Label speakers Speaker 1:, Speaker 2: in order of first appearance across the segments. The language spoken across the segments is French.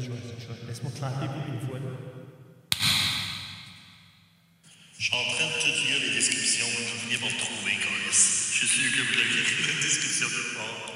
Speaker 1: Laisse-moi claquer une fois.
Speaker 2: Je suis en train de tout lire les descriptions. Je viens pour trouver, Carlos. Je suis sûr que vous l'avez écrit la description de part.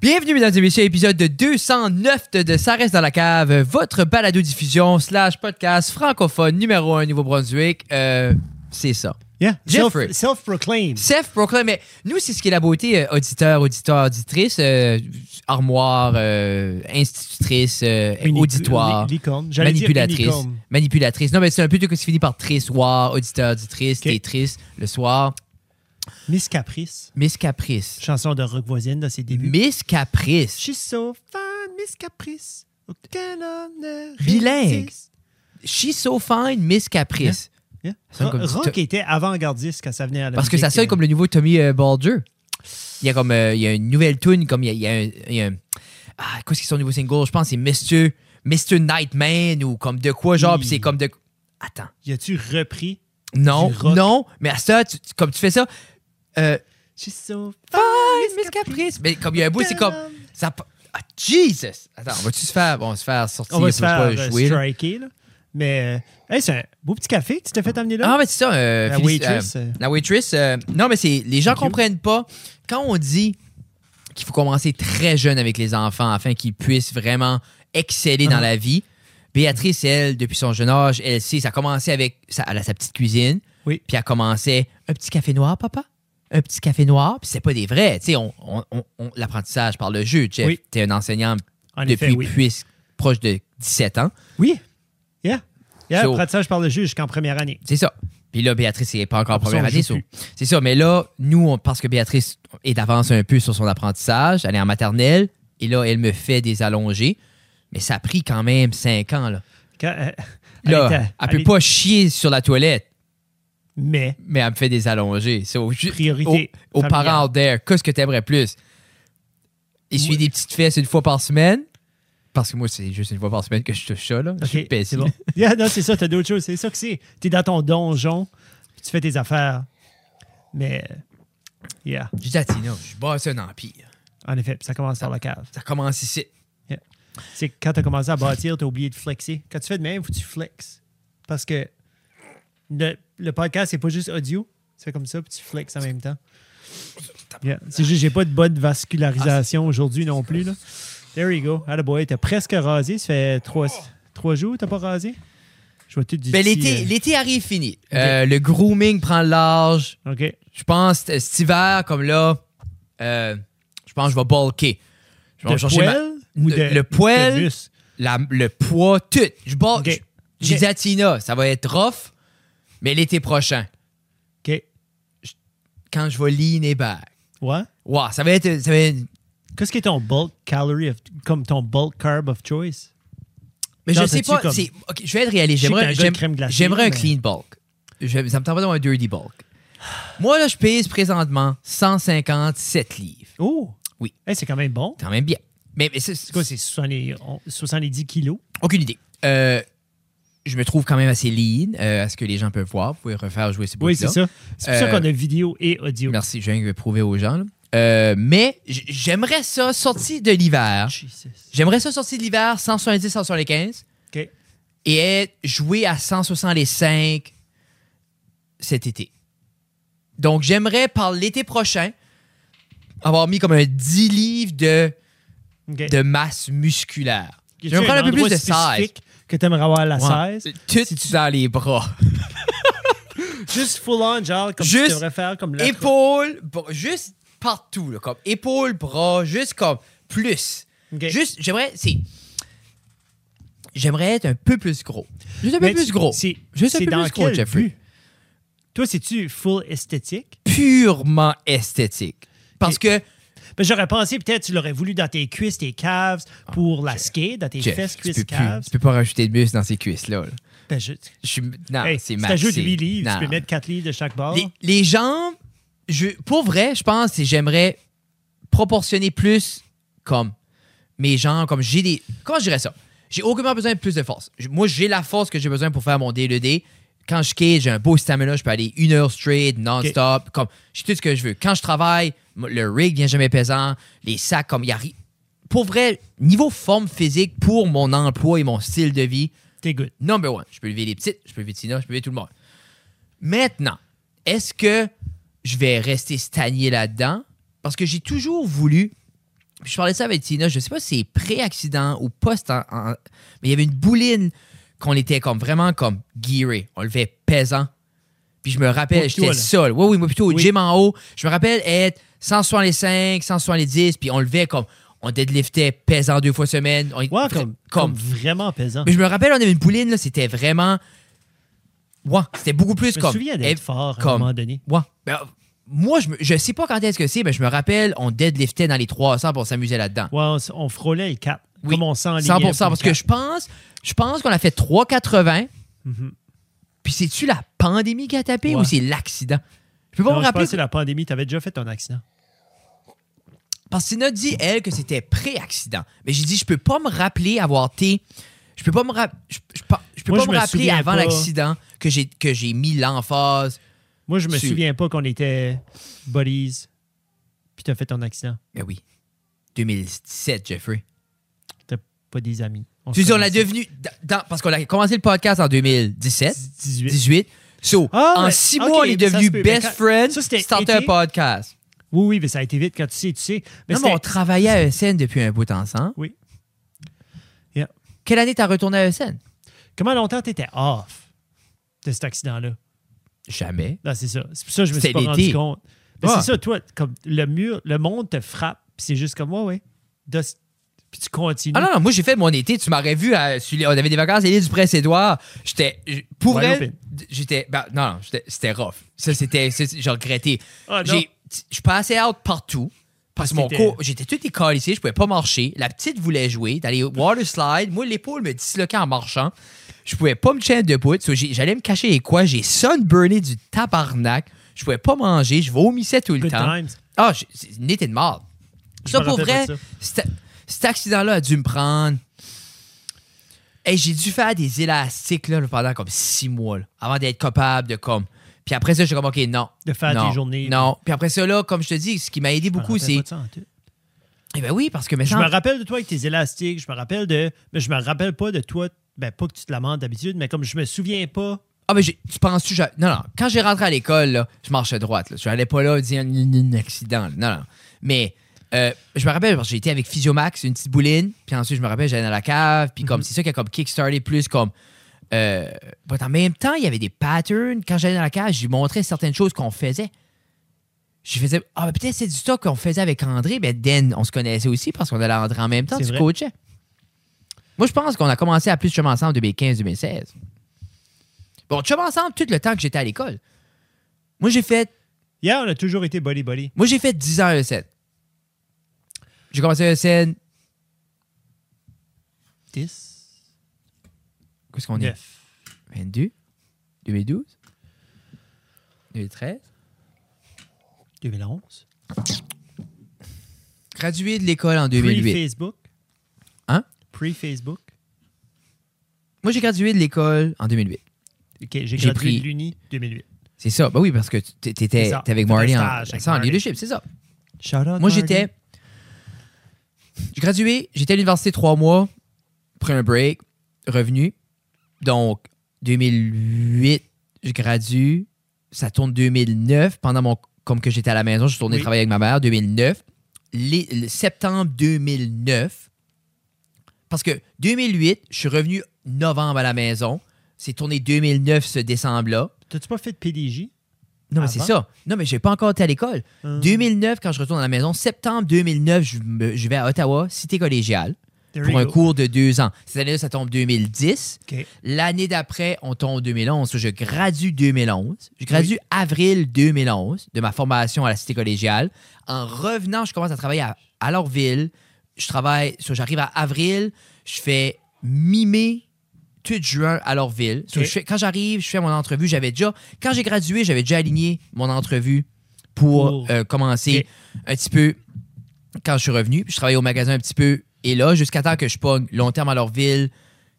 Speaker 3: Bienvenue, mesdames et messieurs, à épisode de 209 de Ça reste dans la cave, votre balado-diffusion slash podcast francophone numéro 1 Nouveau-Brunswick. Euh, c'est ça.
Speaker 1: Yeah.
Speaker 3: Jeffrey.
Speaker 1: Self, proclaimed
Speaker 3: Seth Proclaim, mais nous, c'est ce qui est la beauté, euh, auditeur, auditeur, auditrice, euh, armoire, euh, institutrice, euh, auditoire,
Speaker 1: Licorne. J'allais dire
Speaker 3: manipulatrice.
Speaker 1: unicorn.
Speaker 3: manipulatrice. Non, mais c'est un peu tout ce qui finit par trissoir, auditeur, auditrice,
Speaker 1: Ok.
Speaker 3: t'es triste, le soir.
Speaker 1: Miss Caprice.
Speaker 3: Miss Caprice.
Speaker 1: Chanson de rock voisine dans ses débuts.
Speaker 3: Miss Caprice.
Speaker 1: She's so fine, Miss Caprice. Aucun homme ne
Speaker 3: Bilingue.
Speaker 1: résiste.
Speaker 3: She's so fine, Miss Caprice.
Speaker 1: Yeah.
Speaker 3: Ça sonne
Speaker 1: Ro-
Speaker 3: comme du
Speaker 1: Rock était avant-gardiste quand ça venait à la
Speaker 3: Parce que ça
Speaker 1: musique,
Speaker 3: sonne
Speaker 1: euh,
Speaker 3: comme le nouveau Tommy euh, Baldur. Il y a comme euh, il y a une nouvelle tune comme il y a, il y a un, il y a un- ah qu'est-ce qui est son nouveau single Je pense que c'est Mr. Mr Nightman ou comme de quoi genre
Speaker 1: Oui.
Speaker 3: puis c'est comme de attends
Speaker 1: Y a-tu repris
Speaker 3: non
Speaker 1: Du rock.
Speaker 3: non mais à ça tu- tu- comme tu fais ça euh,
Speaker 1: She's so
Speaker 3: Fine,
Speaker 1: fine,
Speaker 3: Miss Caprice mais comme il y a un bout c'est comme
Speaker 1: Damn.
Speaker 3: ça pa- ah, Jesus attends on va tu se faire bon, on va se faire sortir
Speaker 1: On va
Speaker 3: faut
Speaker 1: se faire
Speaker 3: pas
Speaker 1: euh,
Speaker 3: jouer, là.
Speaker 1: striker, là. Mais, euh, hey, c'est un beau petit café que tu t'es fait amener là.
Speaker 3: Ah, mais c'est ça. euh,
Speaker 1: La
Speaker 3: Phyllis-
Speaker 1: waitress,
Speaker 3: euh,
Speaker 1: euh.
Speaker 3: la waitress. euh, non, mais c'est les gens
Speaker 1: Thank you.
Speaker 3: comprennent pas. Quand on dit qu'il faut commencer très jeune avec les enfants afin qu'ils puissent vraiment exceller dans
Speaker 1: Ah.
Speaker 3: la vie, Béatrice, elle, depuis son jeune âge, elle sait, ça a commencé avec sa, elle a sa petite cuisine.
Speaker 1: Oui.
Speaker 3: Puis elle commençait un petit café noir, papa. Un petit café noir. Puis c'est pas des vrais. Tu sais, on, on- on- on- l'apprentissage par le jeu. Jeff,
Speaker 1: Oui.
Speaker 3: t'es un enseignant
Speaker 1: en
Speaker 3: depuis
Speaker 1: effet, oui.
Speaker 3: puis- proche de 17 ans.
Speaker 1: Oui. Yeah. Yeah,
Speaker 3: So-
Speaker 1: apprentissage par le juge jusqu'en première année.
Speaker 3: C'est ça. Puis là, Béatrice n'est pas encore en
Speaker 1: Ah, Ça,
Speaker 3: première
Speaker 1: on
Speaker 3: année.
Speaker 1: joue
Speaker 3: so-
Speaker 1: plus.
Speaker 3: C'est ça. Mais là, nous, on, parce que Béatrice est d'avance un peu sur son apprentissage, elle est en maternelle, et là, elle me fait des allongés. Mais ça a pris quand même cinq ans. Là,
Speaker 1: Quand, euh, elle
Speaker 3: là
Speaker 1: était-
Speaker 3: elle,
Speaker 1: elle
Speaker 3: peut
Speaker 1: est-
Speaker 3: pas chier sur la toilette,
Speaker 1: Mais,
Speaker 3: mais elle me fait des allongés. So, ju-
Speaker 1: priorité.
Speaker 3: aux
Speaker 1: familiale.
Speaker 3: parents out there, qu'est-ce que t'aimerais plus? Essuyer
Speaker 1: Oui.
Speaker 3: des petites fesses une fois par semaine? Parce que moi, c'est juste une fois par semaine que je touche ça. Là. Je suis
Speaker 1: Ok,
Speaker 3: pessi,
Speaker 1: c'est bon.
Speaker 3: là.
Speaker 1: Yeah, non, c'est ça, t'as d'autres choses. C'est ça que c'est. T'es dans ton donjon, puis tu fais tes affaires. Mais, yeah,
Speaker 3: Je dis à Tina, je bosse un empire.
Speaker 1: en effet, puis ça commence par la cave.
Speaker 3: Ça commence ici.
Speaker 1: C'est quand t'as commencé à bâtir, t'as oublié de flexer. Quand tu fais de même, faut que tu flexes. Parce que le, le podcast, c'est pas juste audio. Tu fais comme ça, puis tu flexes en même temps. Yeah. C'est juste, j'ai pas de bonne
Speaker 3: Ah,
Speaker 1: vascularisation aujourd'hui non plus. Là. There you go. Attaboy, t'as presque rasé. Ça fait trois, trois jours que t'as pas rasé. Je vois tout du
Speaker 3: Ben,
Speaker 1: petit,
Speaker 3: l'été,
Speaker 1: euh,
Speaker 3: l'été arrive fini. Euh,
Speaker 1: Ben,
Speaker 3: le grooming prend le large.
Speaker 1: OK.
Speaker 3: Je pense euh, cet hiver, comme là, euh, je pense que je vais bulker. Je vais
Speaker 1: Le
Speaker 3: chercher ma-
Speaker 1: poêle ou
Speaker 3: le-
Speaker 1: de-
Speaker 3: le poêl,
Speaker 1: de muscle?
Speaker 3: la- le poids, tout. Je bulk.
Speaker 1: Ok.
Speaker 3: Je- J'ai
Speaker 1: Ok.
Speaker 3: dit à Tina, ça va être rough, mais l'été prochain,
Speaker 1: OK.
Speaker 3: quand je vais lean et back.
Speaker 1: Ouais.
Speaker 3: Wow, ça va être. Ça va être-
Speaker 1: Qu'est-ce qui est ton bulk calorie, of, comme ton bulk carb of choice?
Speaker 3: mais
Speaker 1: Non,
Speaker 3: je sais
Speaker 1: t'as-tu
Speaker 3: pas.
Speaker 1: comme-
Speaker 3: c'est- ok, je vais être réaliste.
Speaker 1: Je sais que
Speaker 3: J'aimerais,
Speaker 1: t'es un gars de
Speaker 3: j'aime-
Speaker 1: crème glacée,
Speaker 3: j'aimerais un
Speaker 1: mais-
Speaker 3: clean bulk. Je- ça me tente pas d'avoir un dirty bulk. Moi, là, je pèse présentement 157 livres.
Speaker 1: Oh!
Speaker 3: Oui.
Speaker 1: Hey, c'est quand même bon.
Speaker 3: Quand même bien. Mais, mais c'est,
Speaker 1: C'est quoi, c'est 70 on- 70 kilos?
Speaker 3: Aucune idée. Euh, je me trouve quand même assez lean euh, à ce que les gens peuvent voir. Vous pouvez refaire jouer ces
Speaker 1: Oui,
Speaker 3: bouts-là.
Speaker 1: c'est ça. C'est pour ça
Speaker 3: Euh,
Speaker 1: qu'on a vidéo et audio.
Speaker 3: Merci, je viens de prouver aux gens. là. Euh, mais j- j'aimerais ça sorti de l'hiver.
Speaker 1: Jesus.
Speaker 3: J'aimerais ça sorti de l'hiver 170-175
Speaker 1: OK.
Speaker 3: et être joué à 165 cet été. Donc j'aimerais par l'été prochain avoir mis comme un 10 livres de,
Speaker 1: OK.
Speaker 3: de masse musculaire.
Speaker 1: Y a-tu
Speaker 3: J'aimerais prendre un peu plus
Speaker 1: endroit
Speaker 3: de size.
Speaker 1: spécifique que t'aimerais avoir la
Speaker 3: Ouais.
Speaker 1: 16.
Speaker 3: Tout dans les bras.
Speaker 1: Juste full on, genre, comme
Speaker 3: Juste
Speaker 1: tu devrais faire comme la...
Speaker 3: Épaule, bras, juste partout, là, comme épaule, bras, juste comme plus.
Speaker 1: Ok.
Speaker 3: Juste, j'aimerais, c'est. J'aimerais être un peu plus gros. Juste un peu
Speaker 1: Mais
Speaker 3: plus
Speaker 1: tu-
Speaker 3: gros.
Speaker 1: c'est-
Speaker 3: Juste un
Speaker 1: c'est
Speaker 3: peu
Speaker 1: dans
Speaker 3: plus gros,
Speaker 1: quel
Speaker 3: Jeffrey.
Speaker 1: but? Toi, c'est-tu full esthétique?
Speaker 3: Purement esthétique. Parce que,
Speaker 1: Ben, J'aurais pensé peut-être tu l'aurais voulu dans tes cuisses, tes caves, pour la skate, dans tes
Speaker 3: Ah, Jeff, tu,
Speaker 1: fesses,
Speaker 3: peux
Speaker 1: cuisses,
Speaker 3: plus,
Speaker 1: caves.
Speaker 3: tu peux pas rajouter de muscles dans ces cuisses-là. là.
Speaker 1: Ben, je...
Speaker 3: Je suis- non,
Speaker 1: Hey,
Speaker 3: Ah, c'est
Speaker 1: si
Speaker 3: mal.
Speaker 1: t'ajoutes
Speaker 3: c'est-
Speaker 1: 8 livres, tu
Speaker 3: non.
Speaker 1: peux mettre 4 livres de chaque bord.
Speaker 3: Les, les gens, je, pour vrai, je pense que j'aimerais proportionner plus comme mes gens, comme j'ai des. Comment je dirais ça? J'ai aucunement besoin de plus de force. J- Moi, j'ai la force que j'ai besoin pour faire mon D2D. Quand je skate, j'ai un beau stamina, je peux aller une heure straight, non-stop. Comme, j'ai tout ce que je veux. Quand je travaille, m- le rig vient jamais pesant. Les sacs, comme, il y a ri- Pour vrai, niveau forme physique pour mon emploi et mon style de vie,
Speaker 1: T'es good.
Speaker 3: number one. Je peux lever les petites, je peux lever Tina, je peux lever tout le monde. Maintenant, est-ce que je vais rester stagné là-dedans? Parce que j'ai toujours voulu. puis Je parlais de ça avec Tina, je sais pas si c'est pré-accident ou post. en- en- mais il y avait une bouline qu'on était comme vraiment comme gearé. On levait pesant. Puis je me
Speaker 1: Moi,
Speaker 3: rappelle,
Speaker 1: plutôt,
Speaker 3: j'étais
Speaker 1: là.
Speaker 3: seul. Oui, oui, moi plutôt au
Speaker 1: Oui.
Speaker 3: gym en haut. Je me rappelle être 165, 170, puis on levait comme. On deadliftait pesant deux fois semaine. On,
Speaker 1: Ouais, comme, comme vraiment pesant.
Speaker 3: mais je me rappelle, on avait une pouline, là, c'était vraiment. Ouais, c'était beaucoup plus
Speaker 1: Je me
Speaker 3: comme.
Speaker 1: souviens d'être
Speaker 3: Eh,
Speaker 1: fort à un
Speaker 3: comme-
Speaker 1: moment donné.
Speaker 3: Ouais. Ben, euh, moi, je, me- je sais pas quand est-ce que c'est, mais je me rappelle, on deadliftait dans les 300 pour s'amuser là-dedans.
Speaker 1: Ouais, on, s- on frôlait les 4.
Speaker 3: Oui,
Speaker 1: Comme on s'enlignait.
Speaker 3: 100
Speaker 1: pour
Speaker 3: parce que
Speaker 1: quatre.
Speaker 3: je pense, je pense qu'on a fait 380.
Speaker 1: Mhm.
Speaker 3: Puis c'est-tu la pandémie qui a tapé
Speaker 1: Ouais.
Speaker 3: ou c'est l'accident? Je peux pas
Speaker 1: Non,
Speaker 3: me
Speaker 1: je
Speaker 3: rappeler.
Speaker 1: pense que la pandémie, t'avais déjà fait ton accident.
Speaker 3: Parce que Tina dit, elle, que c'était pré-accident. Mais j'ai dit, je peux pas me rappeler avoir été. Je peux pas me, rap- je, je pa- je peux
Speaker 1: Moi,
Speaker 3: pas
Speaker 1: je
Speaker 3: me
Speaker 1: me
Speaker 3: rappeler
Speaker 1: souviens
Speaker 3: avant
Speaker 1: pas.
Speaker 3: l'accident que j'ai que j'ai mis l'emphase.
Speaker 1: Moi, je me
Speaker 3: Tu-
Speaker 1: souviens pas qu'on était buddies, puis t'as fait ton accident.
Speaker 3: Ben oui. 2017, Jeffrey.
Speaker 1: T'as pas des amis. On
Speaker 3: Tu
Speaker 1: se
Speaker 3: dis, on a
Speaker 1: connaissait.
Speaker 3: devenu. dans- parce qu'on a commencé le podcast en 2017,
Speaker 1: 18.
Speaker 3: 18. So,
Speaker 1: Ah,
Speaker 3: en
Speaker 1: mais-
Speaker 3: six
Speaker 1: ok,
Speaker 3: mois, on est
Speaker 1: mais ça
Speaker 3: devenu
Speaker 1: se peut, mais
Speaker 3: best
Speaker 1: quand-
Speaker 3: friends.
Speaker 1: ça, c'était
Speaker 3: starter
Speaker 1: été.
Speaker 3: un podcast.
Speaker 1: Oui, oui, mais ça a été vite quand tu sais, tu sais. Mais
Speaker 3: non, mais on
Speaker 1: c'était-
Speaker 3: travaillait à ESN depuis un bout ensemble.
Speaker 1: Oui. Yeah.
Speaker 3: Quelle année t'as retourné à E ESN?
Speaker 1: Comment longtemps t'étais off de cet accident-là?
Speaker 3: Jamais.
Speaker 1: Non, c'est ça. C'est pour ça que je me suis
Speaker 3: C'était
Speaker 1: pas rendu
Speaker 3: l'été. Ah.
Speaker 1: compte. Mais
Speaker 3: Ouais.
Speaker 1: c'est ça, toi, comme le mur, le monde te frappe, puis c'est juste comme, ouais, ouais. Dos- Puis tu continues.
Speaker 3: Ah non, non, moi j'ai fait mon été, tu m'aurais vu, à, sur les- on avait des vacances à l'île du Prince-Édouard. J'étais. j- Pour
Speaker 1: Wide
Speaker 3: elle,
Speaker 1: open.
Speaker 3: j'étais. ben, non, non, j'étais- c'était rough. Ça, c'était. c'est- J'ai regretté.
Speaker 1: Ah, non. Ah,
Speaker 3: J'ai- Je passais out partout. Parce que mon
Speaker 1: C'était-
Speaker 3: cours, j'étais tout école ici, je pouvais pas marcher. La petite voulait jouer dans les water slides. Moi, l'épaule me disloquait en marchant. Je pouvais pas me tenir debout. So, j'ai- J'allais me cacher les quoi. J'ai sunburné du tabarnak. Je pouvais pas manger. Je vomissais tout le
Speaker 1: Good
Speaker 3: temps.
Speaker 1: times.
Speaker 3: Ah, j'ai- c'est une été de mort.
Speaker 1: Je
Speaker 3: ça,
Speaker 1: me
Speaker 3: pour
Speaker 1: rappelle
Speaker 3: vrai,
Speaker 1: pas de
Speaker 3: cet cet accident-là a dû me prendre. Hey, j'ai dû faire des élastiques là, pendant comme six mois là, avant d'être capable de comme. Puis après ça, j'ai comme, OK, non.
Speaker 1: De faire
Speaker 3: non,
Speaker 1: des journées.
Speaker 3: Non. Puis après ça, là, comme je te dis, ce qui m'a aidé
Speaker 1: Je me
Speaker 3: beaucoup,
Speaker 1: rappelle
Speaker 3: c'est.
Speaker 1: pas Ah, de ça en tout.
Speaker 3: Eh ben oui, parce que
Speaker 1: Je
Speaker 3: maintenant.
Speaker 1: me rappelle de toi avec tes élastiques, je me rappelle de. Mais je me rappelle pas de toi, ben pas que tu te lamentes d'habitude, mais comme je me souviens pas.
Speaker 3: Ah, mais j'ai- tu penses-tu. j'a- Non, non. Quand j'ai rentré à l'école, là, je marchais droite. Là. Je n'allais pas là dire un accident. là. Non, non. Mais euh, je me rappelle, parce que j'ai été avec Physiomax, une petite bouline. Puis ensuite, je me rappelle, j'allais dans la cave. Puis
Speaker 1: Mhm.
Speaker 3: comme, c'est ça qui a comme kickstarté plus comme. euh, but en même temps, il y avait des patterns. Quand j'allais dans la cave, je lui montrais certaines choses qu'on faisait. Je faisais, ah, ben, peut-être c'est du stock qu'on faisait avec André. Ben, Den, on se connaissait aussi parce qu'on allait à André en même temps.
Speaker 1: C'est
Speaker 3: Tu
Speaker 1: vrai.
Speaker 3: coachais. Moi, je pense qu'on a commencé à plus chum ensemble en 2015-2016. Bon, chum ensemble tout le temps que j'étais à l'école. Moi, j'ai fait,
Speaker 1: Hier, on a toujours été body-body.
Speaker 3: moi, j'ai fait 10 ans à ESN. J'ai commencé E à ESN,
Speaker 1: 10,
Speaker 3: qu'est-ce qu'on est?
Speaker 1: 9.
Speaker 3: 22, 2012, 2013.
Speaker 1: 2011.
Speaker 3: Gradué de l'école en 2008.
Speaker 1: Pre-Facebook.
Speaker 3: Hein?
Speaker 1: Pre-Facebook.
Speaker 3: Moi, j'ai gradué de l'école en 2008.
Speaker 1: OK, j'ai
Speaker 3: J'ai
Speaker 1: gradué
Speaker 3: pris-
Speaker 1: de l'Uni 2008.
Speaker 3: C'est ça. Bah oui, parce que tu- t'étais
Speaker 1: C'est
Speaker 3: t'étais
Speaker 1: ça.
Speaker 3: avec
Speaker 1: T'étais
Speaker 3: Marty en,
Speaker 1: stage avec
Speaker 3: ça, en
Speaker 1: Marty.
Speaker 3: leadership, c'est ça.
Speaker 1: Shout out.
Speaker 3: Moi, j'étais. J'ai gradué, j'étais à l'université trois mois, pris un break, revenu. Donc, 2008, je gradue. Ça tourne 2009. Pendant mon. Comme que j'étais à la maison, je suis tourné
Speaker 1: Oui.
Speaker 3: travailler avec ma mère, 2009. Les- le septembre 2009. Parce que 2008, je suis revenu novembre à la maison. C'est tourné 2009, ce décembre-là.
Speaker 1: T'as-tu pas fait de PDJ?
Speaker 3: Non, mais c'est
Speaker 1: Avant?
Speaker 3: ça. Non, mais j'ai pas encore été à l'école.
Speaker 1: Hum.
Speaker 3: 2009, quand je retourne à la maison, septembre 2009, je, me- je vais à Ottawa, cité collégiale,
Speaker 1: There
Speaker 3: pour
Speaker 1: you
Speaker 3: un
Speaker 1: go.
Speaker 3: cours de deux ans. Cette année-là, ça tombe 2010.
Speaker 1: OK.
Speaker 3: L'année d'après, on tombe 2011. Je gradue 2011. Je gradue avril 2011 de ma formation à la cité collégiale. En revenant, je commence à travailler à, à Lorville. Je travaille, so, j'arrive à avril, je fais mi-mai, tout juin à Lorville. So,
Speaker 1: Ok.
Speaker 3: je fais- quand j'arrive, je fais mon entrevue. J'avais déjà, quand j'ai gradué, j'avais déjà aligné mon entrevue pour
Speaker 1: Oh.
Speaker 3: euh, commencer un petit peu quand je suis revenu. Je travaillais au magasin un petit peu. Et là, jusqu'à temps que je pogne long terme à leur ville,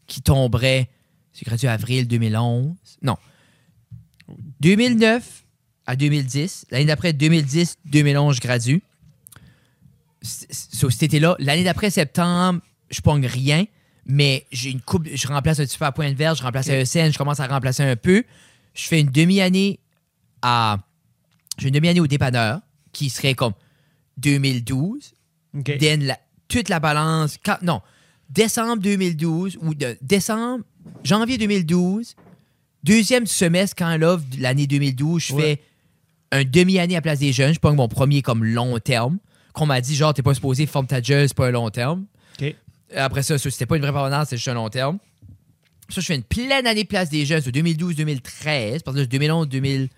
Speaker 3: qui tomberait, j'ai gradué avril 2011. Non. 2009 à 2010. L'année d'après, 2010, 2011, je gradue. C- c- so, cet été-là, l'année d'après, septembre, je pogne rien. Mais j'ai une coupe, je remplace un petit peu à Pointe Verte, je remplace à ESN, je commence à remplacer un peu. Je fais une demi-année à. J'ai une demi-année au dépanneur qui serait comme 2012.
Speaker 1: OK.
Speaker 3: Then la- toute la balance. quand- non, décembre 2012 ou de, décembre, janvier 2012, deuxième semestre quand l'offre de l'année 2012, je
Speaker 1: Ouais.
Speaker 3: fais un demi-année à place des jeunes. Je pogne mon premier comme long terme. Qu'on m'a dit, genre, t'es pas supposé, forme ta gueule, c'est pas un long terme.
Speaker 1: OK.
Speaker 3: Après ça, ça, c'était pas une vraie permanence, c'est juste un long terme. Ça, je fais une pleine année de place des jeunes, de 2012-2013, parce que 2011-2000,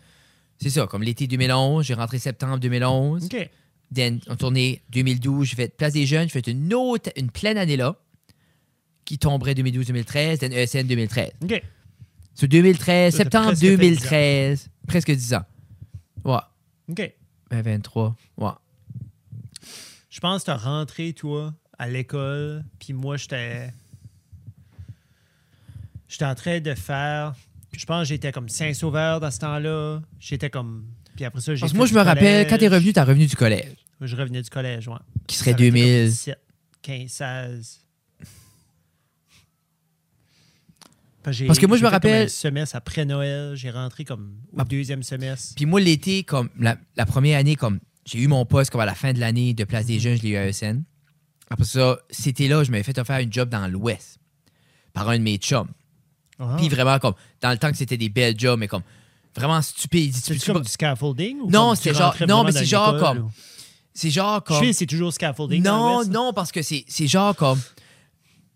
Speaker 3: c'est ça, comme l'été 2011, j'ai rentré septembre 2011.
Speaker 1: OK.
Speaker 3: Then, en tournée 2012, j'ai fait Place des Jeunes, j'ai fait une autre, une pleine année là, qui tomberait 2012-2013, then E ESN 2013.
Speaker 1: OK.
Speaker 3: So 2013,
Speaker 1: Ça, t'as
Speaker 3: septembre
Speaker 1: presque fait
Speaker 3: 2013, presque 10 ans. Ouais,
Speaker 1: OK.
Speaker 3: ben 23, ouais.
Speaker 1: Je pense que t'as rentré, toi, à l'école, puis moi, j'étais. J'étais en train de faire. Je pense que j'étais comme Saint-Sauveur dans ce temps-là. J'étais comme. Puis après ça, j'ai.
Speaker 3: Parce que
Speaker 1: fait
Speaker 3: moi,
Speaker 1: du
Speaker 3: je me rappelle, quand t'es
Speaker 1: collège.
Speaker 3: revenu, t'as revenu du collège,
Speaker 1: Je revenais du collège, ouais.
Speaker 3: qui serait
Speaker 1: Ça avait été comme
Speaker 3: 2000.
Speaker 1: 17, 15, 16. Parce j'ai-
Speaker 3: Parce que moi, je
Speaker 1: j'ai
Speaker 3: me
Speaker 1: fait comme
Speaker 3: rappelle-
Speaker 1: un semestre après Noël, j'ai rentré comme au
Speaker 3: Ah.
Speaker 1: deuxième semestre.
Speaker 3: Puis moi, l'été, comme la, la première année, comme j'ai eu mon poste comme à la fin de l'année de Place des
Speaker 1: Mm-hmm.
Speaker 3: Jeunes, je l'ai eu à ESN. Après ça, c'était là, je m'avais fait offrir une job dans l'Ouest par un de mes chums.
Speaker 1: Ah.
Speaker 3: Puis vraiment, comme, dans le temps que c'était des belles jobs, mais comme, vraiment stupide. Tu-
Speaker 1: C'est-tu
Speaker 3: tu-
Speaker 1: comme du scaffolding? Ou
Speaker 3: Non,
Speaker 1: comme tu
Speaker 3: c'est genre-
Speaker 1: rentrais
Speaker 3: non,
Speaker 1: vraiment
Speaker 3: mais
Speaker 1: dans
Speaker 3: c'est
Speaker 1: une
Speaker 3: genre
Speaker 1: école,
Speaker 3: comme-
Speaker 1: ou-
Speaker 3: C'est genre
Speaker 1: Je
Speaker 3: comme.
Speaker 1: sais, c'est toujours scaffolding. dans
Speaker 3: Non,
Speaker 1: l'Ouest,
Speaker 3: non, parce que c'est c'est genre comme.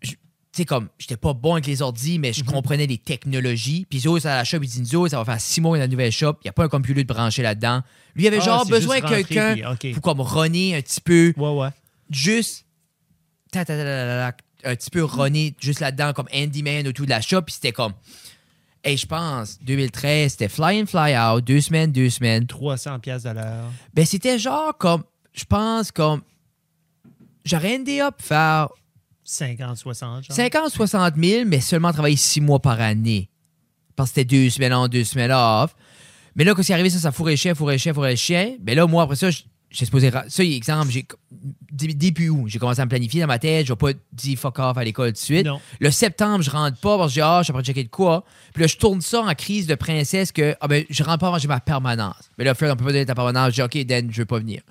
Speaker 3: je- Tu sais, comme, j'étais pas bon avec les ordi, mais je
Speaker 1: Mhm.
Speaker 3: comprenais les technologies. Puis Zoé, ça à la shop, il dit Zoé, ça va faire six mois dans la nouvelle shop, il n'y a pas un computer de brancher là-dedans. Lui, il avait
Speaker 1: Ah,
Speaker 3: genre
Speaker 1: c'est juste
Speaker 3: besoin de
Speaker 1: rentrer,
Speaker 3: quelqu'un
Speaker 1: puis, ok.
Speaker 3: pour comme runner un petit peu,
Speaker 1: Ouais, ouais.
Speaker 3: juste. ta, ta, ta, ta, ta, ta, un petit peu runner juste là-dedans, comme handyman autour de la shop. Puis c'était comme. Et je pense, 2013, c'était fly in, fly out, deux semaines, deux semaines.
Speaker 1: 300 piastres de l'heure.
Speaker 3: Ben, c'était genre comme, je pense, comme, j'aurais endé up faire
Speaker 1: 50, 60, genre.
Speaker 3: 50, 60 000, mais seulement travailler six mois par année. Parce que c'était deux semaines en, deux semaines off. Mais là, quand c'est arrivé, ça, ça fourrait le chien, fourrait le chien, fourrait le chien. Mais là, moi, après ça, j- j'ai supposé. ra- Ça, exemple, j'ai. dé- Début août, j'ai commencé à me planifier dans ma tête. Je vais pas dire fuck off à l'école tout de suite.
Speaker 1: Non.
Speaker 3: Le septembre, je rentre pas parce que j'ai ah, je suis en train de checker de quoi. Puis là, je tourne ça en crise de princesse que ah ben je rentre pas avant que j'ai ma permanence. Mais là, Fred, on peut pas donner ta permanence. Je dis OK, Dan, je veux pas venir.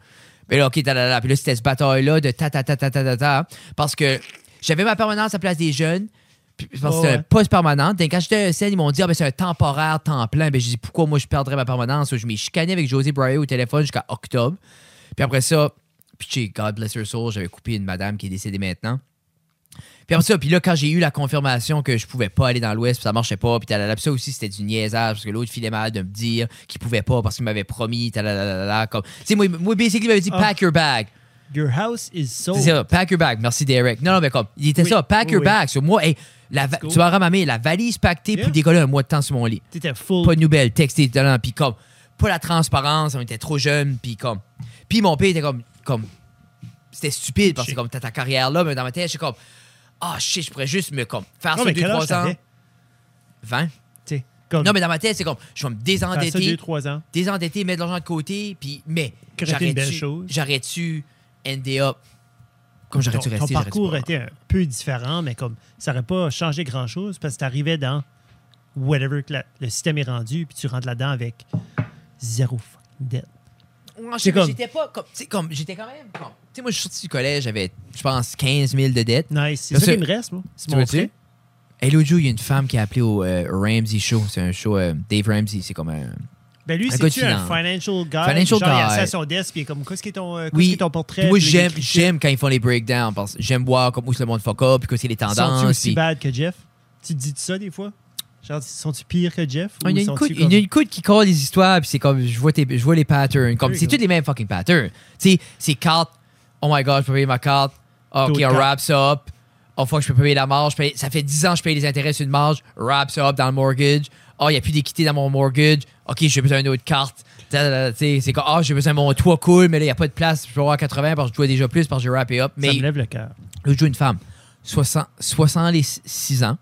Speaker 3: Mais là, OK, ta ta, ta. Puis là, c'était ce bataille-là de ta ta ta ta ta ta ta. Parce que j'avais ma permanence à place des jeunes. Puis, je pense que
Speaker 1: Ouais,
Speaker 3: c'était
Speaker 1: ouais.
Speaker 3: pas permanent. Donc, Quand j'étais à ESN, ils m'ont dit ah, ben, c'est un temporaire, temps plein. Ben, j'ai dit pourquoi moi je perdrais ma permanence. Je m'ai chicané avec José Bryant au téléphone jusqu'à octobre. Puis après ça, puis tu sais, God bless her soul, j'avais coupé une madame qui est décédée maintenant. Puis après ça, puis là, quand j'ai eu la confirmation que je pouvais pas aller dans l'Ouest, puis ça marchait pas, puis talalala, puis ça aussi, c'était du niaisage, parce que l'autre filait mal de me dire qu'il pouvait pas parce qu'il m'avait promis, talalala, comme... Tu sais, moi, moi, basically, il m'avait dit «
Speaker 1: Ah.
Speaker 3: pack your bag ».
Speaker 1: Your house is sold.
Speaker 3: C'est ça, pack your bag. Merci, Derek. Non, non, mais comme, il était
Speaker 1: Oui,
Speaker 3: ça, pack
Speaker 1: oui,
Speaker 3: your
Speaker 1: oui.
Speaker 3: bag. Sur moi, hey, la va-
Speaker 1: go.
Speaker 3: tu vas ramamer la valise pactée
Speaker 1: Yeah.
Speaker 3: pour décoller un mois de temps sur mon lit.
Speaker 1: T'étais full.
Speaker 3: Pas de nouvelles, texté, non, non, puis comme, pas la transparence, on était trop jeunes, puis comme. Puis mon père était comme, comme, c'était stupide parce que
Speaker 1: Shit.
Speaker 3: comme t'as ta carrière là, mais dans ma tête, j'étais comme, ah shit, je pourrais juste me comme faire
Speaker 1: Non,
Speaker 3: ça
Speaker 1: mais quel
Speaker 3: 2-3
Speaker 1: âge
Speaker 3: ans.
Speaker 1: t'avais?
Speaker 3: 20.
Speaker 1: T'sais, comme-
Speaker 3: Non, mais dans ma tête, c'est comme, je vais me
Speaker 1: faire ça
Speaker 3: désendetter,
Speaker 1: 2-3 ans.
Speaker 3: désendetter, mettre de l'argent de côté, puis, mais,
Speaker 1: Créer une belle
Speaker 3: j'aurais-tu,
Speaker 1: chose.
Speaker 3: j'aurais-tu, end up, comme
Speaker 1: Ton,
Speaker 3: j'aurais-tu resté,
Speaker 1: ton
Speaker 3: j'aurais-tu
Speaker 1: parcours
Speaker 3: pas-
Speaker 1: était un peu différent, mais comme ça n'aurait pas changé grand-chose parce que t'arrivais dans whatever que la- le système est rendu, puis tu rentres là-dedans avec zéro fucking dette.
Speaker 3: Ouais, je
Speaker 1: C'est
Speaker 3: sais pas,
Speaker 1: comme-
Speaker 3: J'étais pas comme. tu sais, comme j'étais quand même. comme- Tu sais, moi, je suis sorti du collège, j'avais, je pense, 15 000 de dettes.
Speaker 1: Nice. C'est
Speaker 3: Parce
Speaker 1: ça qui
Speaker 3: que-
Speaker 1: me reste, moi. C'est
Speaker 3: Tu
Speaker 1: mon
Speaker 3: veux-tu?
Speaker 1: prêt.
Speaker 3: Hey, l'autre jour, il y a une femme qui a appelé au euh, Ramsey Show. C'est un show. euh, Dave Ramsey, c'est comme un,
Speaker 1: Ben lui,
Speaker 3: Un gars de
Speaker 1: c'est-tu un
Speaker 3: finance.
Speaker 1: financial guy?
Speaker 3: Financial
Speaker 1: genre, il est assis
Speaker 3: guy.
Speaker 1: à son desk, puis il est comme, qu'est-ce qui est ton, euh, qu'est-ce qui
Speaker 3: Oui.
Speaker 1: est ton portrait?
Speaker 3: Puis moi,
Speaker 1: Puis là, il
Speaker 3: j'aime,
Speaker 1: écrit shit.
Speaker 3: j'aime quand ils font les breakdowns parce que j'aime voir comme où le monde fuck up, puis que c'est les tendances.
Speaker 1: Sont-tu aussi
Speaker 3: puis-
Speaker 1: bad que Jeff? Tu te dis ça des fois? Genre, sont-tu pire que Jeff? ou
Speaker 3: Ah, Il y a une
Speaker 1: sont-tu
Speaker 3: coude,
Speaker 1: comme-
Speaker 3: il y a une coude qui colle les histoires, puis c'est comme, je vois, tes- je vois les patterns. Comme,
Speaker 1: Oui,
Speaker 3: c'est
Speaker 1: oui.
Speaker 3: toutes les mêmes fucking patterns. Tu sais, c'est carte, oh my god, je peux payer ma carte. Ah, Ok,
Speaker 1: Taux de
Speaker 3: on
Speaker 1: carte.
Speaker 3: wrap ça up. Oh fuck, je peux payer la marge. Je paye- ça fait 10 ans que je paye les intérêts sur une marge. Wrap ça up dans le mortgage. Oh, il n'y a plus d'équité dans mon mortgage. Ok, j'ai besoin d'une autre carte. Ta, ta, ta, tu sais, C'est comme, ah, j'ai besoin de mon toit cool, mais là, il n'y a pas de place. Je peux avoir 80 parce que je dois déjà plus parce que j'ai wrappé up.
Speaker 1: Ça
Speaker 3: Mais
Speaker 1: me lève le cœur.
Speaker 3: le joue une femme, 60, 66 ans,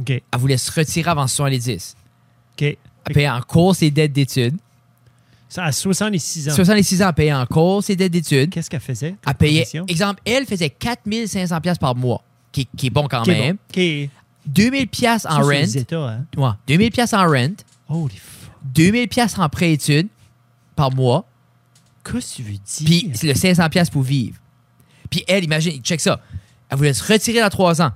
Speaker 1: OK.
Speaker 3: elle voulait se retirer avant 70.
Speaker 1: OK.
Speaker 3: Elle payait en cours ses dettes d'études.
Speaker 1: Ça, à 66 ans,
Speaker 3: 66 ans, elle payait en cours ses dettes d'études.
Speaker 1: qu'est-ce Hein. qu'elle faisait?
Speaker 3: Elle payait,
Speaker 1: Commission?
Speaker 3: exemple, elle faisait 4500 pièces par mois, qui, qui est bon quand
Speaker 1: OK,
Speaker 3: même.
Speaker 1: bon. OK.
Speaker 3: 2000 pièces en
Speaker 1: Ça, c'est les
Speaker 3: rent.
Speaker 1: États, hein?
Speaker 3: Ouais, 2000 pièces en rent,
Speaker 1: Holy fuck.
Speaker 3: 2000 pièces en prêt études par mois,
Speaker 1: Qu'est-ce que tu veux dire?
Speaker 3: puis c'est le 500 pièces pour vivre. Puis elle, imagine, check ça. Elle voulait se retirer dans 3 ans.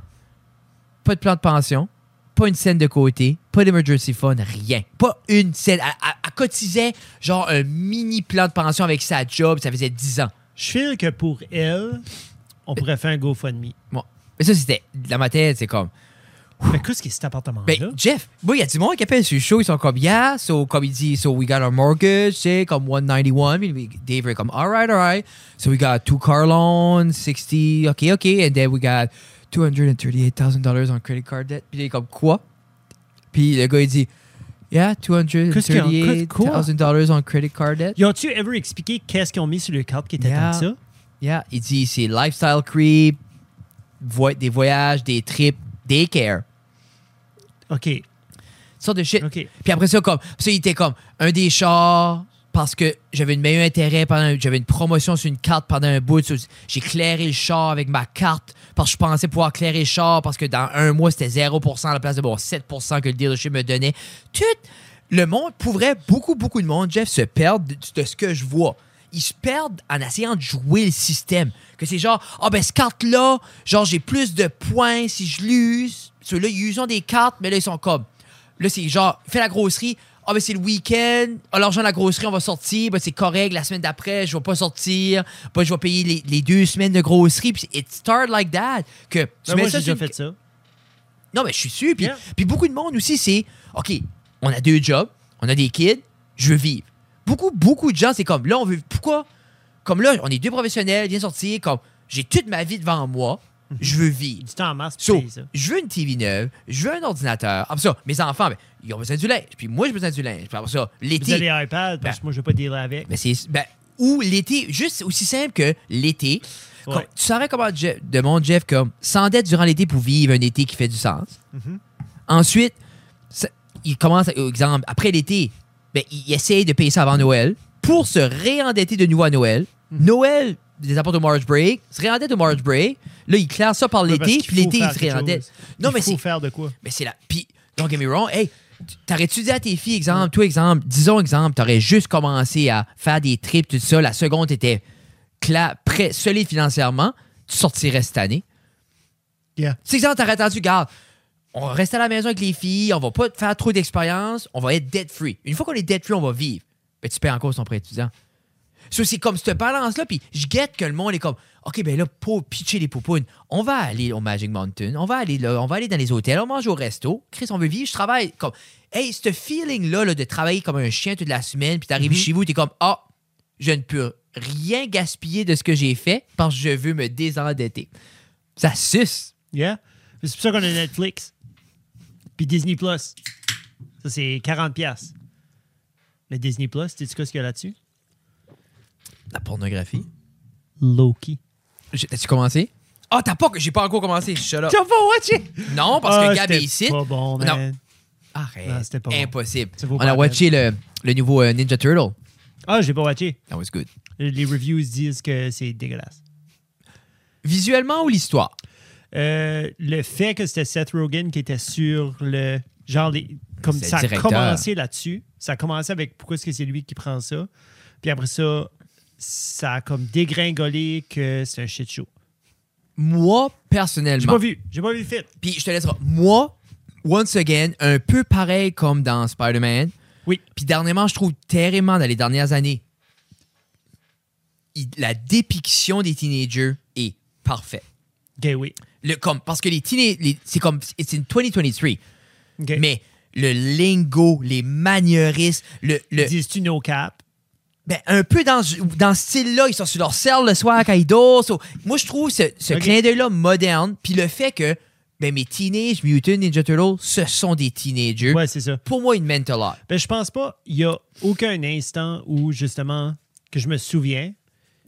Speaker 3: Pas de plan de pension, pas une scène de côté, pas d'emergency fund, rien. Pas une scène. Elle, elle- elle cotisait genre un mini plan de pension avec sa job, ça faisait 10 ans.
Speaker 1: Je feel que pour elle, on pourrait faire un GoFundMe.
Speaker 3: Moi. Mais ça, c'était. Dans ma tête, c'est comme.
Speaker 1: Mais qu'est-ce qui est cet appartement-là?
Speaker 3: Ben, Jeff, moi, il y a du monde qui appelle sur le show, ils sont comme, yeah, so, comme il dit, so we got our mortgage, c'est comme 191. Puis lui, Dave est comme, alright, alright. So we got two car loans, 60, ok, ok. And then we got $238,000 on credit card debt. Puis il est comme, quoi? Puis le gars, il dit, yeah,
Speaker 1: Qu'est-ce qu'il y a en- quoi?
Speaker 3: $238,000 on credit card debt.
Speaker 1: Ils ont-tu ever expliqué qu'est-ce qu'ils ont mis sur le carte qui était
Speaker 3: Yeah.
Speaker 1: tant que ça?
Speaker 3: Yeah, il dit, c'est lifestyle creep, voy- des voyages, des trips, daycare.
Speaker 1: OK.
Speaker 3: sorte de shit.
Speaker 1: OK.
Speaker 3: Puis après ça, comme, ça, il était comme un des chars parce que j'avais une meilleure intérêt, pendant, j'avais une promotion sur une carte pendant un bout. so- J'ai clairé le char avec ma carte parce que je pensais pouvoir clairer le char parce que dans un mois, c'était 0% à la place de bon 7% que le dealership me donnait. Tout le monde, pour vrai, beaucoup, beaucoup de monde, Jeff, se perdent de, de ce que je vois. Ils se perdent en essayant de jouer le système. Que c'est genre, ah ben, cette carte-là, genre, j'ai plus de points si je l'use. Ceux-là, ils usent des cartes, mais là, ils sont comme, Là, c'est genre, fais la grosserie. Ah, ben c'est le week-end. Ah, l'argent de la grosserie, on va sortir. Ben, c'est correct. La semaine d'après, je vais pas sortir. Ben, je vais payer les, les deux semaines de grosserie. Puis, it start like that. Que tu
Speaker 1: Ben,
Speaker 3: mets
Speaker 1: moi,
Speaker 3: ça
Speaker 1: j'ai
Speaker 3: sur
Speaker 1: déjà
Speaker 3: une-
Speaker 1: fait ça.
Speaker 3: Non, mais je suis sûr. Puis,
Speaker 1: Yeah.
Speaker 3: puis beaucoup de monde aussi, c'est OK, on a deux jobs, on a des kids, je veux vivre. Beaucoup, beaucoup de gens, c'est comme là, on veut. Pourquoi Comme là, on est deux professionnels, bien sortis. Comme j'ai toute ma vie devant moi,
Speaker 1: Mhm.
Speaker 3: je veux vivre.
Speaker 1: Du temps en masse, pour
Speaker 3: So,
Speaker 1: payer ça.
Speaker 3: je veux une TV neuve, je veux un ordinateur. Après ça, mes enfants, ben, ils ont besoin du linge. Puis moi, j'ai besoin du linge. Puis après ça,
Speaker 1: Vous avez
Speaker 3: l'été.
Speaker 1: iPad, parce que moi, je ne veux pas dealer avec.
Speaker 3: Ben, c'est- ben, ou l'été, juste aussi simple que l'été.
Speaker 1: Ouais.
Speaker 3: Comme- Tu saurais comment Jeff, de mon Jeff comme s'endette durant l'été pour vivre un été qui fait du sens.
Speaker 1: Mhm.
Speaker 3: Ensuite, ça- il commence, euh, exemple, après l'été, ben, il essaye de payer ça avant Noël pour se réendetter de nouveau à Noël.
Speaker 1: Mhm.
Speaker 3: Noël, des apports au March Break, se réendette au March Break. Là, il claire ça par
Speaker 1: Ouais, parce
Speaker 3: l'été,
Speaker 1: qu'il
Speaker 3: puis
Speaker 1: faut
Speaker 3: l'été, il
Speaker 1: faire
Speaker 3: se
Speaker 1: quelque
Speaker 3: réendette.
Speaker 1: chose.
Speaker 3: Non,
Speaker 1: Il
Speaker 3: mais
Speaker 1: faut
Speaker 3: c'est
Speaker 1: faire de quoi?
Speaker 3: mais c'est la. Puis, don't get me wrong, hey, tu- t'aurais-tu dit à tes filles, exemple, toi, exemple, disons, exemple, t'aurais juste commencé à faire des trips, tout ça, la seconde était cla- prêt, solide financièrement, tu sortirais cette année.
Speaker 1: Yeah.
Speaker 3: Tu sais, exemple, t'aurais attendu, garde, on reste à la maison avec les filles, on va pas te faire trop d'expérience, on va être debt-free. Une fois qu'on est debt-free, on va vivre. Mais tu payes encore son prêt étudiant. So, c'est comme cette balance-là, puis je guette que le monde est comme, OK, ben là, pour pitcher les poupounes, on va aller au Magic Mountain, on va aller là, on va aller dans les hôtels, on mange au resto. Chris, on veut vivre, je travaille. Comme, hey, ce feeling-là là, de travailler comme un chien toute la semaine, puis t'arrives chez vous, t'es comme, ah, je ne peux rien gaspiller de ce que j'ai fait parce que je veux me désendetter. Ça suce.
Speaker 1: Yeah. C'est pour ça qu'on a Netflix. Puis Disney Plus. Ça, c'est 40$. piastres. Le Disney Plus, sais-tu quoi ce qu'il y a là-dessus?
Speaker 3: La pornographie.
Speaker 1: Loki.
Speaker 3: J'ai- T'as-tu commencé? Ah, t'as pas, j'ai pas encore commencé, je suis là.
Speaker 1: pas watché?
Speaker 3: Non, parce que Gab est ici.
Speaker 1: C'est Ah, pas
Speaker 3: Non.
Speaker 1: bon, man.
Speaker 3: Arrête.
Speaker 1: Non, c'était pas bon.
Speaker 3: Impossible.
Speaker 1: Ça vaut
Speaker 3: On
Speaker 1: pas la
Speaker 3: a watché le, le nouveau euh, Ninja Turtle.
Speaker 1: Ah, j'ai pas watché.
Speaker 3: That was good.
Speaker 1: Les reviews disent que c'est dégueulasse.
Speaker 3: Visuellement ou l'histoire?
Speaker 1: Euh, le fait que c'était Seth Rogen qui était sur le genre les- comme
Speaker 3: C'est
Speaker 1: ça a
Speaker 3: le directeur.
Speaker 1: commencé là-dessus ça a commencé avec pourquoi est-ce que c'est lui qui prend ça puis après ça ça a comme dégringolé que c'est un shit show
Speaker 3: Moi,
Speaker 1: j'ai
Speaker 3: personnellement.
Speaker 1: pas vu j'ai pas vu le fit
Speaker 3: Puis je te laisserai. Moi, once again, un peu pareil comme dans Spider-Man,
Speaker 1: Oui.
Speaker 3: Puis dernièrement, je trouve terriblement dans les dernières années, il- la dépiction des teenagers est parfaite.
Speaker 1: Ok, oui.
Speaker 3: Le, comme, parce que les teenagers, c'est comme, it's in 2023,
Speaker 1: Ok.
Speaker 3: mais le lingo, les maniérismes, le, le-
Speaker 1: Dis-tu no cap?
Speaker 3: ben, un peu dans, ce- dans ce style-là, ils sont sur leur selle le soir quand ils dorment. So, moi, je trouve ce, ce
Speaker 1: Ok.
Speaker 3: clin d'œil-là moderne, puis le fait que ben, mes Teenage Mutant Ninja Turtles, ce sont des teenagers.
Speaker 1: Ouais, c'est ça.
Speaker 3: Pour moi, ils mentent a lot.
Speaker 1: Ben, je pense pas, il y a aucun instant où, justement, que je me souviens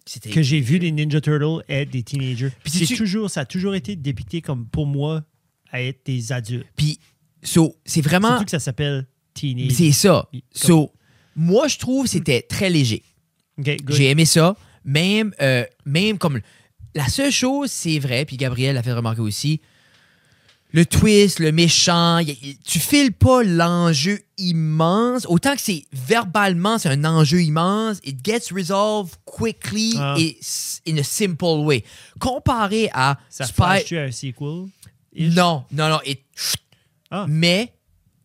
Speaker 3: C'était-
Speaker 1: que j'ai vu les Ninja Turtles être des teenagers.
Speaker 3: Puis
Speaker 1: C'est
Speaker 3: tu-
Speaker 1: toujours, ça a toujours été dépité comme, pour moi, à être des adultes.
Speaker 3: Puis, so, c'est vraiment.
Speaker 1: Surtout que ça s'appelle teenage.
Speaker 3: C'est ça.
Speaker 1: Comme-
Speaker 3: So, moi, je trouve que c'était très léger.
Speaker 1: Ok, good.
Speaker 3: J'ai aimé ça. Même, euh, même comme. La seule chose, c'est vrai, puis Gabriel l'a fait remarquer aussi, le twist, le méchant, y- y- tu files pas l'enjeu immense. Autant que c'est verbalement, c'est un enjeu immense, it gets resolved quickly
Speaker 1: Ah.
Speaker 3: et s- in a simple way. Comparé à
Speaker 1: Ça
Speaker 3: Spy-
Speaker 1: fâche-tu à un sequel? Ish?
Speaker 3: Non, non, non. et-
Speaker 1: Ah.
Speaker 3: Mais,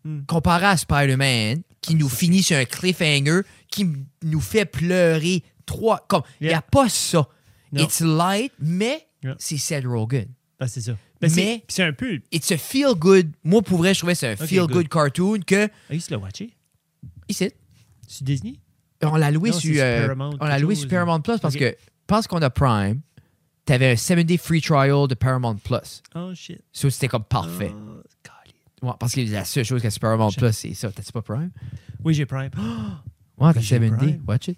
Speaker 1: Hmm. Ah,
Speaker 3: comparé à Spider-Man, qui nous finit sur un cliffhanger, qui m- nous fait pleurer trois. Comme, il n'y
Speaker 1: Yeah.
Speaker 3: a pas ça.
Speaker 1: Non.
Speaker 3: It's light, mais
Speaker 1: Yeah.
Speaker 3: c'est Seth Rogen.
Speaker 1: Ben, c'est ça. Ben, c'est-
Speaker 3: Mais-
Speaker 1: c'est un peu.
Speaker 3: It's a feel good. Moi, pour vrai, je trouvais que c'est un
Speaker 1: Ok,
Speaker 3: feel good.
Speaker 1: good.
Speaker 3: cartoon que.
Speaker 1: Ah, il se l'a watché?
Speaker 3: Ici,
Speaker 1: Sur Disney?
Speaker 3: on l'a loué
Speaker 1: Non,
Speaker 3: sur.
Speaker 1: c'est sur
Speaker 3: euh,
Speaker 1: Paramount
Speaker 3: on l'a
Speaker 1: quelque
Speaker 3: loué
Speaker 1: chose,
Speaker 3: sur
Speaker 1: là.
Speaker 3: Paramount Plus parce
Speaker 1: Ok.
Speaker 3: que, je pense qu'on a Prime. T'avais un 7-day free trial de Paramount Plus.
Speaker 1: Oh shit.
Speaker 3: So, c'était comme parfait.
Speaker 1: Oh, golly.
Speaker 3: Ouais, parce que la seule chose qu'à Paramount Plus, c'est ça. T'as-tu pas Prime?
Speaker 1: Oui, j'ai Prime. Oh,
Speaker 3: Ouais, t'as
Speaker 1: J'ai
Speaker 3: 7D,
Speaker 1: Prime.
Speaker 3: watch it.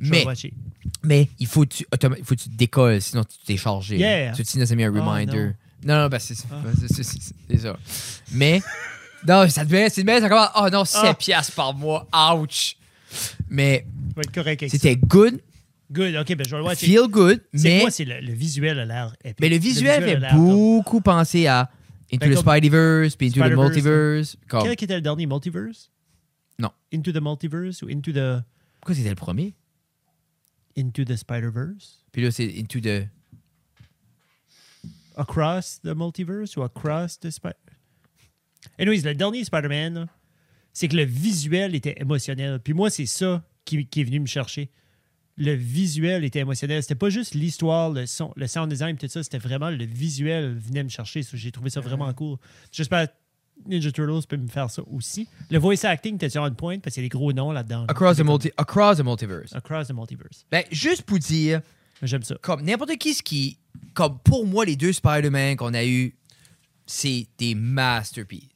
Speaker 1: je vais
Speaker 3: Mais,
Speaker 1: le watcher.
Speaker 3: mais il faut que tu, automa- faut que tu décolles, sinon tu t'es chargé.
Speaker 1: Yeah.
Speaker 3: Tu sinon, ça met un
Speaker 1: Oh,
Speaker 3: reminder. non. non, ben, c'est ça.
Speaker 1: Ah.
Speaker 3: Ben, c'est- c'est- c'est- c'est ça. Mais, non, ça devient, c'est bien, ça commence. Oh non, 7
Speaker 1: Ah.
Speaker 3: piastres par mois, ouch. Mais
Speaker 1: Je vais être correct avec ça.
Speaker 3: c'était good,
Speaker 1: Good, ok, ben je vais le watcher.
Speaker 3: feel good,
Speaker 1: C'est
Speaker 3: mais,
Speaker 1: quoi? C'est le, le visuel a l'air épique.
Speaker 3: mais le visuel
Speaker 1: a
Speaker 3: fait
Speaker 1: l'air comme-
Speaker 3: beaucoup penser à Into
Speaker 1: Ben,
Speaker 3: the
Speaker 1: comme-
Speaker 3: Spider-Verse, puis Into the
Speaker 1: Spider-Verse,
Speaker 3: Multiverse. Comme,
Speaker 1: Quel était le dernier Multiverse?
Speaker 3: Non.
Speaker 1: Into the Multiverse ou Into the,
Speaker 3: pourquoi c'était le premier?
Speaker 1: into the Spider-Verse?
Speaker 3: Puis là, c'est Into the.
Speaker 1: Across the Multiverse ou Across the Spider... Anyways, le dernier Spider-Man, là, c'est que le visuel était émotionnel. Puis moi, c'est ça qui, qui est venu me chercher. Le visuel était émotionnel. C'était pas juste l'histoire, le son, le sound design, tout ça. C'était vraiment le visuel venait me chercher. Ça, J'ai trouvé ça vraiment cool. J'espère que Ninja Turtles peut me faire ça aussi. Le voice acting était sur une pointe parce qu'il y a des gros noms là-dedans.
Speaker 3: Across the, multi, across the Multiverse.
Speaker 1: Across the Multiverse.
Speaker 3: Ben, juste pour dire,
Speaker 1: J'aime ça.
Speaker 3: comme n'importe qui ce qui comme pour moi les deux Spider-Man qu'on a eu c'est des masterpieces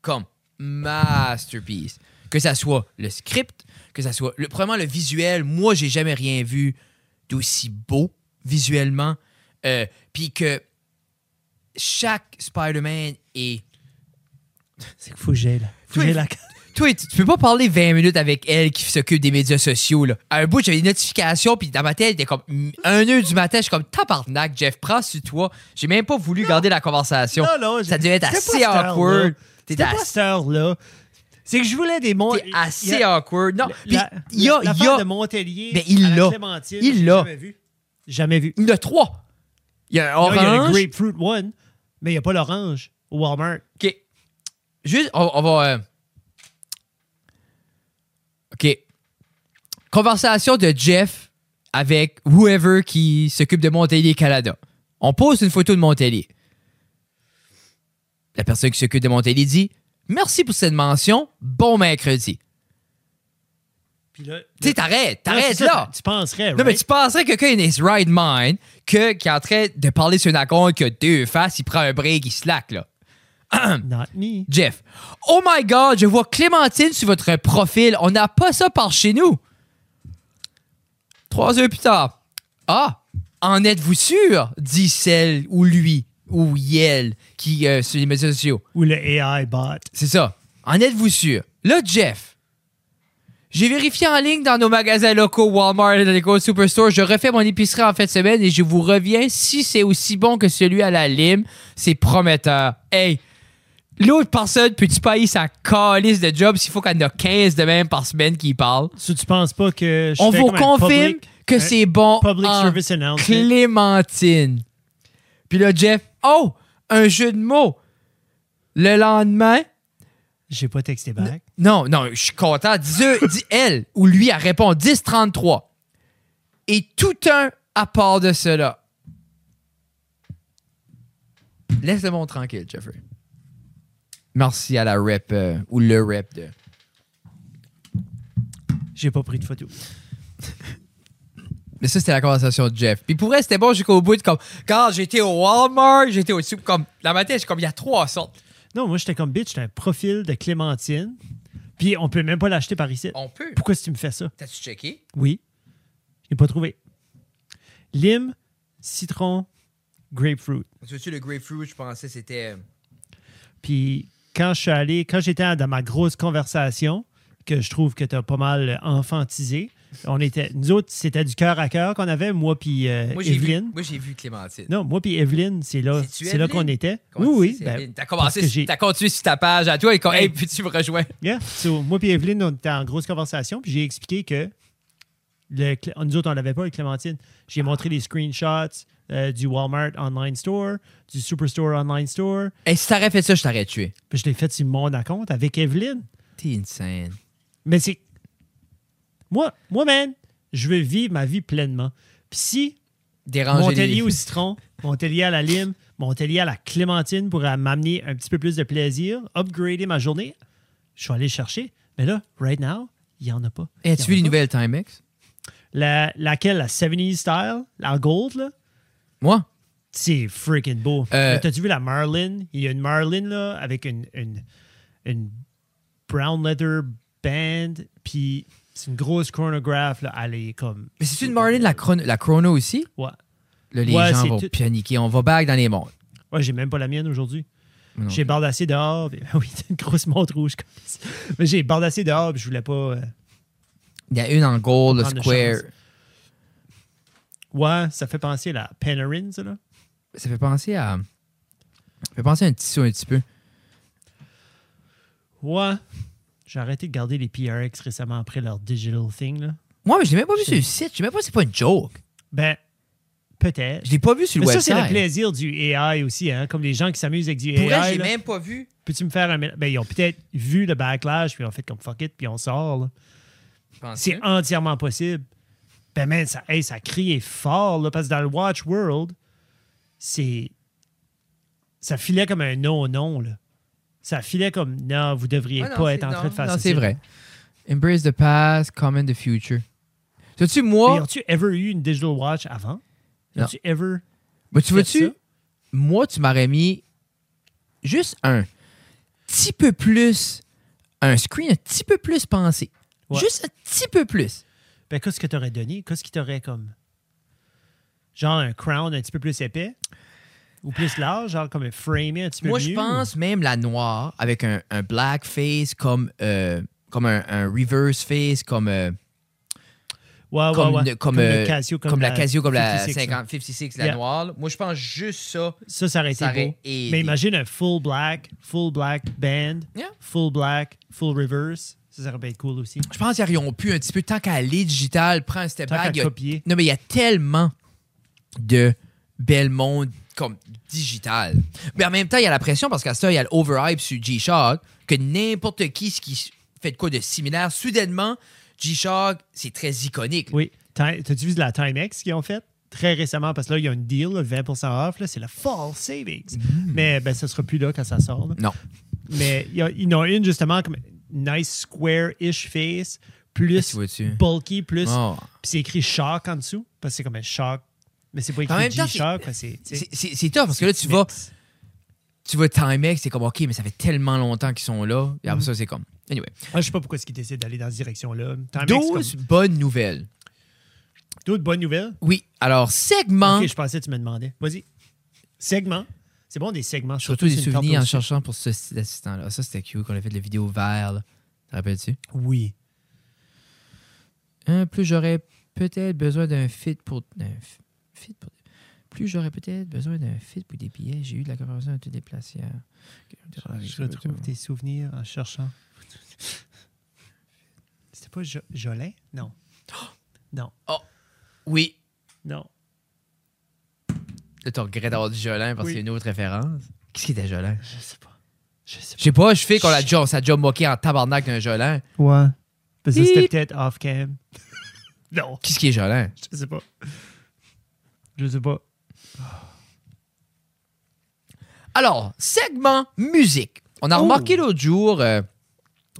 Speaker 3: comme masterpieces que ça soit le script que ça soit le premièrement le visuel moi j'ai jamais rien vu d'aussi beau visuellement Euh, puis que chaque Spider-Man est
Speaker 1: C'est qu'il faut que j'aille là. Faut que j'aille là.
Speaker 3: toi, tu tu peux pas parler 20 minutes avec elle qui s'occupe des médias sociaux. Là. À un bout, j'avais des notifications, puis dans ma tête, il était comme 1h du matin, je suis comme tabarnak, Jeff, prends sur toi. J'ai même pas voulu garder la conversation.
Speaker 1: Non, non,
Speaker 3: ça
Speaker 1: j'ai-
Speaker 3: devait être
Speaker 1: c'était
Speaker 3: assez
Speaker 1: pas cette
Speaker 3: awkward.
Speaker 1: heure-là.
Speaker 3: T'es
Speaker 1: C'était
Speaker 3: as-
Speaker 1: pas cette heure-là. C'est que je voulais des monts.
Speaker 3: t'es assez awkward. Non, puis il y a, il y a-
Speaker 1: de Montpellier.
Speaker 3: Mais il
Speaker 1: à la
Speaker 3: l'a.
Speaker 1: Clémentine,
Speaker 3: Il
Speaker 1: j'ai
Speaker 3: l'a.
Speaker 1: Jamais vu. Jamais vu.
Speaker 3: il y en a trois. Il y a un
Speaker 1: Non, Il y a le
Speaker 3: orange.
Speaker 1: grapefruit one, mais il n'y a pas l'orange au Walmart.
Speaker 3: OK. Juste, on, on va. euh, OK. Conversation de Jeff avec whoever qui s'occupe de Montpellier Canada. On pose une photo de Montpellier. La personne qui s'occupe de Montpellier dit Merci pour cette mention. Bon mercredi.
Speaker 1: Puis là,
Speaker 3: Tu sais,
Speaker 1: le-
Speaker 3: t'arrêtes,
Speaker 1: Non, c'est
Speaker 3: t'arrêtes
Speaker 1: ça,
Speaker 3: là.
Speaker 1: Tu penserais,
Speaker 3: Non, mais
Speaker 1: right?
Speaker 3: tu penserais que quelqu'un est in his right mind, que, qui est en train de parler sur une account qui a deux faces, il prend un break, il slack, là.
Speaker 1: Not me.
Speaker 3: Jeff. Oh my god, je vois Clémentine sur votre profil. On n'a pas ça par chez nous. Trois heures plus tard. Ah, en êtes-vous sûr? dit celle ou lui ou Yel qui euh, sur les médias sociaux.
Speaker 1: Ou le AI bot.
Speaker 3: C'est ça. En êtes-vous sûr? Là, Jeff. J'ai vérifié en ligne dans nos magasins locaux Walmart et Lego Superstore. Je refais mon épicerie en fin de semaine et je vous reviens si c'est aussi bon que celui à la lime. C'est prometteur. Hey, l'autre personne, peux-tu payer sa calice de job s'il faut qu'elle en a 15 de même par semaine qui y parle?
Speaker 1: Si tu penses pas que je
Speaker 3: On
Speaker 1: fais
Speaker 3: vous
Speaker 1: comme un
Speaker 3: confirme
Speaker 1: public- Euh,
Speaker 3: que
Speaker 1: un
Speaker 3: c'est bon
Speaker 1: Public
Speaker 3: en
Speaker 1: service announcement.
Speaker 3: Clémentine. Puis là, Jeff, oh, un jeu de mots. Le lendemain,
Speaker 1: J'ai pas texté back.
Speaker 3: Non, non, je suis content. Dis, euh, dis elle ou lui, elle répond 10-33. Et tout un à part de cela. Laisse le monde tranquille, Jeffrey. Merci à la rep euh, ou le rep de.
Speaker 1: J'ai pas pris de photo.
Speaker 3: Mais ça, c'était la conversation de Jeff. Puis pour elle, c'était bon jusqu'au bout. de Comme, quand j'étais au Walmart, j'étais au soupe. Comme, la matinée, j'ai comme, il y a trois sortes.
Speaker 1: Non, moi, j'étais comme bitch, j'ai un profil de Clémentine. Puis on peut même pas l'acheter par ici.
Speaker 3: On peut.
Speaker 1: Pourquoi si tu me fais ça?
Speaker 3: T'as-tu checké?
Speaker 1: Oui. Je l'ai pas trouvé. Lime, citron, grapefruit.
Speaker 3: Tu veux-tu le grapefruit? Je pensais c'était. euh,
Speaker 1: Puis quand je suis allé, quand j'étais dans ma grosse conversation, que je trouve que tu as pas mal enfantisé, on était, nous autres, c'était du cœur à cœur qu'on avait, moi puis euh,
Speaker 3: Moi, j'ai vu,
Speaker 1: Evelyne.
Speaker 3: moi, j'ai vu Clémentine.
Speaker 1: Non, moi puis Evelyne, c'est là,
Speaker 3: C'est-tu
Speaker 1: c'est là
Speaker 3: Evelyne?
Speaker 1: qu'on était.
Speaker 3: Comment tu
Speaker 1: oui,
Speaker 3: sais,
Speaker 1: oui.
Speaker 3: c'est
Speaker 1: ben,
Speaker 3: Evelyne? T'as
Speaker 1: parce que
Speaker 3: commencé,
Speaker 1: j'ai-
Speaker 3: sur- t'as continué sur ta page à toi et quand, hey, puis tu me rejoins.
Speaker 1: Yeah. So, moi et Evelyne, on était en grosse conversation, puis j'ai expliqué que le, Clé- nous autres, on l'avait pas avec Clémentine.
Speaker 3: Ah.
Speaker 1: J'ai montré les screenshots euh, du Walmart Online Store, du Superstore Online Store.
Speaker 3: Et si t'aurais fait ça, je t'aurais tué.
Speaker 1: Puis je l'ai fait sur mon compte avec Evelyne.
Speaker 3: T'es insane.
Speaker 1: Mais c'est. Moi, moi, man, je veux vivre ma vie pleinement. Puis si
Speaker 3: Déranger
Speaker 1: Montelier
Speaker 3: les...
Speaker 1: au citron, Montelier à la lime, Montelier à la clémentine pour euh, m'amener un petit peu plus de plaisir, upgrader ma journée, je suis allé le chercher. Mais là, right now, il n'y en a pas.
Speaker 3: Hey,
Speaker 1: Il y en
Speaker 3: As-tu vu Eh,
Speaker 1: a
Speaker 3: les
Speaker 1: pas.
Speaker 3: nouvelles Timex?
Speaker 1: La, laquelle, la 70s style, la gold, là?
Speaker 3: Moi?
Speaker 1: C'est freaking beau.
Speaker 3: Euh,
Speaker 1: Mais T'as-tu vu la Marlin? Il y a une Marlin là, avec une, une, une brown leather band, puis c'est une grosse chronographe. Là. Elle est comme.
Speaker 3: Mais c'est-tu une Marlin, la, chrono- la chrono aussi?
Speaker 1: Ouais.
Speaker 3: Là, les
Speaker 1: Ouais,
Speaker 3: gens
Speaker 1: c'est
Speaker 3: vont
Speaker 1: tout-
Speaker 3: paniquer. On va back dans les mondes.
Speaker 1: Ouais, j'ai même pas la mienne aujourd'hui.
Speaker 3: Non.
Speaker 1: J'ai bardassé dehors. puis- oui, t'as une grosse montre rouge comme ça. Mais j'ai bardassé dehors, puis je voulais pas. euh,
Speaker 3: Il y a une en gold, le
Speaker 1: Prendre de
Speaker 3: square.
Speaker 1: chance. Ouais, ça fait penser à la Panarin, ça là.
Speaker 3: Ça fait penser à. Ça fait penser à un tissu un petit peu.
Speaker 1: Ouais. J'ai arrêté de garder les PRX récemment après leur digital thing, là.
Speaker 3: Moi, mais je l'ai même pas vu
Speaker 1: C'est-
Speaker 3: sur le site. Je sais même pas si c'est pas une joke.
Speaker 1: Ben, peut-être.
Speaker 3: Je l'ai pas vu sur le
Speaker 1: Mais ça,
Speaker 3: website.
Speaker 1: c'est le plaisir du AI aussi, hein? Comme les gens qui s'amusent avec du
Speaker 3: hein. Pour vrai,
Speaker 1: AI.
Speaker 3: j'ai
Speaker 1: là.
Speaker 3: même pas vu.
Speaker 1: Peux-tu me faire un. mél- Ben, ils ont peut-être vu le backlash, puis ils ont fait comme fuck it, puis on sort. là.
Speaker 3: Je pense
Speaker 1: C'est
Speaker 3: que-
Speaker 1: entièrement possible. Ben, man, ça, hey, ça criait fort, là, parce que dans le Watch World, c'est. Ça filait comme un non-non, là. Ça filait comme non, vous devriez
Speaker 3: Ah, non,
Speaker 1: pas
Speaker 3: c'est-
Speaker 1: être en train
Speaker 3: non,
Speaker 1: de faire
Speaker 3: non,
Speaker 1: ça.
Speaker 3: c'est vrai. Embrace the past, comment the future. Sais-tu, moi.
Speaker 1: Mais as-tu ever eu une Digital Watch avant?
Speaker 3: Oh! Non.
Speaker 1: As-tu ever.
Speaker 3: Mais tu
Speaker 1: Faites ça.
Speaker 3: vois-tu, moi, tu m'aurais mis juste un petit peu plus, un screen un petit peu plus pensé.
Speaker 1: Ouais.
Speaker 3: Juste un petit peu plus.
Speaker 1: Ben, qu'est-ce que t'aurais donné? Qu'est-ce qui t'aurait comme. Genre un crown un petit peu plus épais? Ou plus large? Genre comme un framé un petit peu
Speaker 3: Moi,
Speaker 1: mieux?
Speaker 3: je pense même la noire avec un, un black face, comme, euh, comme un, un reverse face, comme, euh,
Speaker 1: Ah, Ouais, ouais,
Speaker 3: comme,
Speaker 1: ouais.
Speaker 3: une- comme,
Speaker 1: le
Speaker 3: euh,
Speaker 1: Casio,
Speaker 3: comme la Casio, comme la
Speaker 1: 56, là.
Speaker 3: 50, 56, la
Speaker 1: hein. Yeah.
Speaker 3: noire. là. Moi, je pense juste ça.
Speaker 1: Ça, ça aurait été
Speaker 3: Ça aurait
Speaker 1: beau.
Speaker 3: aidé.
Speaker 1: Mais imagine un full black, full black band,
Speaker 3: Yeah.
Speaker 1: full black, full reverse. Ça, ça aurait pu être cool aussi.
Speaker 3: Je pense qu'ils auront pu un petit peu, tant qu'à aller digital, prends un step
Speaker 1: Tant
Speaker 3: back. il y
Speaker 1: qu'à
Speaker 3: a-
Speaker 1: copier.
Speaker 3: Non, mais il y a tellement de bel monde comme digital. Mais en même temps, il y a la pression parce qu'à ça, il y a l'overhype sur G-Shock que n'importe qui ce qui fait de quoi de similaire, soudainement, G-Shock, c'est très iconique.
Speaker 1: Oui. Ti- T'as-tu vu de la Timex qu'ils ont faite? Très récemment, parce que là, il y a une deal, là, 20% off, là, c'est la Fall Savings.
Speaker 3: Mm.
Speaker 1: Mais ben, ça sera plus là quand ça sort. là.
Speaker 3: Non.
Speaker 1: Mais il y a- ils en ont une justement comme nice square-ish face, plus
Speaker 3: Ah, Tu vois-tu?
Speaker 1: bulky, plus.
Speaker 3: Oh.
Speaker 1: Puis c'est écrit shock en dessous, parce que c'est comme un shock. Mais c'est
Speaker 3: En
Speaker 1: pas écrit
Speaker 3: même temps,
Speaker 1: G-Shock. parce que c'est- tu sais,
Speaker 3: C'est c'est- c'est tough parce que là, tu vas,
Speaker 1: mix.
Speaker 3: tu vas Timex, c'est comme, OK, mais ça fait tellement longtemps qu'ils sont là. Et après
Speaker 1: Mhm.
Speaker 3: ça, c'est comme. Anyway.
Speaker 1: Ah, je sais pas pourquoi est-ce qu'ils décident d'aller dans cette direction-là. Timex, comme-
Speaker 3: 12 bonnes nouvelles.
Speaker 1: D'autres bonnes nouvelles?
Speaker 3: Oui. Alors, segment.
Speaker 1: Ok, je pensais que tu me demandais. Vas-y. Segment. C'est bon des segments.
Speaker 3: Surtout des
Speaker 1: sur une
Speaker 3: souvenirs en
Speaker 1: tarte
Speaker 3: cherchant pour ce site assistant-là. Ça, c'était cute qu'on a fait de la vidéo vert. là. Te rappelles-tu?
Speaker 1: au- Oui.
Speaker 3: Hein, plus j'aurais peut-être besoin d'un fit pour. d'un f- fit pour- Plus j'aurais peut-être besoin d'un fit pour des billets. J'ai eu de la conversation à te déplacer. à-
Speaker 1: Je retrouve tes souvenirs en cherchant. C'était pas Jo- Jolin? Non.
Speaker 3: Oh!
Speaker 1: Non.
Speaker 3: Oui.
Speaker 1: Non.
Speaker 3: Là, tu regrettes d'avoir dit Jolin parce
Speaker 1: Oui.
Speaker 3: qu'il y a une autre référence. Qu'est-ce qui était Jolin?
Speaker 1: Je sais pas. Je sais
Speaker 3: Je sais pas, je fais qu'on l'a déjà, ça a déjà moqué en tabarnak d'un Jolin.
Speaker 1: pas. Ouais. Parce que c'était
Speaker 3: Beep.
Speaker 1: peut-être off-cam. non,
Speaker 3: Qu'est-ce qui est Jolin?
Speaker 1: je sais pas. Je sais pas.
Speaker 3: Alors, segment musique. On a
Speaker 1: Oh.
Speaker 3: remarqué l'autre jour. euh,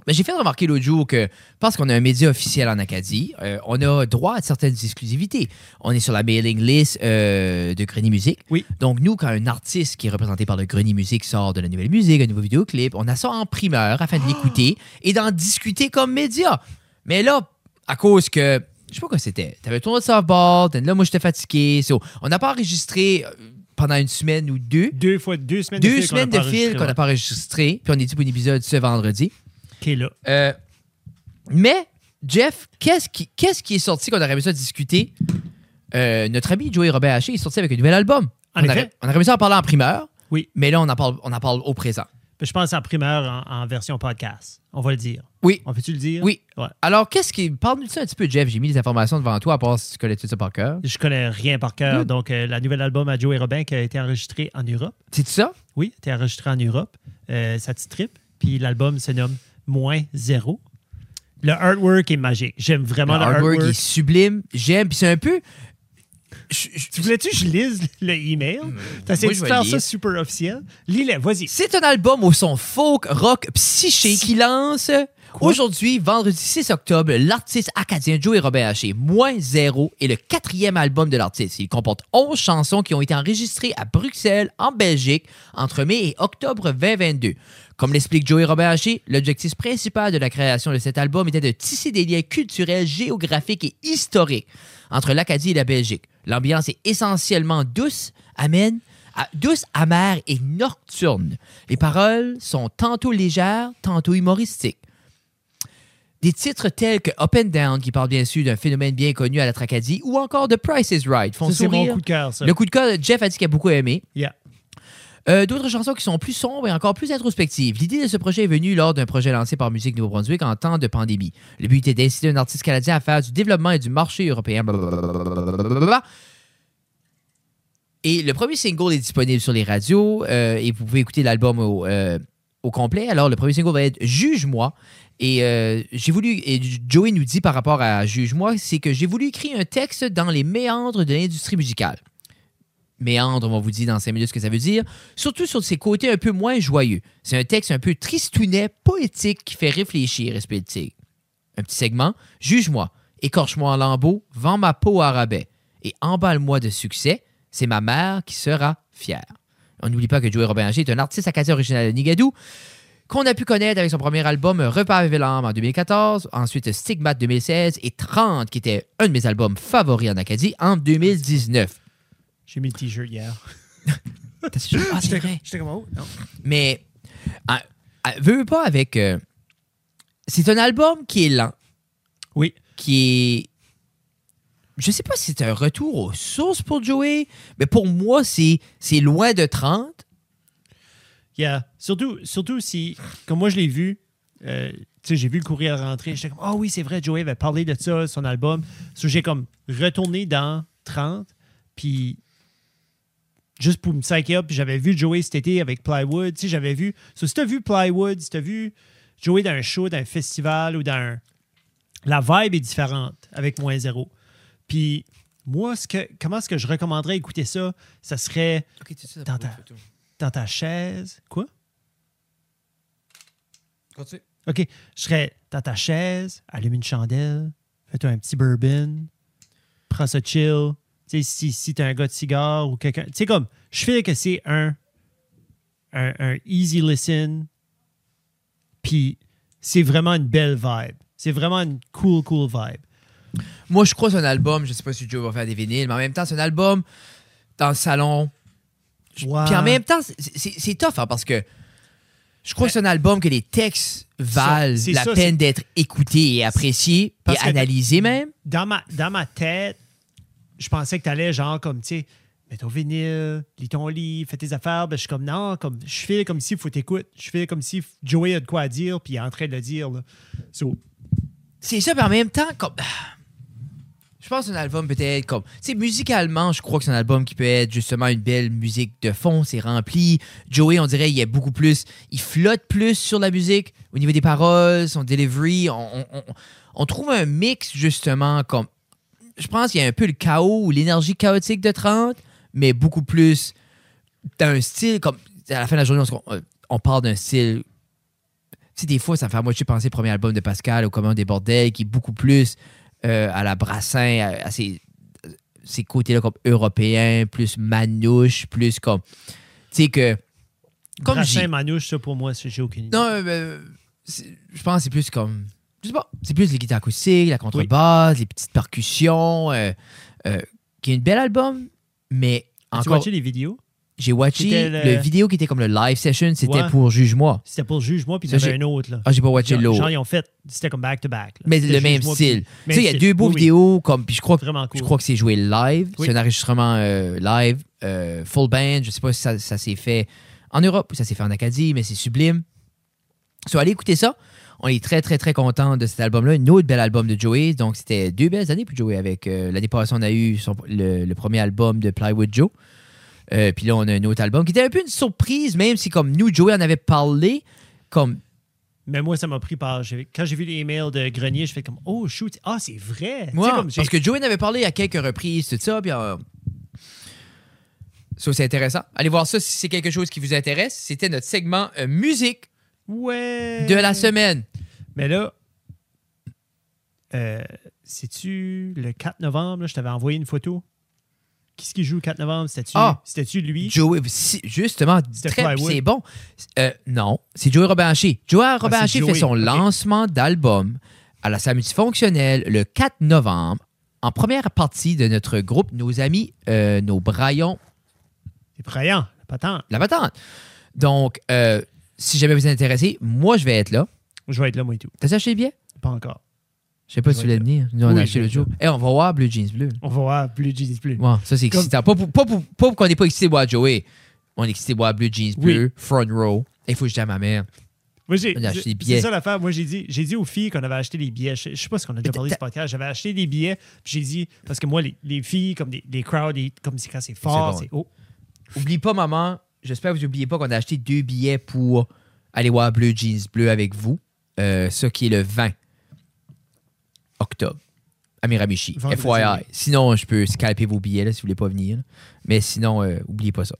Speaker 3: ben, J'ai fait remarquer l'autre jour que, parce qu'on a un média officiel en Acadie, euh, on a droit à certaines exclusivités. On est sur la mailing list euh, de Grenier Musique.
Speaker 1: Oui.
Speaker 3: Donc, nous, quand un artiste qui est représenté par le Grenier Musique sort de la nouvelle musique, un nouveau vidéoclip, on a ça en primeur afin de l'écouter et d'en discuter comme média. Mais là, à cause que, je sais pas quoi c'était, t'avais le tournoi de softball, t'es- là, moi, j'étais fatigué. so, on n'a pas enregistré euh, pendant une semaine ou deux.
Speaker 1: Deux fois, deux semaines de
Speaker 3: Deux
Speaker 1: fil qu'on
Speaker 3: semaines
Speaker 1: a
Speaker 3: de
Speaker 1: pas
Speaker 3: fil
Speaker 1: enregistré,
Speaker 3: qu'on n'a pas enregistré, puis on est dit pour un épisode ce vendredi.
Speaker 1: ouais. Qui est là.
Speaker 3: Euh, mais, Jeff, qu'est-ce qui, qu'est-ce qui est sorti qu'on aurait aimé ça discuter? Euh, notre ami Joey Robert Haché est sorti avec un nouvel album.
Speaker 1: En
Speaker 3: on,
Speaker 1: effet.
Speaker 3: aurait, on aurait aimé ça en parler en primeur,
Speaker 1: Oui.
Speaker 3: mais là, on en parle, on en parle au présent.
Speaker 1: Je pense en primeur, en, en version podcast. On va le dire.
Speaker 3: Oui.
Speaker 1: On peut-tu le dire?
Speaker 3: Oui.
Speaker 1: Ouais.
Speaker 3: Alors, qu'est-ce qui. Parle-nous de ça un petit peu, Jeff. J'ai mis les informations devant toi, à part si tu connais tout ça par cœur.
Speaker 1: Je connais rien par cœur.
Speaker 3: Mm.
Speaker 1: Donc, euh, la nouvelle album à Joe et Robin qui a été enregistré en Europe.
Speaker 3: C'est ça?
Speaker 1: Oui, a été enregistré en Europe. Euh, ça te tripe. Puis l'album se nomme Moins Zéro. Le artwork est magique. J'aime vraiment
Speaker 3: Le
Speaker 1: le,
Speaker 3: artwork
Speaker 1: artwork.
Speaker 3: est sublime. J'aime. Puis c'est un peu. je- je-
Speaker 1: Tu voulais-tu que je lise le email? T'as essayé
Speaker 3: Euh, moi,
Speaker 1: de
Speaker 3: je vais
Speaker 1: faire
Speaker 3: le
Speaker 1: ça
Speaker 3: lire.
Speaker 1: super officiel. Lis-le, vas-y.
Speaker 3: C'est un album au son folk, rock, psyché qui lance.
Speaker 1: Quoi?
Speaker 3: Aujourd'hui, vendredi 6 octobre, l'artiste acadien Joey Robert Haché, Moins Zéro, est le quatrième album de l'artiste. Il comporte 11 chansons qui ont été enregistrées à Bruxelles, en Belgique, entre mai et octobre 2022. Comme l'explique Joey Robert Haché, l'objectif principal de la création de cet album était de tisser des liens culturels, géographiques et historiques entre l'Acadie et la Belgique. L'ambiance est essentiellement douce, amène, à- Ah, douce, amère et nocturne. Les paroles sont tantôt légères, tantôt humoristiques. Des titres tels que Up and Down, qui parle bien sûr d'un phénomène bien connu à la Tracadie, ou encore The Price is Right, font
Speaker 1: Ça, c'est mon
Speaker 3: sourire.
Speaker 1: coup de cœur, ça.
Speaker 3: Le coup de cœur, Jeff a dit qu'il a beaucoup aimé.
Speaker 1: Yeah.
Speaker 3: Euh, D'autres chansons qui sont plus sombres et encore plus introspectives. L'idée de ce projet est venue lors d'un projet lancé par Musique Nouveau-Brunswick en temps de pandémie. Le but était d'inciter un artiste canadien à faire du développement et du marché européen. Blablabla. Et le premier single est disponible sur les radios euh, et vous pouvez écouter l'album au, euh, au complet. Alors, le premier single va être Juge-moi. Et euh, j'ai voulu, et Joey nous dit par rapport à Juge-moi, c'est que j'ai voulu écrire un texte dans les méandres de l'industrie musicale. Méandre, on va vous dire dans 5 minutes ce que ça veut dire, surtout sur ses côtés un peu moins joyeux. C'est un texte un peu tristounet, poétique, qui fait réfléchir, respective. Un petit segment, juge-moi, écorche-moi en lambeaux, vends ma peau à rabais et emballe-moi de succès, c'est ma mère qui sera fière. On n'oublie pas que Joey Robin est un artiste acadien original de Nigadou, qu'on a pu connaître avec son premier album Repas avec l'âme en 2014, ensuite Stigmate 2016 et 30, qui était un de mes albums favoris en Acadie, en 2019.
Speaker 1: J'ai mis le t-shirt hier.
Speaker 3: T'as- Ah, c'est vrai.
Speaker 1: J'étais comme, oh, non.
Speaker 3: Mais euh, euh, veux veux pas avec. euh, c'est un album qui est lent,
Speaker 1: Oui.
Speaker 3: qui est. Je sais pas si c'est un retour aux sources pour Joey, mais pour moi, c'est c'est loin de 30.
Speaker 1: Yeah. Surtout, surtout si, comme moi je l'ai vu, euh, tu sais, j'ai vu le courrier rentrer, j'étais comme, ah oui, c'est vrai, Joey avait parlé de ça, son album. So, j'ai comme retourné dans 30, puis juste pour me psycher up, puis j'avais vu Joey cet été avec Plywood, tu sais, j'avais vu. So, si t'as vu Plywood, si t'as vu Joey dans un show, dans un festival ou dans un. La vibe est différente avec moins zéro. Puis moi, ce que, comment est-ce que je recommanderais écouter ça? Ça serait
Speaker 3: Ok, tu
Speaker 1: Dans ta- dans ta chaise. Quoi? OK, je serais dans ta chaise, allume une chandelle, fais-toi un petit bourbon, prends ça chill. Tu sais, si, si t'es un gars de cigare ou quelqu'un. Tu sais, comme, je fais que c'est un, un, un easy listen, puis c'est vraiment une belle vibe. C'est vraiment une cool, cool vibe.
Speaker 3: Moi, je crois que c'est un album. Je sais pas si Joey va faire des vinyles, mais en même temps, c'est un album dans le salon.
Speaker 1: Wow.
Speaker 3: Puis en même temps, c'est- c'est c'est tough hein, parce que je crois que c'est un album que les textes valent
Speaker 1: c'est
Speaker 3: la
Speaker 1: ça,
Speaker 3: peine d'être écoutés et appréciés et
Speaker 1: Parce que-
Speaker 3: analysés même.
Speaker 1: dans ma, dans ma tête, je pensais que t'allais genre comme, tu sais, mets ton vinyle, lis ton livre, fais tes affaires. Ben, je suis comme, non, comme, je fais comme si faut t'écouter. Je fais comme si Joey a de quoi à dire, puis il est en train de le dire. là. So,
Speaker 3: C'est ça, mais en même temps, comme. Je pense un album peut-être comme. Tu sais, musicalement, je crois que c'est un album qui peut être justement une belle musique de fond, c'est rempli. Joey, on dirait, il est beaucoup plus. Il flotte plus sur la musique au niveau des paroles, son delivery. On, on- on- on trouve un mix justement comme. Je pense qu'il y a un peu le chaos ou l'énergie chaotique de 30, mais beaucoup plus d'un style comme. À la fin de la journée, on, se- on parle d'un style tu sais, des fois, ça me fait à moitié penser au premier album de Pascal, au Commun des Bordels, qui est beaucoup plus euh, à la Brassin, à, à ces, ces côtés-là comme européens, plus manouche, plus comme. Tu sais, que. Comme
Speaker 1: Brassin
Speaker 3: j'ai-
Speaker 1: Manouche, ça pour moi, c'est- j'ai aucune idée.
Speaker 3: Non, euh, c'est- je pense que c'est plus comme. Je sais pas. C'est plus les guitares acoustiques, la contrebasse, les petites percussions, euh, euh, qui est un bel album, mais
Speaker 1: As-tu
Speaker 3: encore.
Speaker 1: watché les vidéos?
Speaker 3: J'ai watché
Speaker 1: C'était
Speaker 3: le...
Speaker 1: le-
Speaker 3: vidéo qui était comme le live session, c'était
Speaker 1: Ouais.
Speaker 3: pour Juge-moi.
Speaker 1: C'était pour Juge-moi, puis il y
Speaker 3: Ça,
Speaker 1: en avait
Speaker 3: j'ai-
Speaker 1: un autre. Là.
Speaker 3: Ah, j'ai pas watché
Speaker 1: Genre,
Speaker 3: l'autre.
Speaker 1: genre, ils ont fait, c'était comme back-to-back. là.
Speaker 3: Mais
Speaker 1: C'était
Speaker 3: le même
Speaker 1: Juge-moi,
Speaker 3: style.
Speaker 1: puis-
Speaker 3: Tu sais, il y a
Speaker 1: même
Speaker 3: deux
Speaker 1: style.
Speaker 3: beaux
Speaker 1: Oui, oui.
Speaker 3: vidéos, comme, puis je crois, que-
Speaker 1: Vraiment cool.
Speaker 3: je crois que c'est joué live.
Speaker 1: Oui.
Speaker 3: C'est un enregistrement euh, live, euh, full band. Je sais pas si ça, ça s'est fait en Europe ou ça s'est fait en Acadie, mais c'est sublime. So, allez écouter ça. On est très, très, très content de cet album-là. Un autre bel album de Joey. Donc, c'était deux belles années pour Joey. Avec, euh, l'année passée, on a eu son- le, le premier album de Plywood Joe. Euh, puis là, on a un autre album qui était un peu une surprise, même si, comme nous, Joey en avait parlé, comme
Speaker 1: Mais moi, ça m'a pris par. j'ai- Quand j'ai vu les emails de Grenier, je fais comme Oh shoot, ah, c'est vrai. Tu sais,
Speaker 3: Moi,
Speaker 1: comme j'ai-
Speaker 3: parce que Joey en avait parlé à quelques reprises, tout ça, puis... euh, Ça, c'est intéressant. Allez voir ça si c'est quelque chose qui vous intéresse. C'était notre segment euh, musique
Speaker 1: Ouais.
Speaker 3: de la semaine.
Speaker 1: Mais là, euh, sais-tu le 4 novembre, là, je t'avais envoyé une photo. Qu'est-ce qui joue le 4 novembre? C'était-tu
Speaker 3: Ah!
Speaker 1: c'était-tu lui?
Speaker 3: Joey, si- justement,
Speaker 1: C'était
Speaker 3: très,
Speaker 1: Plywood. Ah,
Speaker 3: c'est bon. Euh, non, c'est Joey Robin Haché. Joey Robin
Speaker 1: c'est
Speaker 3: Haché fait
Speaker 1: Joey,
Speaker 3: son
Speaker 1: ok.
Speaker 3: lancement d'album à la salle multifonctionnelle le 4 novembre, en première partie de notre groupe, nos amis, euh, nos braillons
Speaker 1: C'est praillant, pas tant.
Speaker 3: la patente. Donc, euh, si jamais vous êtes intéressé, moi, je vais être là.
Speaker 1: Je vais être là, moi et tout.
Speaker 3: T'as acheté les billets?
Speaker 1: Pas encore.
Speaker 3: Je sais pas si tu
Speaker 1: Ouais,
Speaker 3: voulais
Speaker 1: euh,
Speaker 3: venir. Nous, on a
Speaker 1: oui,
Speaker 3: acheté
Speaker 1: je
Speaker 3: le
Speaker 1: vais
Speaker 3: jour. Eh, on va voir Blue Jeans Bleu.
Speaker 1: On va voir plus Jesus plus.
Speaker 3: Ouais, ça, c'est
Speaker 1: Comme-
Speaker 3: excitant. Pas pour, pas pour, pas pour qu'on n'est pas excité de voir Joey. On est excité de voir Blue Jeans
Speaker 1: Oui.
Speaker 3: Bleu, Front Row. Il faut que je dise à ma mère.
Speaker 1: Moi, j'ai,
Speaker 3: On a acheté des
Speaker 1: j'ai-
Speaker 3: billets.
Speaker 1: c'est ça l'affaire. Moi, j'ai dit, j'ai dit aux filles qu'on avait acheté des billets. Je, je sais pas ce qu'on a déjà parlé de ce podcast. J'avais acheté des billets. puis J'ai dit, parce que moi, les, les filles, comme des, les crowds, les- comme c'est quand c'est fort,
Speaker 3: C'est
Speaker 1: c'est haut.
Speaker 3: Oublie pas, maman. J'espère que vous n'oubliez pas qu'on a acheté deux billets pour aller voir Blue Jeans Bleu avec vous. Euh, ce qui est le 20 octobre. À Miramichi.
Speaker 1: Vendredi,
Speaker 3: FYI.
Speaker 1: oui.
Speaker 3: Sinon, je peux scalper vos billets là, si vous voulez pas venir. Mais sinon, euh, oubliez pas ça.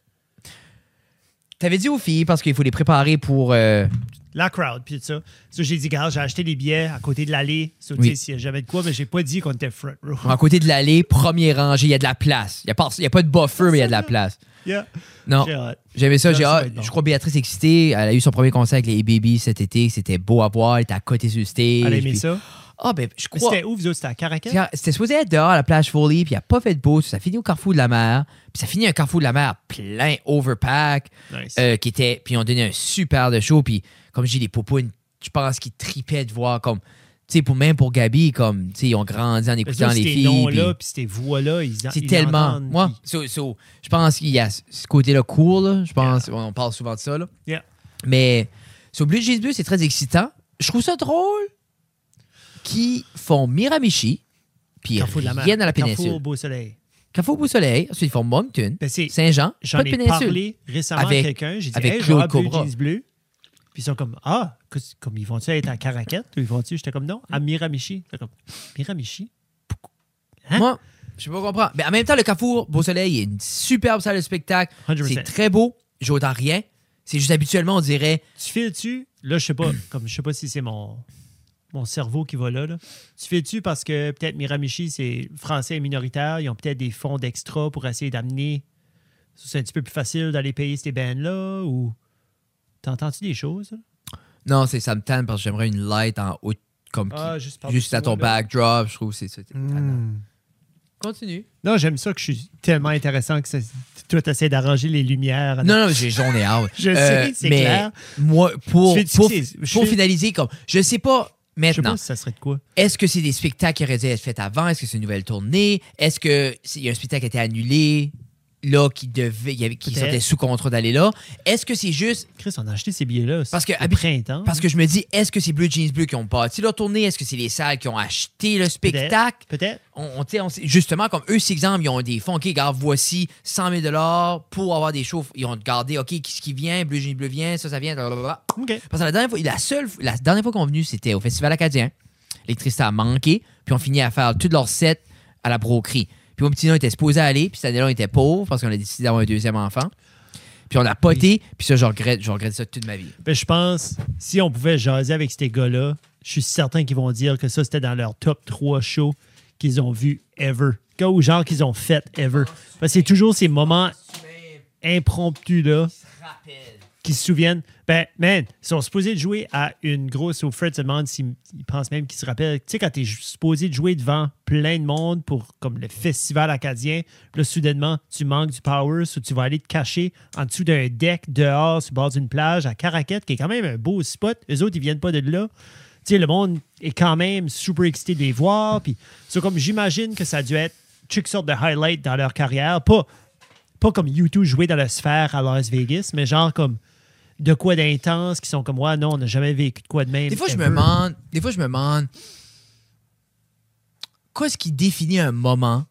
Speaker 3: T'avais dit aux filles, parce qu'il faut les préparer pour. euh,
Speaker 1: La crowd, puis tout ça. Ça, j'ai dit, regarde, j'ai acheté des billets à côté de l'allée. Ça,
Speaker 3: Oui.
Speaker 1: tu sais, s'il y a jamais de quoi, mais j'ai pas dit qu'on était front row.
Speaker 3: À côté de l'allée, premier rangé, il y a de la place. Il n'y a, pas- il y a pas de buffer, mais il y a de la place.
Speaker 1: Yeah.
Speaker 3: Non,
Speaker 1: J'ai hâte.
Speaker 3: j'aimais ça.
Speaker 1: Ça,
Speaker 3: j'ai
Speaker 1: ça va
Speaker 3: hâte.
Speaker 1: être bon.
Speaker 3: Je crois Béatrice excitée. Elle a eu son premier concert avec les A-Baby cet été. C'était beau à voir. Elle était à côté sur le stage.
Speaker 1: Elle a aimé
Speaker 3: puis-
Speaker 1: ça.
Speaker 3: Ah, ben, je
Speaker 1: Mais
Speaker 3: crois.
Speaker 1: C'était où, vous autres? C'était à Caracas?
Speaker 3: Tiens, C'était supposé être dehors à la plage Foley, puis il a pas fait de beau. Ça finit au carrefour de la mer. Puis ça finit un carrefour de la mer plein overpack.
Speaker 1: Nice.
Speaker 3: euh, qui était. Puis ils ont donné un super de show. Puis comme j'ai les popounes, je pense qu'ils tripaient de voir comme. Tu sais, pour, même pour Gabi, comme, tu sais, ils ont grandi en
Speaker 1: Mais
Speaker 3: écoutant
Speaker 1: ça,
Speaker 3: les
Speaker 1: ces
Speaker 3: filles. puis-
Speaker 1: noms-là, puis ces voix-là, ils en-
Speaker 3: c'est
Speaker 1: Ah, ils
Speaker 3: tellement.
Speaker 1: entendent,
Speaker 3: Moi,
Speaker 1: puis-
Speaker 3: so- so, je pense qu'il y a ce- ce côté-là cool. là. Je pense, on parle souvent de ça. Là.
Speaker 1: Yeah.
Speaker 3: Mais sur Blue Jeans Bleu, c'est très excitant. Je trouve ça drôle qui font Miramichi, puis
Speaker 1: Carrefour de la mer.
Speaker 3: rien à la
Speaker 1: Carrefour
Speaker 3: péninsule.
Speaker 1: Beau Soleil.
Speaker 3: Carrefour Beau Soleil, ensuite ils font Moncton,
Speaker 1: Ben, c'est-
Speaker 3: Saint-Jean,
Speaker 1: J'en
Speaker 3: pas de
Speaker 1: ai
Speaker 3: péninsule.
Speaker 1: parlé récemment
Speaker 3: Avec-
Speaker 1: à quelqu'un. J'ai dit,
Speaker 3: avec
Speaker 1: hey, je
Speaker 3: Claude
Speaker 1: vais bleu,
Speaker 3: Cobra.
Speaker 1: jeans bleu. Puis ils sont comme, ah, que- comme ils vont-tu être à Caraquette? Ou ils vont-tu? J'étais comme, non, à Miramichi. J'étais comme, Miramichi? Hein?
Speaker 3: Moi, je peux pas comprendre. Mais en même temps, le Carrefour Beau Soleil, il y a une superbe salle de spectacle.
Speaker 1: 100%.
Speaker 3: C'est très beau. J'entends rien. C'est juste habituellement, on dirait.
Speaker 1: Tu files-tu? Là, je sais pas, comme je sais pas si c'est mon, mon cerveau qui va là. là. Tu files-tu parce que peut-être Miramichi, c'est français et minoritaire. Ils ont peut-être des fonds d'extra pour essayer d'amener. C'est un petit peu plus facile d'aller payer ces bands-là ou. T'entends-tu des choses? là?
Speaker 3: Non, c'est ça me tente parce que j'aimerais une light en haut, comme qui-
Speaker 1: Ah, juste par-dessus
Speaker 3: juste à ton
Speaker 1: moi, là.
Speaker 3: backdrop, je trouve que c'est ça.
Speaker 1: Hmm.
Speaker 3: t'es tannant. Continue.
Speaker 1: Ah, Non, j'aime ça que je suis tellement intéressant que c'est- toi, t'essaies d'arranger les lumières.
Speaker 3: Non, non, j'ai j'en ai hâte.
Speaker 1: Je sais, c'est
Speaker 3: Euh, mais
Speaker 1: clair.
Speaker 3: Moi, pour,
Speaker 1: Je fais du
Speaker 3: pour,
Speaker 1: succès. Je
Speaker 3: pour
Speaker 1: fais-
Speaker 3: finaliser, comme, je sais pas
Speaker 1: Je sais
Speaker 3: maintenant,
Speaker 1: pas si ça serait de quoi.
Speaker 3: est-ce que c'est des spectacles qui auraient dû être faits avant? Est-ce que c'est une nouvelle tournée? Est-ce qu'il y a un spectacle qui a été annulé? là qui devait, qui, avait- qui
Speaker 1: Peut-être.
Speaker 3: sortait sous contrat d'aller là. Est-ce que c'est juste
Speaker 1: Chris, on a acheté ces billets-là.
Speaker 3: Parce que
Speaker 1: au
Speaker 3: habit-
Speaker 1: printemps.
Speaker 3: parce que je me dis, est-ce que c'est Blue Jeans Bleu qui ont bâti leur tournée? Est-ce que c'est les salles qui ont acheté le spectacle?
Speaker 1: Peut-être.
Speaker 3: On, on- tu sais, on sait- justement, comme eux, c'est exemple, ils ont des fonds. OK, regarde, voici 100 000 pour avoir des shows. Ils ont gardé, OK, qu'est-ce qui vient? Blue Jeans Bleu vient, ça, ça vient. blablabla.
Speaker 1: OK.
Speaker 3: Parce que la dernière fois, la seule, la dernière fois qu'on est venu, c'était au Festival acadien. L'électricité a manqué, puis on finit à faire toutes leurs sets à la broquerie. Puis mon petit nom était supposé aller, puis cette année-là, on était pauvre parce qu'on a décidé d'avoir un deuxième enfant. Puis on a poté, puis ça, je regrette, je regrette ça toute ma vie.
Speaker 1: Ben, je pense, si on pouvait jaser avec ces gars-là, je suis certain qu'ils vont dire que ça, c'était dans leur top 3 shows qu'ils ont vu ever. Cas Ou genre qu'ils ont fait ever. Parce que c'est toujours ces moments impromptus-là qui se souviennent. Ben, man, ils sont supposés de jouer à une grosse. Au Fred se demande s'ils ils pensent même qu'ils se rappellent. Tu sais, quand t'es supposé de jouer devant plein de monde pour comme le festival acadien, puis là, soudainement, tu manques du power, so tu vas aller te cacher en dessous d'un deck dehors, sur le bord d'une plage à Caraquette, qui est quand même un beau spot. Eux autres, ils viennent pas de là. Tu sais, le monde est quand même super excité de les voir. Puis, c'est comme j'imagine que ça a dû être toutes sortes de highlights dans leur carrière. Pas pas comme YouTube jouer dans la sphère à Las Vegas, mais genre comme de quoi d'intense qui sont comme ouais non on n'a jamais vécu de quoi de même.
Speaker 3: Des fois, je me
Speaker 1: ever.
Speaker 3: demande, des fois, je me demande, qu'est-ce qui définit un moment?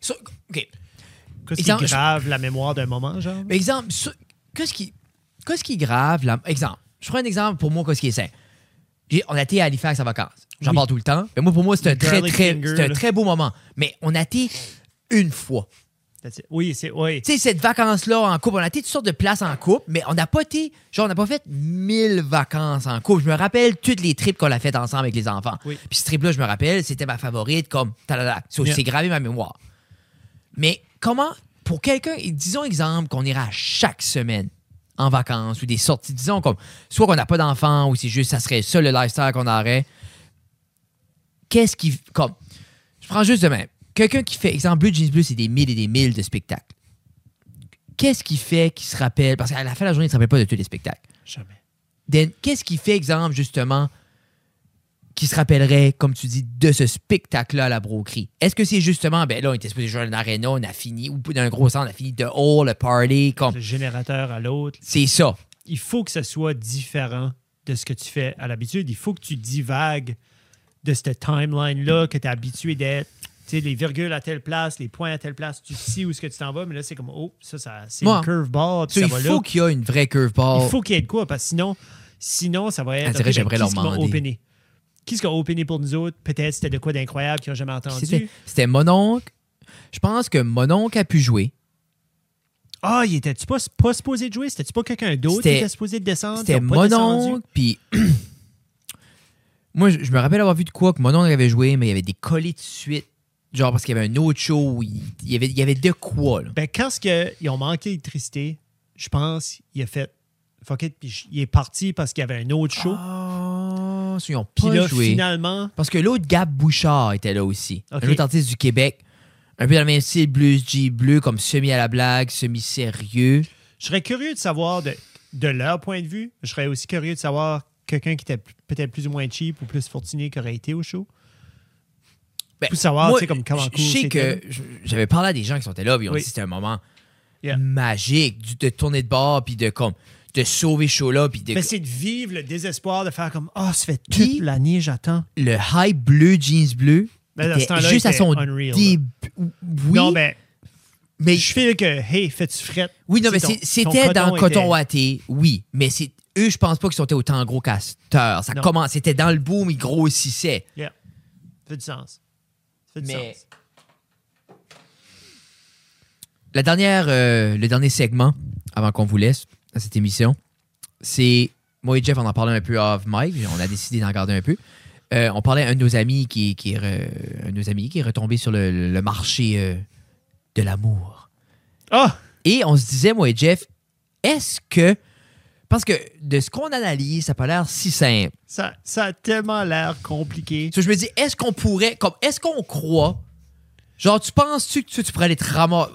Speaker 3: Ça- OK.
Speaker 1: Qu'est-ce
Speaker 3: Exemple,
Speaker 1: qui grave la mémoire d'un moment genre.
Speaker 3: Mais Exemple, ça- qu'est-ce qui, qu'est-ce qui est grave? là? Exemple, je prends un exemple pour moi, qu'est-ce qui est sain. J'ai- On a été à Halifax en vacances. J'en
Speaker 1: Oui.
Speaker 3: parle tout le temps. Mais moi, pour moi, c'est un,
Speaker 1: Le
Speaker 3: très,
Speaker 1: garlic
Speaker 3: très,
Speaker 1: finger,
Speaker 3: c'est un
Speaker 1: là.
Speaker 3: très beau moment. Mais on a été une fois.
Speaker 1: That's it. Oui c'est oui.
Speaker 3: Tu sais, cette vacance-là en couple, on a été toutes sortes de places en couple, mais on n'a pas été, genre, on n'a pas fait mille vacances en couple. Je me rappelle toutes les trips qu'on a faites ensemble avec les enfants.
Speaker 1: Oui.
Speaker 3: Puis ce trip-là, je me rappelle, c'était ma favorite, comme, talala. So,
Speaker 1: Yeah.
Speaker 3: C'est gravé dans ma mémoire. Mais comment, pour quelqu'un, et disons exemple qu'on ira chaque semaine en vacances ou des sorties, disons comme, soit qu'on n'a pas d'enfants ou c'est juste, ça serait ça le lifestyle qu'on aurait. Qu'est-ce qui, comme, je prends juste demain. Quelqu'un qui fait, exemple, Blue Jeans Bleu, c'est des mille et des mille de spectacles. Qu'est-ce qui fait qu'il se rappelle? Parce qu'à la fin de la journée, il ne se rappelle pas de tous les spectacles.
Speaker 1: Jamais.
Speaker 3: Then, qu'est-ce qui fait, exemple, justement, qui se rappellerait, comme tu dis, de ce spectacle-là à la broquerie? Est-ce que c'est justement, ben là, on était supposé jouer à une arena, on a fini, ou dans un gros centre, on a fini de haut, le party, comme.
Speaker 1: Le générateur à l'autre.
Speaker 3: C'est ça.
Speaker 1: Il faut que ça soit différent de ce que tu fais à l'habitude. Il faut que tu divagues de cette timeline là que tu es habitué d'être. Tu sais, les virgules à telle place, les points à telle place, tu sais où est-ce que tu t'en vas, mais là, c'est comme, oh, ça, ça c'est
Speaker 3: Moi,
Speaker 1: une curveball, puis
Speaker 3: So,
Speaker 1: ça
Speaker 3: il
Speaker 1: va là.
Speaker 3: faut qu'il y ait une vraie curveball.
Speaker 1: Il faut qu'il y ait de quoi, parce que sinon, sinon ça va
Speaker 3: On
Speaker 1: être.
Speaker 3: Oh. dirait,
Speaker 1: ok, ben,
Speaker 3: j'aimerais leur
Speaker 1: qui ce qui va
Speaker 3: demander.
Speaker 1: opener? Qui ce qui a opené pour nous autres? Peut-être c'était de quoi d'incroyable qu'ils n'ont jamais
Speaker 3: C'était,
Speaker 1: entendu.
Speaker 3: c'était mon oncle. Je pense que mon oncle a pu jouer.
Speaker 1: Ah, il était-tu pas, pas supposé de jouer? C'était-tu pas quelqu'un d'autre qui
Speaker 3: C'était-
Speaker 1: était supposé de descendre? Ah, Ils
Speaker 3: C'était
Speaker 1: ont pas
Speaker 3: mon
Speaker 1: descendu?
Speaker 3: oncle, puis. Moi, je, je me rappelle avoir vu de quoi que mon oncle avait joué, mais il y avait des collés de suite. Genre, parce qu'il y avait un autre show où il, il y, avait, il y avait de quoi, là.
Speaker 1: Ben, quand ce que- ils ont manqué l'électricité, je pense il a fait fuck it, puis je- il est parti parce qu'il y avait un autre show.
Speaker 3: Ah, so ils ont
Speaker 1: puis
Speaker 3: pas
Speaker 1: là,
Speaker 3: joué.
Speaker 1: finalement,
Speaker 3: Parce que l'autre Gab Bouchard était là aussi.
Speaker 1: Ok.
Speaker 3: Un autre artiste du Québec. Un peu dans le même style, blues, G, bleu, comme semi à la blague, semi sérieux.
Speaker 1: je serais curieux de savoir de, de leur point de vue. Je serais aussi curieux de savoir quelqu'un qui était p- peut-être plus ou moins cheap ou plus fortuné qui aurait été au show.
Speaker 3: Ben,
Speaker 1: Pour savoir,
Speaker 3: moi,
Speaker 1: tu sais, comme comment
Speaker 3: Je je sais
Speaker 1: cool
Speaker 3: que je- j'avais parlé à des gens qui sont là, puis ils ont
Speaker 1: Oui.
Speaker 3: dit que c'était un moment
Speaker 1: Yeah.
Speaker 3: magique du- de tourner de bord, puis de comme de sauver show là, puis de
Speaker 1: Mais c'est de vivre le désespoir de faire comme Ah, ça fait
Speaker 3: Puis-
Speaker 1: toute l'année, j'attends.
Speaker 3: le hype bleu jeans bleu.
Speaker 1: Ben, dans
Speaker 3: était
Speaker 1: ce temps-là,
Speaker 3: juste à
Speaker 1: il
Speaker 3: son
Speaker 1: était unreal,
Speaker 3: début. Oui,
Speaker 1: Non, ben,
Speaker 3: mais
Speaker 1: je fais que Hey, fais-tu frette?
Speaker 3: oui, non,
Speaker 1: Tu
Speaker 3: mais
Speaker 1: sais,
Speaker 3: c'est-
Speaker 1: ton-
Speaker 3: c'était
Speaker 1: ton
Speaker 3: dans
Speaker 1: coton
Speaker 3: Coton
Speaker 1: était-
Speaker 3: Watté, oui, mais c'est eux, je pense pas qu'ils sont autant gros casteurs. Ça
Speaker 1: Non.
Speaker 3: commence, c'était dans le boom, ils grossissaient.
Speaker 1: Yeah. Ça fait du sens. Ça fait du
Speaker 3: Mais-
Speaker 1: sens.
Speaker 3: La dernière, euh, le dernier segment, avant qu'on vous laisse à cette émission, c'est moi et Jeff, on en parlait un peu off mic, on a décidé d'en garder un peu. Euh, on parlait à un de nos amis qui, qui est re- un de nos amis qui est retombé sur le, le marché euh, de l'amour.
Speaker 1: Ah!
Speaker 3: Et on se disait, moi et Jeff, est-ce que. Parce que de ce qu'on analyse, ça n'a pas l'air si simple.
Speaker 1: Ça, ça a tellement l'air compliqué.
Speaker 3: So, je me dis, est-ce qu'on pourrait. comme Est-ce qu'on croit. Genre, tu penses-tu que tu, tu pourrais aller te ramasser.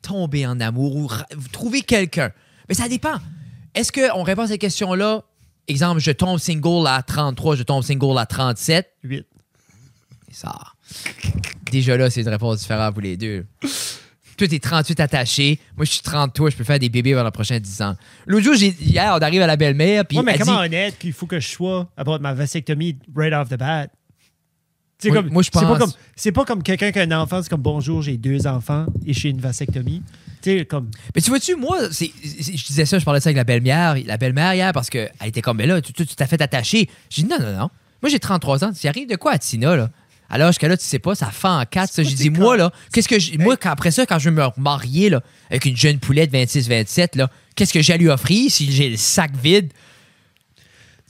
Speaker 3: tomber en amour ou ra- trouver quelqu'un? Mais ça dépend. Est-ce qu'on répond à ces questions-là? Exemple, je tombe single à 33, je tombe single à 37.
Speaker 1: 8.
Speaker 3: Ça. Déjà là, c'est une réponse différente pour les deux. Toi, t'es 38 attaché. Moi, je suis 30, toi, je peux faire des bébés vers le prochain 10 ans. L'autre jour, j'ai- hier, on arrive à la belle-mère, puis
Speaker 1: Ouais, mais
Speaker 3: elle dit-
Speaker 1: comment honnête qu'il faut que je sois à propos de ma vasectomie right off the bat? C'est
Speaker 3: Oui,
Speaker 1: comme,
Speaker 3: moi, je
Speaker 1: c'est pas
Speaker 3: pense-
Speaker 1: comme, c'est pas comme quelqu'un qui a un enfant, c'est comme bonjour, j'ai deux enfants et j'ai une vasectomie. Tu sais, comme,
Speaker 3: Mais tu vois-tu, moi, c'est- c'est- je disais ça, je parlais de ça avec la belle-mère, la belle-mère hier, parce qu'elle était comme, mais là, tu tu- tu t'as fait attacher. J'ai dit, non, non, non. Moi, j'ai 33 ans. Ça arrive de quoi à Tina, là? Alors, jusqu'à là, tu sais pas, ça fait en quatre. Ça,
Speaker 1: C'est
Speaker 3: j'ai
Speaker 1: pas
Speaker 3: dit,
Speaker 1: tes
Speaker 3: moi,
Speaker 1: corps.
Speaker 3: là, qu'est-ce que j'ai- moi, quand- après ça, quand je vais me marier, là, avec une jeune poulette 26-27, là, qu'est-ce que j'ai à lui offrir si j'ai le sac vide?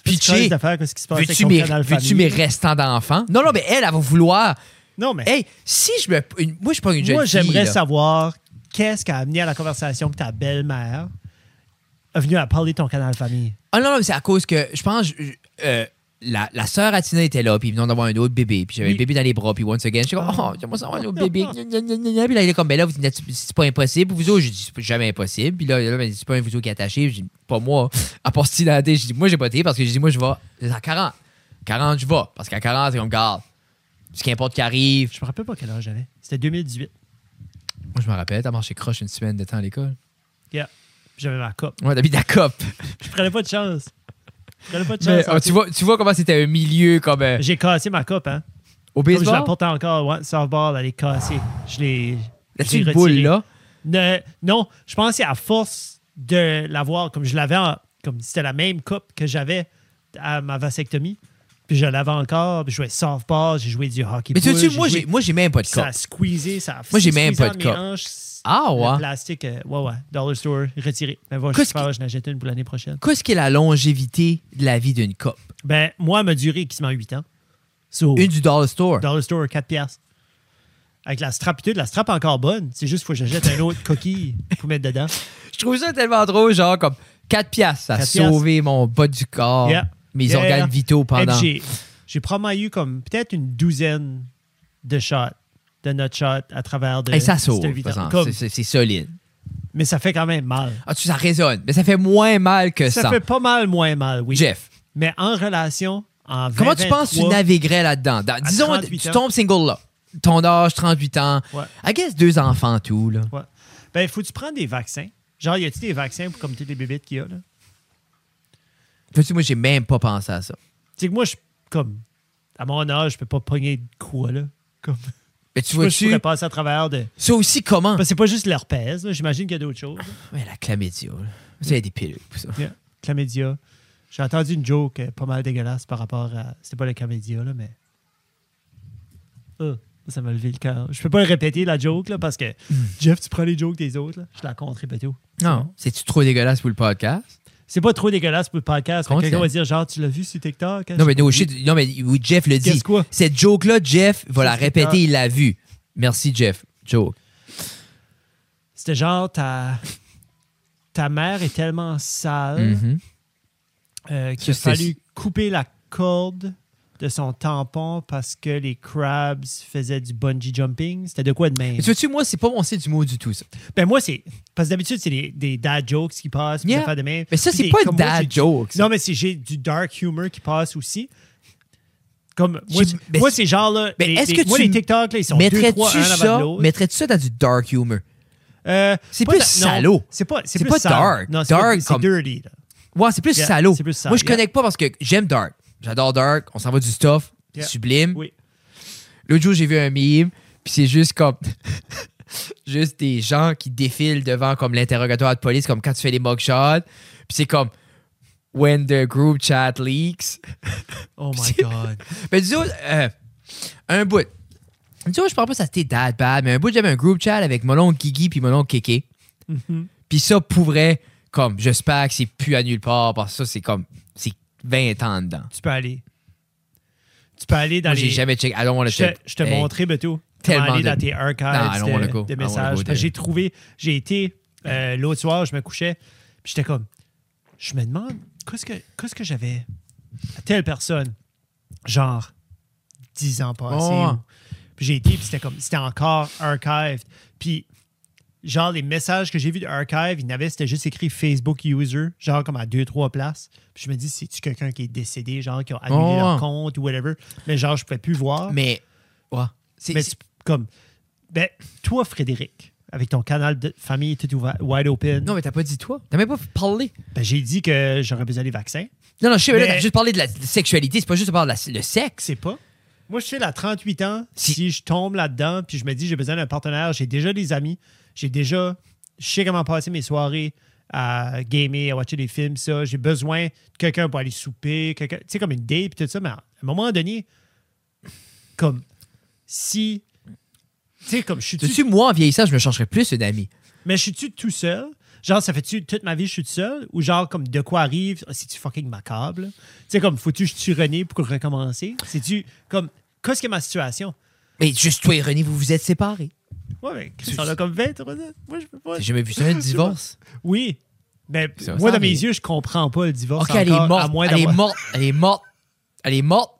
Speaker 3: Pitché.
Speaker 1: d'affaires, qu'est-ce qui se passe avec
Speaker 3: Veux-tu
Speaker 1: ton
Speaker 3: mes,
Speaker 1: canal
Speaker 3: veux-tu
Speaker 1: famille?
Speaker 3: mes restants d'enfants? Non, non, mais elle, elle va vouloir.
Speaker 1: Non, mais
Speaker 3: Hey, si je me. une- moi, je prends une jeune
Speaker 1: moi,
Speaker 3: fille.
Speaker 1: j'aimerais
Speaker 3: là.
Speaker 1: savoir qu'est-ce qui a amené à la conversation que ta belle-mère est venue à parler de ton canal famille.
Speaker 3: Ah non, non, mais c'est à cause que je pense. je- euh, la, la sœur à Tina était là, puis ils venaient d'avoir un autre bébé, puis j'avais le
Speaker 1: Oui.
Speaker 3: bébé dans les bras, puis once again, je suis comme, oh, j'aimerais savoir un autre bébé. gna, gna, gna, gna, gna. Puis là, il est comme, ben là, vous dites, c'est pas impossible. Puis vous autres, je dis, c'est jamais impossible. Puis là, là ben, c'est pas un vous autres qui est attaché. Je dis, pas moi. À part si dans la tête, je dis, moi, j'ai pas été, parce que je dis, moi, je vais à 40. 40, je vais. Parce qu'à 40, c'est comme, garde, ce qu'importe qui arrive.
Speaker 1: Je me rappelle pas quel âge j'avais. C'était 2018.
Speaker 3: Moi, je me rappelle, t'as marché croche une semaine de temps à l'école.
Speaker 1: Yeah. J'avais ma coupe.
Speaker 3: Ouais, t'habites la COP.
Speaker 1: Je prenais pas de chance. Je prenais pas de chance.
Speaker 3: Mais, oh, tu, vois, tu vois comment c'était un milieu comme euh,
Speaker 1: J'ai cassé ma coupe, hein.
Speaker 3: au
Speaker 1: Comme je
Speaker 3: baseball.
Speaker 1: la porte encore, ouais, softball, elle est cassée. Je l'ai. je
Speaker 3: Là-dessus,
Speaker 1: l'ai
Speaker 3: une boule,
Speaker 1: retirée.
Speaker 3: là.
Speaker 1: Ne- non, je pensais à force de l'avoir, comme je l'avais, en- comme c'était la même coupe que j'avais à ma vasectomie. Puis je l'avais encore, puis je jouais softball, j'ai joué du hockey.
Speaker 3: Mais tu
Speaker 1: pool,
Speaker 3: sais, moi,
Speaker 1: joué-
Speaker 3: j'ai, moi, j'ai même pas de
Speaker 1: Ça a
Speaker 3: cas.
Speaker 1: squeezé, ça a
Speaker 3: Moi, j'ai
Speaker 1: squeezé
Speaker 3: même pas de
Speaker 1: mes
Speaker 3: cup.
Speaker 1: hanches.
Speaker 3: Ah, ouais.
Speaker 1: Le plastique, euh, ouais, ouais. Dollar Store, retiré. Mais bon, je
Speaker 3: Qu'est-ce
Speaker 1: sais pas, je n'achète une pour l'année prochaine.
Speaker 3: Qu'est-ce qui est la longévité de la vie d'une coupe?
Speaker 1: Ben, moi, elle m'a duré quasiment 8 ans. So,
Speaker 3: Une du Dollar Store.
Speaker 1: Dollar Store, 4 piastres. Avec la strap, puis tout, la strap est encore bonne. C'est juste faut que j'achète un autre coquille pour mettre dedans.
Speaker 3: Je trouve ça tellement drôle, genre comme 4 piastres, ça a
Speaker 1: Quatre piastres.
Speaker 3: sauvé mon bas du corps,
Speaker 1: Yeah.
Speaker 3: mes
Speaker 1: Yeah,
Speaker 3: organes
Speaker 1: yeah.
Speaker 3: vitaux
Speaker 1: Et puis
Speaker 3: pendant.
Speaker 1: J'ai, j'ai probablement eu comme peut-être une douzaine de shots, de notre shots à travers de.
Speaker 3: Et ça sauve,
Speaker 1: cette huit ans.
Speaker 3: par exemple.
Speaker 1: Comme-
Speaker 3: C'est, c'est- c'est solide.
Speaker 1: mais ça fait quand même mal.
Speaker 3: Ah, tu, ça résonne, mais ça fait moins mal que ça.
Speaker 1: Ça fait pas mal moins mal, oui.
Speaker 3: Jeff,
Speaker 1: Mais en relation, en 20,
Speaker 3: comment tu penses que tu
Speaker 1: 23,
Speaker 3: naviguerais là-dedans? Dans- disons,
Speaker 1: 38
Speaker 3: tu
Speaker 1: ans.
Speaker 3: tombes single là. Ton âge, 38 ans.
Speaker 1: Ouais.
Speaker 3: I guess deux enfants tout, là.
Speaker 1: Ouais. Ben, faut-tu prendre des vaccins? Genre, y a-tu des vaccins pour comme toutes les bébites qu'il y a, là?
Speaker 3: Vois-tu, moi, j'ai même pas pensé à ça.
Speaker 1: Tu sais que moi, je comme. À mon âge, je peux pas pogner de quoi, là? Comme.
Speaker 3: Mais tu
Speaker 1: Moi, je
Speaker 3: vois-tu,
Speaker 1: pourrais passer à travers de.
Speaker 3: ça aussi comment?
Speaker 1: Parce que c'est pas juste l'herpès, là. J'imagine qu'il y a d'autres choses.
Speaker 3: Ouais, la chlamydia, là. Ça, il y a des pilules pour ça.
Speaker 1: Yeah. Chlamydia. J'ai entendu une joke euh, pas mal dégueulasse par rapport à. C'était pas le chlamydia, là, mais. Ah, ça m'a levé le cœur. Je peux pas le répéter, la joke, là, parce que
Speaker 3: Hmm.
Speaker 1: Jeff, tu prends les jokes des autres, là. Je la compte, répète
Speaker 3: Non. C'est-tu trop dégueulasse pour le podcast?
Speaker 1: C'est pas trop dégueulasse pour le podcast. Fait que
Speaker 3: Content.
Speaker 1: Quelqu'un va dire, genre, tu l'as vu sur TikTok? hein?
Speaker 3: Non, mais no shit. Non, mais oui, Jeff le dit.
Speaker 1: Qu'est-ce quoi?
Speaker 3: Cette joke-là, Jeff va la
Speaker 1: Ça, c'est clair.
Speaker 3: répéter, il l'a vue. Merci, Jeff. Joke.
Speaker 1: C'était genre, ta. Ta mère est tellement sale
Speaker 3: Mhm.
Speaker 1: euh, qu'il a
Speaker 3: Ça, c'est-
Speaker 1: fallu couper la corde de son tampon parce que les crabs faisaient du bungee jumping. C'était de quoi de même?
Speaker 3: Mais Tu vois-tu, moi, c'est pas mon style du mot du tout, ça.
Speaker 1: Ben moi, c'est. Parce que d'habitude, c'est des, des dad jokes qui passent, puis
Speaker 3: Yeah.
Speaker 1: des affaires de même.
Speaker 3: Mais ça,
Speaker 1: Puis
Speaker 3: c'est
Speaker 1: des-
Speaker 3: pas
Speaker 1: comme
Speaker 3: une
Speaker 1: moi,
Speaker 3: dad
Speaker 1: j'ai-
Speaker 3: joke. ça.
Speaker 1: Non, mais c'est, j'ai du dark humor qui passe aussi. Comme, moi,
Speaker 3: J'ai-
Speaker 1: c'est-
Speaker 3: ben,
Speaker 1: moi, c'est genre là.
Speaker 3: ben,
Speaker 1: les-
Speaker 3: est-ce
Speaker 1: les-
Speaker 3: que tu
Speaker 1: moi, les TikTok, là, ils sont deux, trois,
Speaker 3: Mettrais-tu
Speaker 1: un avant
Speaker 3: ça,
Speaker 1: de l'autre.
Speaker 3: mettrais-tu ça dans du dark humor?
Speaker 1: Euh,
Speaker 3: C'est
Speaker 1: pas
Speaker 3: plus
Speaker 1: da- non,
Speaker 3: salaud.
Speaker 1: C'est pas, c'est
Speaker 3: C'est
Speaker 1: plus
Speaker 3: pas
Speaker 1: sale.
Speaker 3: dark.
Speaker 1: Non, c'est pas-
Speaker 3: Dark
Speaker 1: c'est
Speaker 3: comme-
Speaker 1: dirty. là.
Speaker 3: Ouais, c'est plus
Speaker 1: Yeah,
Speaker 3: salaud.
Speaker 1: c'est plus sale,
Speaker 3: Moi, je
Speaker 1: yeah.
Speaker 3: connecte pas parce que j'aime dark. J'adore dark. On s'en va du stuff.
Speaker 1: Yeah.
Speaker 3: Sublime.
Speaker 1: Oui.
Speaker 3: L'autre jour, j'ai vu un mime, puis c'est juste comme. juste des gens qui défilent devant comme l'interrogatoire de police, comme quand tu fais les mugshots. Puis c'est comme. When the group chat leaks.
Speaker 1: Oh my
Speaker 3: C'est-
Speaker 1: God.
Speaker 3: Ben, disons, euh, un bout. Disons, je parle pas ça c'était dad bad, mais un bout, j'avais un group chat avec mon oncle Guigui puis mon oncle Kéké.
Speaker 1: Mm-hmm.
Speaker 3: Puis ça, pour vrai, comme, j'espère que c'est plus à nulle part, parce que ça, c'est comme. C'est 20 ans dedans.
Speaker 1: Tu peux aller. Tu peux aller dans
Speaker 3: Moi,
Speaker 1: les.
Speaker 3: j'ai jamais checké. I don't want to
Speaker 1: Je te,
Speaker 3: check.
Speaker 1: je te
Speaker 3: Hey.
Speaker 1: montrerai bientôt.
Speaker 3: Tellement
Speaker 1: Tellement aller
Speaker 3: de-
Speaker 1: dans tes
Speaker 3: Non, I
Speaker 1: archives
Speaker 3: don't wanna
Speaker 1: de-
Speaker 3: go.
Speaker 1: de,
Speaker 3: I don't wanna
Speaker 1: messages.
Speaker 3: go
Speaker 1: Parce que
Speaker 3: there.
Speaker 1: J'ai trouvé, j'ai été euh, l'autre soir, je me couchais, puis j'étais comme, je me demande, qu'est-ce que, qu'est-ce que j'avais à telle personne, genre 10 ans passés.
Speaker 3: Ouais.
Speaker 1: ou- Puis j'ai été, puis c'était comme, c'était encore archived. Puis genre les messages que j'ai vus de archive, il n'avait c'était juste écrit Facebook user, genre comme à deux trois places. Puis je me dis c'est tu quelqu'un qui est décédé, genre qui a annulé
Speaker 3: Oh, ouais.
Speaker 1: leur compte ou whatever, mais genre je pouvais plus voir.
Speaker 3: Mais. Ouais. C'est-
Speaker 1: mais
Speaker 3: c'est-
Speaker 1: tu- comme ben toi Frédéric, avec ton canal de famille tout ouvert, wide open.
Speaker 3: Non, mais t'as pas dit toi. T'as même pas parlé.
Speaker 1: Ben, j'ai dit que j'aurais besoin des vaccins.
Speaker 3: Non, non, je sais, mais là,
Speaker 1: Mais-
Speaker 3: t'as juste parlé de la de sexualité. C'est pas juste de parler de la- le sexe.
Speaker 1: C'est pas. Moi, je suis à 38 ans.
Speaker 3: Si-
Speaker 1: Si, je tombe là-dedans, puis je me dis j'ai besoin d'un partenaire, j'ai déjà des amis, j'ai déjà. Je sais comment passer mes soirées à gamer, à watcher des films, ça. J'ai besoin de quelqu'un pour aller souper, quelqu'un. Tu sais, comme une date, puis tout ça. Mais à un moment donné, comme si. Tu sais, comme je suis.
Speaker 3: Tu moi, en vieillissant, je me changerais plus une amie.
Speaker 1: Mais je suis-tu tout seul? Genre, ça fait-tu toute ma vie, je suis tout seul? Ou genre, comme de quoi arrive? Ah, C'est-tu fucking macabre? là? Tu sais, comme, faut-tu que je tue René pour recommencer? C'est-tu comme, qu'est-ce que ma situation?
Speaker 3: Mais juste toi et René, vous vous êtes séparés.
Speaker 1: Ouais, mais Chris, on a comme 20, on a- moi, je peux pas.
Speaker 3: J'ai jamais vu ça, un divorce.
Speaker 1: Oui. Mais
Speaker 3: Ça
Speaker 1: moi,
Speaker 3: ressemble,
Speaker 1: dans mes
Speaker 3: mais-
Speaker 1: yeux, je comprends pas le divorce.
Speaker 3: Ok, elle est
Speaker 1: encore,
Speaker 3: morte.
Speaker 1: À moins
Speaker 3: elle est
Speaker 1: d'avoir
Speaker 3: morte. Elle est morte. Elle est morte.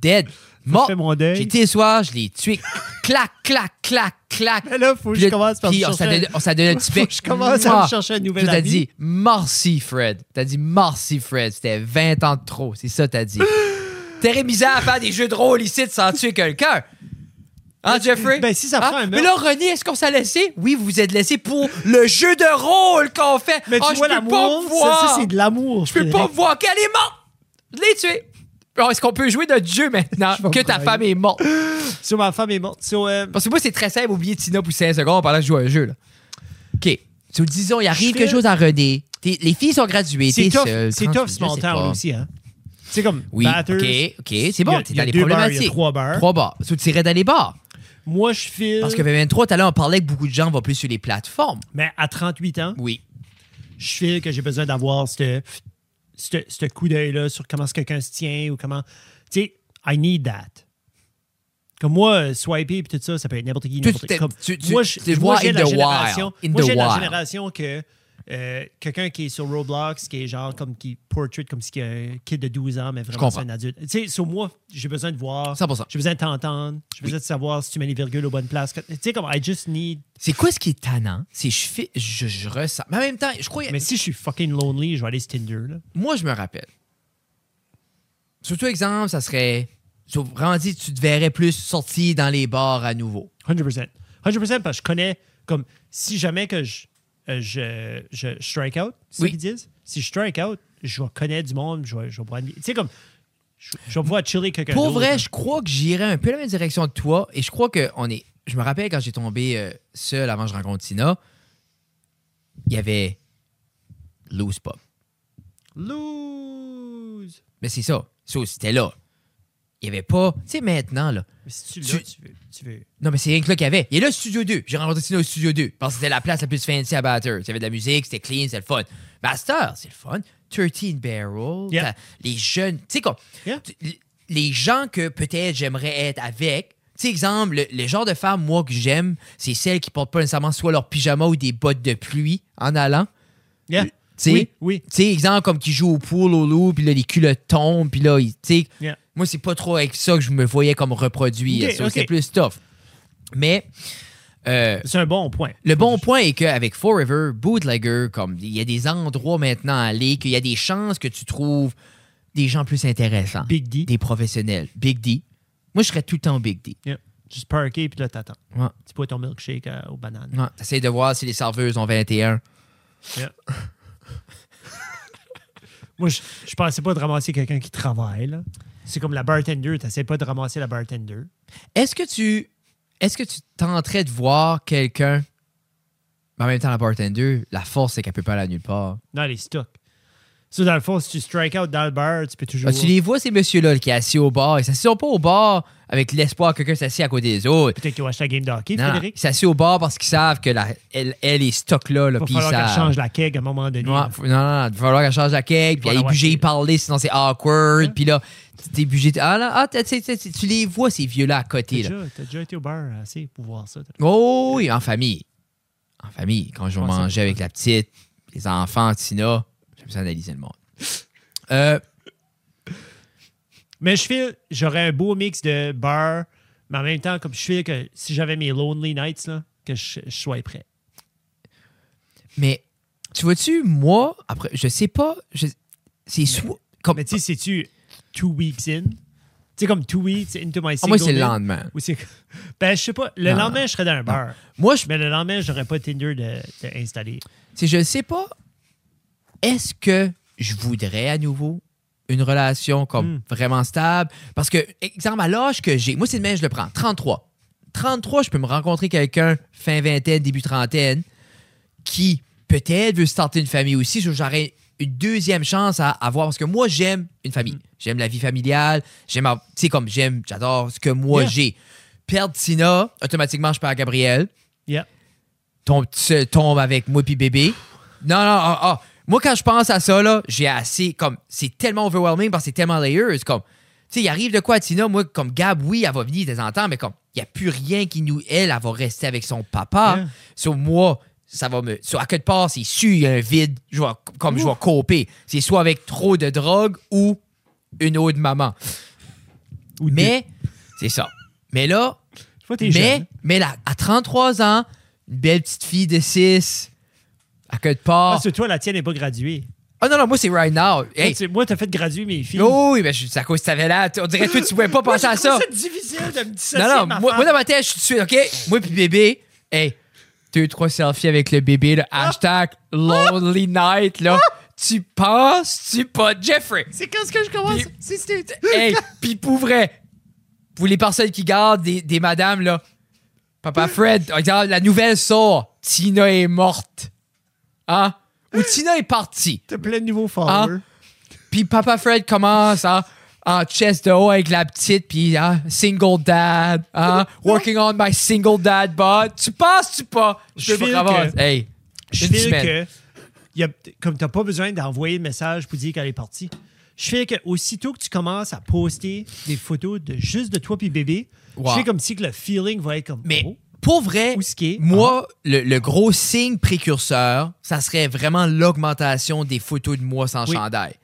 Speaker 3: Dead. Morte.
Speaker 1: fait mon deuil.
Speaker 3: J'ai été le soir, je l'ai tué. Clac, clac, clac, clac.
Speaker 1: Mais là, faut que
Speaker 3: Puis
Speaker 1: je
Speaker 3: le-
Speaker 1: commence par me
Speaker 3: puis on s'en
Speaker 1: chercher-
Speaker 3: donne- on s'en donne un petit
Speaker 1: Faut
Speaker 3: bec.
Speaker 1: que je commence à
Speaker 3: Mouah.
Speaker 1: me chercher un
Speaker 3: Puis
Speaker 1: nouvel
Speaker 3: t'as
Speaker 1: ami.
Speaker 3: dit merci Fred. T'as dit merci Fred. C'était 20 ans de trop. C'est ça t'as dit. T'es rémisé à faire des jeux de rôle ici de sans tuer quelqu'un. Hein, Jeffrey?
Speaker 1: Ben, si ça
Speaker 3: Hein?
Speaker 1: prend un
Speaker 3: Mais là, René, est-ce qu'on s'est laissé? Oui, vous vous êtes laissé pour le jeu de rôle qu'on fait.
Speaker 1: Mais tu
Speaker 3: Ah,
Speaker 1: vois
Speaker 3: je peux pas
Speaker 1: l'amour,
Speaker 3: me
Speaker 1: ça,
Speaker 3: voir.
Speaker 1: ça, c'est de l'amour.
Speaker 3: Je peux pas voir qu'elle est morte. Je l'ai tué. Alors, est-ce qu'on peut jouer notre jeu maintenant
Speaker 1: Je vais
Speaker 3: que ta
Speaker 1: brailler.
Speaker 3: femme est morte?
Speaker 1: Sur ma femme est morte. So, euh,
Speaker 3: Parce que moi, c'est très simple, oublier Tina pour 5 secondes pendant que je joue à un jeu. Là. OK. So, disons, il arrive
Speaker 1: Je fais-
Speaker 3: quelque chose à René. T'es- les filles sont graduées.
Speaker 1: c'est
Speaker 3: t'es
Speaker 1: tough,
Speaker 3: seule,
Speaker 1: c'est
Speaker 3: tranquille,
Speaker 1: tough
Speaker 3: je
Speaker 1: ce
Speaker 3: sais
Speaker 1: mental
Speaker 3: pas.
Speaker 1: aussi, hein. C'est comme
Speaker 3: Oui,
Speaker 1: batters,
Speaker 3: OK, OK, c'est bon.
Speaker 1: Il y a-
Speaker 3: T'es
Speaker 1: il y a
Speaker 3: dans les
Speaker 1: deux bars, il y a
Speaker 3: problématiques.
Speaker 1: trois bars.
Speaker 3: Trois Euh. bars. So, tu irais dans les bars.
Speaker 1: Moi, je file.
Speaker 3: Parce que 23, tout à l'heure, on parlait que beaucoup de gens vont plus sur les plateformes.
Speaker 1: Mais à 38 ans,
Speaker 3: Oui.
Speaker 1: je file que j'ai besoin d'avoir ce ce- ce coup d'œil-là sur comment est-ce que quelqu'un se tient ou comment. Tu sais, I need that. Comme moi, euh, swiper et tout ça, ça peut être n'importe qui.
Speaker 3: Tu-
Speaker 1: n'importe-
Speaker 3: tu-
Speaker 1: comme-
Speaker 3: tu- tu-
Speaker 1: moi, je-
Speaker 3: tu
Speaker 1: moi,
Speaker 3: vois
Speaker 1: j'ai
Speaker 3: in
Speaker 1: la
Speaker 3: the wild,
Speaker 1: génération.
Speaker 3: in
Speaker 1: moi,
Speaker 3: the
Speaker 1: j'ai la
Speaker 3: wild.
Speaker 1: génération que euh, quelqu'un qui est sur Roblox, qui est genre comme qui portrait comme si c'était un kid de 12 ans, mais vraiment
Speaker 3: comprends.
Speaker 1: c'est un adulte. Tu sais, sur moi, j'ai besoin de voir.
Speaker 3: 100%.
Speaker 1: J'ai besoin de t'entendre. J'ai besoin de savoir si tu mets les virgules aux bonnes places. Tu sais, comme I just need.
Speaker 3: C'est quoi ce qui est tannant? C'est je, fais- je, je ressens. Mais en même temps, je crois.
Speaker 1: Mais si je suis fucking lonely, je vais aller sur Tinder. Là.
Speaker 3: Moi, je me rappelle. Surtout, exemple, ça serait. so, Vraiment dit, tu te verrais plus sorti dans les bars à nouveau.
Speaker 1: 100%. 100% parce que je connais, comme, si jamais que je, euh, je, je strike out, c'est
Speaker 3: Oui.
Speaker 1: ce qu'ils disent, si je strike out, je vais connaître du monde, je vais, je vais boire une- Tu sais, comme, je, je vais pouvoir chiller quelqu'un
Speaker 3: Pour
Speaker 1: d'autre, là.
Speaker 3: vrai, je crois que j'irais un peu la même direction que toi. Et je crois que on est. Je me rappelle quand j'ai tombé euh, seul avant que je rencontre Tina, il y avait Loose Pop.
Speaker 1: Lose!
Speaker 3: Mais c'est ça. Ça, c'était là. Il y avait pas. Tu sais, maintenant, là.
Speaker 1: Mais si tu
Speaker 3: Tu-
Speaker 1: l'as, tu veux. Tu veux.
Speaker 3: Non, mais c'est rien que là qu'il y avait. Il est là, Studio 2. J'ai rencontré Tina au Studio 2 parce que c'était la place la plus fancy à Batter. Il y avait de la musique, c'était clean, c'était le fun. Master, c'est le fun. 13 Barrel.
Speaker 1: Yeah.
Speaker 3: t'as Les jeunes. Tu sais quoi?
Speaker 1: Yeah.
Speaker 3: Tu- l- Les gens que peut-être j'aimerais être avec. Tu sais, exemple, le, le genre de femme, moi, que j'aime, c'est celles qui portent pas nécessairement soit leur pyjama ou des bottes de pluie en allant.
Speaker 1: Yeah.
Speaker 3: Tu sais,
Speaker 1: Oui, oui.
Speaker 3: Tu sais, exemple, comme qui joue au pool, au loup, puis là, les culottes tombent, puis là, ils- tu sais.
Speaker 1: Yeah.
Speaker 3: Moi, c'est pas trop avec ça que je me voyais comme reproduire.
Speaker 1: Ok,
Speaker 3: ça, C'est
Speaker 1: ok.
Speaker 3: plus tough. Mais euh,
Speaker 1: C'est un bon point.
Speaker 3: le bon point est qu'avec Forever, Bootlegger, comme il y a des endroits maintenant à aller, qu'il y a des chances que tu trouves des gens plus intéressants.
Speaker 1: Big D.
Speaker 3: Des professionnels. Big D. Moi, je serais tout le temps Big D.
Speaker 1: Yeah. Juste parker, puis là, t'attends.
Speaker 3: Ouais.
Speaker 1: Tu bois ton milkshake euh, aux bananes.
Speaker 3: Ouais. T'essayes de voir si les serveuses ont 21.
Speaker 1: Yeah. Moi, je, je pensais pas de ramasser quelqu'un qui travaille. là. C'est comme la bartender, t'essaies pas de ramasser la bartender.
Speaker 3: Est-ce que tu. Est-ce que tu tenterais de voir quelqu'un. Mais en même temps, la bartender, la force, c'est qu'elle peut pas aller à nulle part.
Speaker 1: Non, les stocks. Ça, dans le fond, si tu strike out dans le bar, tu peux toujours.
Speaker 3: Ah, tu les vois, ces messieurs-là, là, qui est assis au bar. Ils s'assient pas au bar avec l'espoir que quelqu'un s'assied à côté des autres.
Speaker 1: Peut-être qu'ils vont acheter la game de hockey,
Speaker 3: Non, non, ils
Speaker 1: Frédéric.
Speaker 3: s'assoient au bar parce qu'ils savent que la, elle, elle est stock là. là
Speaker 1: Il va
Speaker 3: puis
Speaker 1: falloir
Speaker 3: ils
Speaker 1: qu'elle
Speaker 3: savent.
Speaker 1: change la keg à un moment donné.
Speaker 3: Ouais, faut- non, non, non, il va falloir qu'elle change la cake, puis
Speaker 1: Faut
Speaker 3: elle est
Speaker 1: l'avoir
Speaker 3: obligée d'y
Speaker 1: acheté.
Speaker 3: parler, sinon c'est awkward, puis là, t'es obligé de... Ah, là, ah, t'as- t'sais, t'sais, tu les vois, ces vieux-là, à
Speaker 1: T'as
Speaker 3: côté, là.
Speaker 1: déjà, t'as déjà été au bar euh, assez pour voir ça. t'as-
Speaker 3: Oh, oui, en famille. En famille, quand je vais
Speaker 1: Ouais, c'est
Speaker 3: manger
Speaker 1: bon.
Speaker 3: avec la petite, les enfants, Tina, j'aime ça analyser le monde. Euh,
Speaker 1: Mais je file, j'aurais un beau mix de bar, mais en même temps, comme je file que si j'avais mes Lonely Nights, là, que je, je sois prêt.
Speaker 3: mais, tu vois-tu, moi, après, je sais pas, je- c'est soit... Comme,
Speaker 1: Mais tu sais, c'est-tu two weeks in sais, comme Two Weeks, Into My
Speaker 3: Ah,
Speaker 1: Single.
Speaker 3: moi, c'est le
Speaker 1: Day,
Speaker 3: lendemain.
Speaker 1: ou c'est- Ben, je sais pas. Le
Speaker 3: Non.
Speaker 1: lendemain, je serais dans un bar.
Speaker 3: Moi, je,
Speaker 1: Mais le lendemain, j'aurais pas Tinder de, de installer.
Speaker 3: c'est- je sais pas, est-ce que je voudrais à nouveau une relation comme
Speaker 1: Mm.
Speaker 3: vraiment stable? Parce que, exemple, à l'âge que j'ai, moi, c'est demain, je le prends, 33. 33, je peux me rencontrer quelqu'un fin vingtaine, début trentaine, qui peut-être veut starter une famille aussi. so J'aurais une deuxième chance à avoir parce que moi, j'aime une famille. J'aime la vie familiale. J'aime, av- tu sais, comme j'aime, j'adore ce que moi
Speaker 1: Yeah.
Speaker 3: j'ai. Perdre Tina, automatiquement, je perds Gabriel.
Speaker 1: Yeah.
Speaker 3: ton petit se tombe avec moi puis bébé. Non, non, ah, ah. Moi, quand je pense à ça, là, j'ai assez, comme, c'est tellement overwhelming parce que c'est tellement layers, comme, tu sais, il arrive de quoi à Tina, moi, comme Gab, oui, elle va venir de temps en temps, mais comme, il n'y a plus rien qui nous, elle, elle va rester avec son papa.
Speaker 1: Yeah.
Speaker 3: Sur moi, ça va me, sur à quelque part, c'est sûr, il y a un vide, je vais, comme, je vais coper. C'est soit avec trop de drogue ou une autre maman.
Speaker 1: Ou
Speaker 3: Mais, c'est ça. Mais là,
Speaker 1: deux. Toi, t'es
Speaker 3: mais,
Speaker 1: jeune. hein.
Speaker 3: mais là, à 33 ans, une belle petite fille de 6, à quelque part.
Speaker 1: Parce que toi, la tienne n'est pas graduée.
Speaker 3: Oh non, non, moi, c'est right now.
Speaker 1: Moi,
Speaker 3: Ah. Hey,
Speaker 1: tu- Moi, t'as fait graduer mes filles.
Speaker 3: oh, oui, ben, je- c'est à cause que t'avais là. On dirait que tu pouvais pas penser à ça.
Speaker 1: C'est difficile de me dissocier.
Speaker 3: Non, non,
Speaker 1: de ma
Speaker 3: moi,
Speaker 1: femme.
Speaker 3: moi, dans ma tête, je suis tout de suite, OK? Moi, puis bébé, hey, deux, trois selfies avec le bébé, le
Speaker 1: Ah.
Speaker 3: hashtag lonely night, là. Tu penses, tu pas, Jeffrey?
Speaker 1: C'est quand ce que je commence?
Speaker 3: Puis-
Speaker 1: C'est c'est-
Speaker 3: Hey, puis pour vrai, pour les personnes qui gardent des, des madames, là, Papa Fred, regarde, la nouvelle sort. Tina est morte. Hein? Ou Tina est partie.
Speaker 1: T'as plein de nouveaux
Speaker 3: Ah.
Speaker 1: followers.
Speaker 3: Puis Papa Fred commence hein, en chest de haut avec la petite, puis hein, single dad,
Speaker 1: Euh,
Speaker 3: hein, working on my single dad bod. Tu passes, tu pas?
Speaker 1: Je
Speaker 3: peux
Speaker 1: feel
Speaker 3: pas avoir-
Speaker 1: que-
Speaker 3: Hey, je ben, suis
Speaker 1: Je
Speaker 3: une
Speaker 1: fais
Speaker 3: semaine.
Speaker 1: que, y a- comme t'as pas besoin d'envoyer le message pour dire qu'elle est partie, je fais que aussitôt que tu commences à poster des photos de juste de toi puis bébé,
Speaker 3: Wow.
Speaker 1: je fais comme si que le feeling va être comme.
Speaker 3: Mais
Speaker 1: oh.
Speaker 3: pour vrai,
Speaker 1: Où ce qui est? Ah.
Speaker 3: moi, le, le gros signe précurseur, ça serait vraiment l'augmentation des photos de moi sans
Speaker 1: Oui.
Speaker 3: chandail.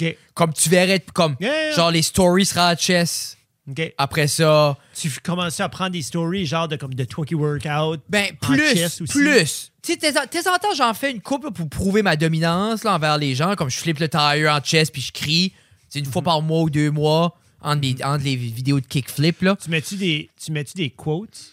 Speaker 1: Ok,
Speaker 3: Comme tu verrais, comme
Speaker 1: Yeah, yeah.
Speaker 3: genre les stories sera à chess.
Speaker 1: ok.
Speaker 3: Après ça,
Speaker 1: Tu f- commences à prendre des stories genre de comme de toi qui workout.
Speaker 3: ben
Speaker 1: en
Speaker 3: plus,
Speaker 1: chess aussi.
Speaker 3: plus. Tu sais, de temps- de temps en temps, j'en fais une couple pour prouver ma dominance là, envers les gens. Comme je flippe le tire en chess puis je crie. C'est une fois
Speaker 1: Mhm.
Speaker 3: par mois ou deux mois entre, les- entre les vidéos de kickflip là.
Speaker 1: Tu mets-tu des, tu mets-tu des quotes?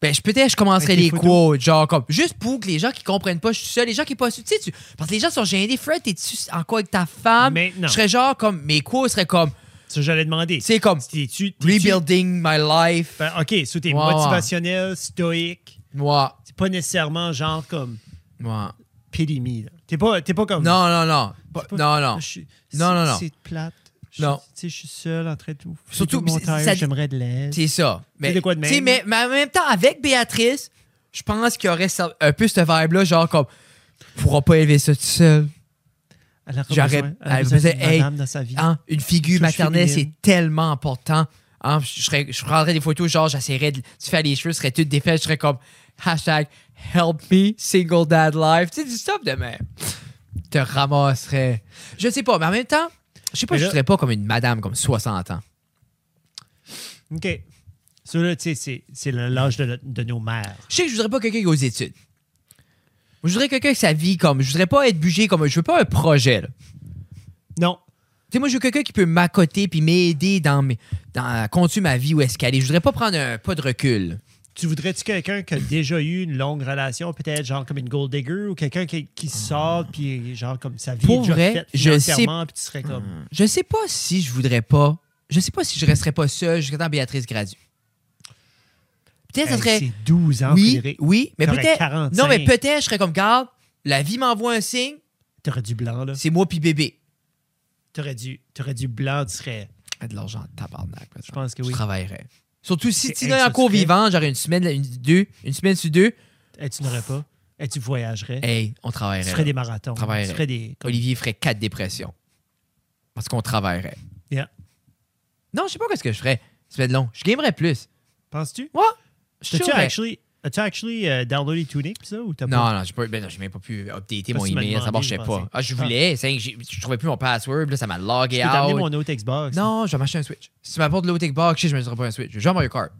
Speaker 3: Ben, je, peut-être je commencerai
Speaker 1: Avec des
Speaker 3: les
Speaker 1: photos.
Speaker 3: quotes, genre comme juste pour que les gens qui comprennent pas, je suis seul, les gens qui pas tu sais, tu- parce que les gens sont gênés. Fred, t'es-tu en quoi avec ta femme?
Speaker 1: Maintenant.
Speaker 3: Je serais genre comme, mes quotes seraient comme,
Speaker 1: Ça, j'allais demander.
Speaker 3: tu sais, comme
Speaker 1: T'es-tu. t'es-tu-
Speaker 3: rebuilding my life.
Speaker 1: Ben, ok, ça, t'es
Speaker 3: Ouais, ouais.
Speaker 1: motivationnel, stoïque.
Speaker 3: Moi,
Speaker 1: C'est pas nécessairement genre comme
Speaker 3: moi.
Speaker 1: pity me. là. T'es pas, t'es pas comme.
Speaker 3: Non, non, non. Pas-
Speaker 1: C'est pas-
Speaker 3: Bah, Non, non.
Speaker 1: Je suis-
Speaker 3: Non,
Speaker 1: c'est-
Speaker 3: non, non.
Speaker 1: C'est plate. Je,
Speaker 3: Non.
Speaker 1: Tu sais, je suis seul en train de tout.
Speaker 3: Surtout,
Speaker 1: Surtout mon
Speaker 3: c'est- ça-
Speaker 1: tire, j'aimerais de l'aide.
Speaker 3: C'est ça. Mais,
Speaker 1: de quoi de
Speaker 3: tu sais,
Speaker 1: même,
Speaker 3: mais, mais en même temps, avec Béatrice, je pense qu'il y aurait ça- un peu ce vibe-là, genre comme, pourra pas élever ça tout seul.
Speaker 1: Elle a
Speaker 3: j'aurais-
Speaker 1: besoin, elle a
Speaker 3: elle
Speaker 1: besoin
Speaker 3: faisait,
Speaker 1: d'une
Speaker 3: hey,
Speaker 1: madame dans sa vie.
Speaker 3: Hein, une figure
Speaker 1: Cheveux
Speaker 3: maternelle, c'est
Speaker 1: féminines.
Speaker 3: tellement important. Hein, je, serais- je prendrais des photos, genre, j'essaierais de tu fais les cheveux, je serais toutes défaites, je serais comme hashtag help me, single dad life. Tu sais, du stuff de même. Te ramasserais. Je sais pas, mais en même temps, je sais pas,
Speaker 1: Mais
Speaker 3: je
Speaker 1: là-
Speaker 3: serais pas comme une madame comme 60 ans.
Speaker 1: OK. Ça, là, tu sais, c'est- c'est le- l'âge de, notre- de nos mères.
Speaker 3: Je sais que je voudrais pas quelqu'un qui est aux études. Moi, Je voudrais quelqu'un qui sa vie comme. Je voudrais pas être bugé comme. Je veux pas un projet, là.
Speaker 1: Non.
Speaker 3: Tu sais, moi, je veux quelqu'un qui peut m'accoter puis m'aider dans, mes- dans continuer ma vie où est-ce qu'elle est. Je voudrais pas prendre un pas de recul.
Speaker 1: Tu voudrais-tu quelqu'un qui a déjà eu une longue relation, peut-être genre comme une gold digger, ou quelqu'un qui, qui sort, puis genre comme sa vie
Speaker 3: Pour
Speaker 1: est déjà
Speaker 3: vrai,
Speaker 1: faite
Speaker 3: je sais- Hmm.
Speaker 1: financièrement, puis tu serais comme...
Speaker 3: Je sais pas si je voudrais pas. Je sais pas si je resterais pas seul jusqu'à temps que Béatrice gradue. Peut-être ça
Speaker 1: Hey,
Speaker 3: serait.
Speaker 1: C'est 12 ans,
Speaker 3: Oui,
Speaker 1: Frédéric.
Speaker 3: oui, mais
Speaker 1: T'aurais
Speaker 3: peut-être.
Speaker 1: 45.
Speaker 3: Non, mais peut-être je serais comme, garde, la vie m'envoie un signe,
Speaker 1: T'aurais du blanc, là.
Speaker 3: c'est moi puis bébé.
Speaker 1: T'aurais du, t'aurais du blanc, tu serais...
Speaker 3: J'ai de l'argent de tabarnak. Je
Speaker 1: pense que oui.
Speaker 3: Je travaillerais. Surtout si
Speaker 1: C'est-
Speaker 3: Tina
Speaker 1: hey,
Speaker 3: est
Speaker 1: ça
Speaker 3: encore
Speaker 1: serait-
Speaker 3: vivant, j'aurais une semaine, une, deux, une semaine sur deux.
Speaker 1: Et tu n'aurais pas. Et tu voyagerais.
Speaker 3: Hey, on
Speaker 1: tu
Speaker 3: travaillerait.
Speaker 1: ferais
Speaker 3: là.
Speaker 1: des marathons. Tu
Speaker 3: Travaillerais.
Speaker 1: ferais des... comme-
Speaker 3: Olivier ferait quatre dépressions. Parce qu'on travaillerait.
Speaker 1: Yeah.
Speaker 3: Non, je sais pas qu'est-ce que je ferais. C'est long. Je gamerais plus.
Speaker 1: Penses-tu?
Speaker 3: Moi, je
Speaker 1: T'as-tu
Speaker 3: chillerais.
Speaker 1: actually, as-tu actually euh, downloadé Tunic pis ça ou t'as
Speaker 3: Non,
Speaker 1: pas?
Speaker 3: non, j'ai pas, ben non, j'ai même pas pu updater
Speaker 1: Pas
Speaker 3: mon
Speaker 1: si tu m'as
Speaker 3: email, ça
Speaker 1: demandé,
Speaker 3: marchait
Speaker 1: je
Speaker 3: pas.
Speaker 1: pensais.
Speaker 3: Ah, je voulais, c'est que j'ai- je trouvais plus mon password, là, ça m'a logué
Speaker 1: Je peux t'amener
Speaker 3: out.
Speaker 1: mon autre Xbox.
Speaker 3: Non, je vais m'acheter un Switch. Si tu m'apportes l'autre Xbox, je sais, je me serais pas un Switch. Je vais jouer à Mario Kart.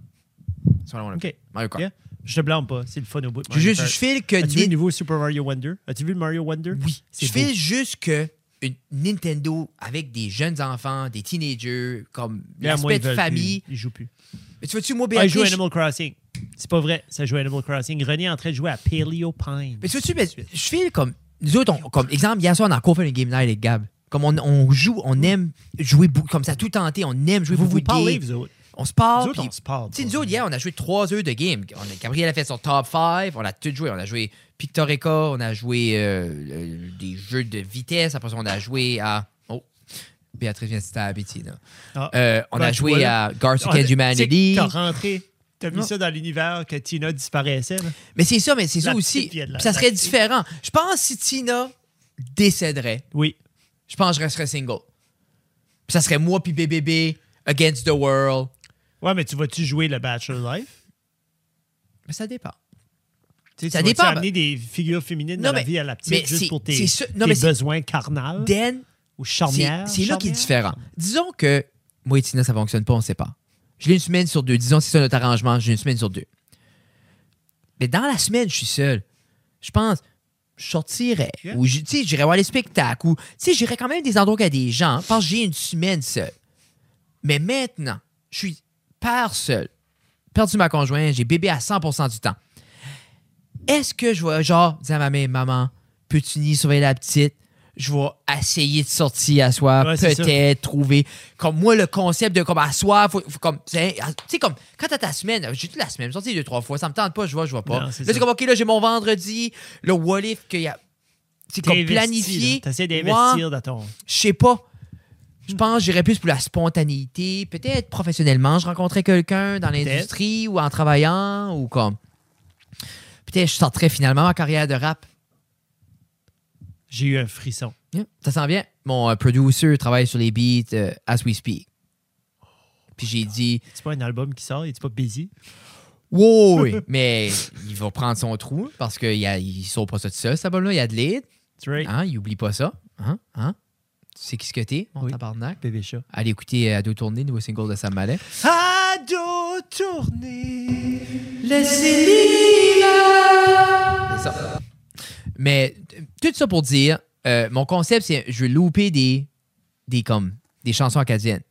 Speaker 3: C'est vraiment mon
Speaker 1: Ok.
Speaker 3: Mario Kart.
Speaker 1: Yeah. Ah, Je te blâme pas, c'est le fun au bout. de
Speaker 3: Je,
Speaker 1: Mario
Speaker 3: je, je
Speaker 1: Kart.
Speaker 3: file que.
Speaker 1: As-tu vu le
Speaker 3: Nin-
Speaker 1: nouveau Super Mario Wonder? As-tu vu le Mario Wonder?
Speaker 3: Oui.
Speaker 1: C'est
Speaker 3: Je
Speaker 1: beau.
Speaker 3: file juste que une Nintendo avec des jeunes enfants, des teenagers, comme
Speaker 1: Yeah, moi,
Speaker 3: l'aspect
Speaker 1: ils
Speaker 3: de
Speaker 1: veulent
Speaker 3: famille.
Speaker 1: plus. Ils jouent plus.
Speaker 3: Mais tu veux-tu, moi,
Speaker 1: Ah, ils
Speaker 3: Béatrice,
Speaker 1: jouent à Animal Crossing. C'est pas vrai, ça joue à Animal Crossing. René est en train de jouer à Paleo Pine.
Speaker 3: Mais tu vois-tu, mais je file comme. Nous autres, on- comme exemple, hier soir, on a encore fait une game night avec Gab. Comme on, on joue, on aime jouer beaucoup, comme ça, tout tenter, on aime jouer
Speaker 1: Mm. vous
Speaker 3: beaucoup
Speaker 1: vous
Speaker 3: de
Speaker 1: parlez,
Speaker 3: games.
Speaker 1: vous autres.
Speaker 3: On se parle.
Speaker 1: Nous autres,
Speaker 3: puis-
Speaker 1: on se parle.
Speaker 3: Tu sais,
Speaker 1: pas.
Speaker 3: nous autres, hier, on a joué trois heures de game. On a, Gabriel a fait son top 5, on a tout joué. On a joué Pictorica, on a joué euh, euh, des jeux de vitesse, après ça, on a joué à. Oh, Béatrice vient de citer Abiti, là.
Speaker 1: Ah.
Speaker 3: Euh, on
Speaker 1: Ben,
Speaker 3: a
Speaker 1: tu vois,
Speaker 3: joué
Speaker 1: là.
Speaker 3: à Garth
Speaker 1: Ah, tu
Speaker 3: Against
Speaker 1: sais,
Speaker 3: Humanity.
Speaker 1: T'as rentré, t'as mis
Speaker 3: Non.
Speaker 1: ça dans l'univers que Tina disparaissait. là.
Speaker 3: Mais c'est ça, mais c'est ça
Speaker 1: La
Speaker 3: aussi.
Speaker 1: petite vient de la-
Speaker 3: Puis ça
Speaker 1: la
Speaker 3: serait
Speaker 1: petite.
Speaker 3: différent. Je pense si Tina décéderait,
Speaker 1: Oui.
Speaker 3: je pense que je resterais single. Puis ça serait moi puis BBB against the world.
Speaker 1: Ouais, mais tu vas-tu jouer le Bachelor Life?
Speaker 3: Mais ça dépend.
Speaker 1: Tu sais,
Speaker 3: Ça
Speaker 1: tu vas-tu
Speaker 3: dépend,
Speaker 1: amener des figures féminines
Speaker 3: Non,
Speaker 1: dans la
Speaker 3: mais-
Speaker 1: vie à la
Speaker 3: mais
Speaker 1: petite juste
Speaker 3: c'est-
Speaker 1: pour
Speaker 3: c'est
Speaker 1: tes,
Speaker 3: ça- non,
Speaker 1: tes
Speaker 3: mais c'est-
Speaker 1: besoins carnals
Speaker 3: Dan,
Speaker 1: ou
Speaker 3: c'est
Speaker 1: charnières.
Speaker 3: c'est là qu'il est
Speaker 1: Charnières?
Speaker 3: différent. Disons que moi et Tina, ça fonctionne pas, on sait pas. Je l'ai une semaine sur deux. Disons, c'est ça notre arrangement, j'ai une semaine sur deux. Mais dans la semaine, je suis seul. Je pense, je sortirais.
Speaker 1: Yeah.
Speaker 3: Ou, je- tu sais, j'irais voir les spectacles. Ou, tu sais, j'irais quand même des endroits qu'il y a des gens. Je pense que j'ai une semaine seule. Mais maintenant, je suis père seul. Perdu ma conjointe, j'ai bébé à 100% du temps. Est-ce que je vais, genre, dire à ma mère, maman, peux-tu ni surveiller la petite? Je vais essayer de sortir à soir,
Speaker 1: Ouais, c'est ça.
Speaker 3: peut-être trouver. Comme moi, le concept de comme à soir, faut, faut comme, tu sais, à- tu sais, comme quand t'as ta semaine, j'ai toute la semaine, je sorti deux, trois fois, ça me tente pas, je vois, je vois pas.
Speaker 1: Non,
Speaker 3: là,
Speaker 1: c'est
Speaker 3: c'est
Speaker 1: ça.
Speaker 3: comme, OK, là, j'ai mon vendredi, le Wallif, qu'il y a. C'est comme
Speaker 1: T'investis,
Speaker 3: planifié.
Speaker 1: là. T'essaies
Speaker 3: Ouais
Speaker 1: d'investir dans ton.
Speaker 3: je sais pas. Je pense que j'irais plus pour la spontanéité. Peut-être professionnellement, je rencontrais quelqu'un dans
Speaker 1: Peut-être.
Speaker 3: l'industrie ou en travaillant ou comme. Peut-être je sortirais finalement ma carrière de rap.
Speaker 1: J'ai eu un frisson.
Speaker 3: Yeah, Ça sent bien. Mon euh, producer travaille sur les beats euh, as we speak. Puis j'ai dit,
Speaker 1: C'est pas un album qui sort, il est pas busy.
Speaker 3: wow, oui, mais il va prendre son trou parce qu'il ne sort pas ça tout seul, cet album-là. Il y a de l'aide.
Speaker 1: Tu vois,
Speaker 3: Hein, il oublie pas ça. Hein? Hein? Tu sais qui ce que t'es, mon
Speaker 1: Oui.
Speaker 3: tabarnak?
Speaker 1: bébé chat.
Speaker 3: Allez écouter euh, à deux tournées, nouveau single de Sam Mallet.
Speaker 1: À dos tourné.
Speaker 3: C'est ça. Mais euh, tout ça pour dire, euh, mon concept, c'est je vais louper des, des, comme, des chansons acadiennes.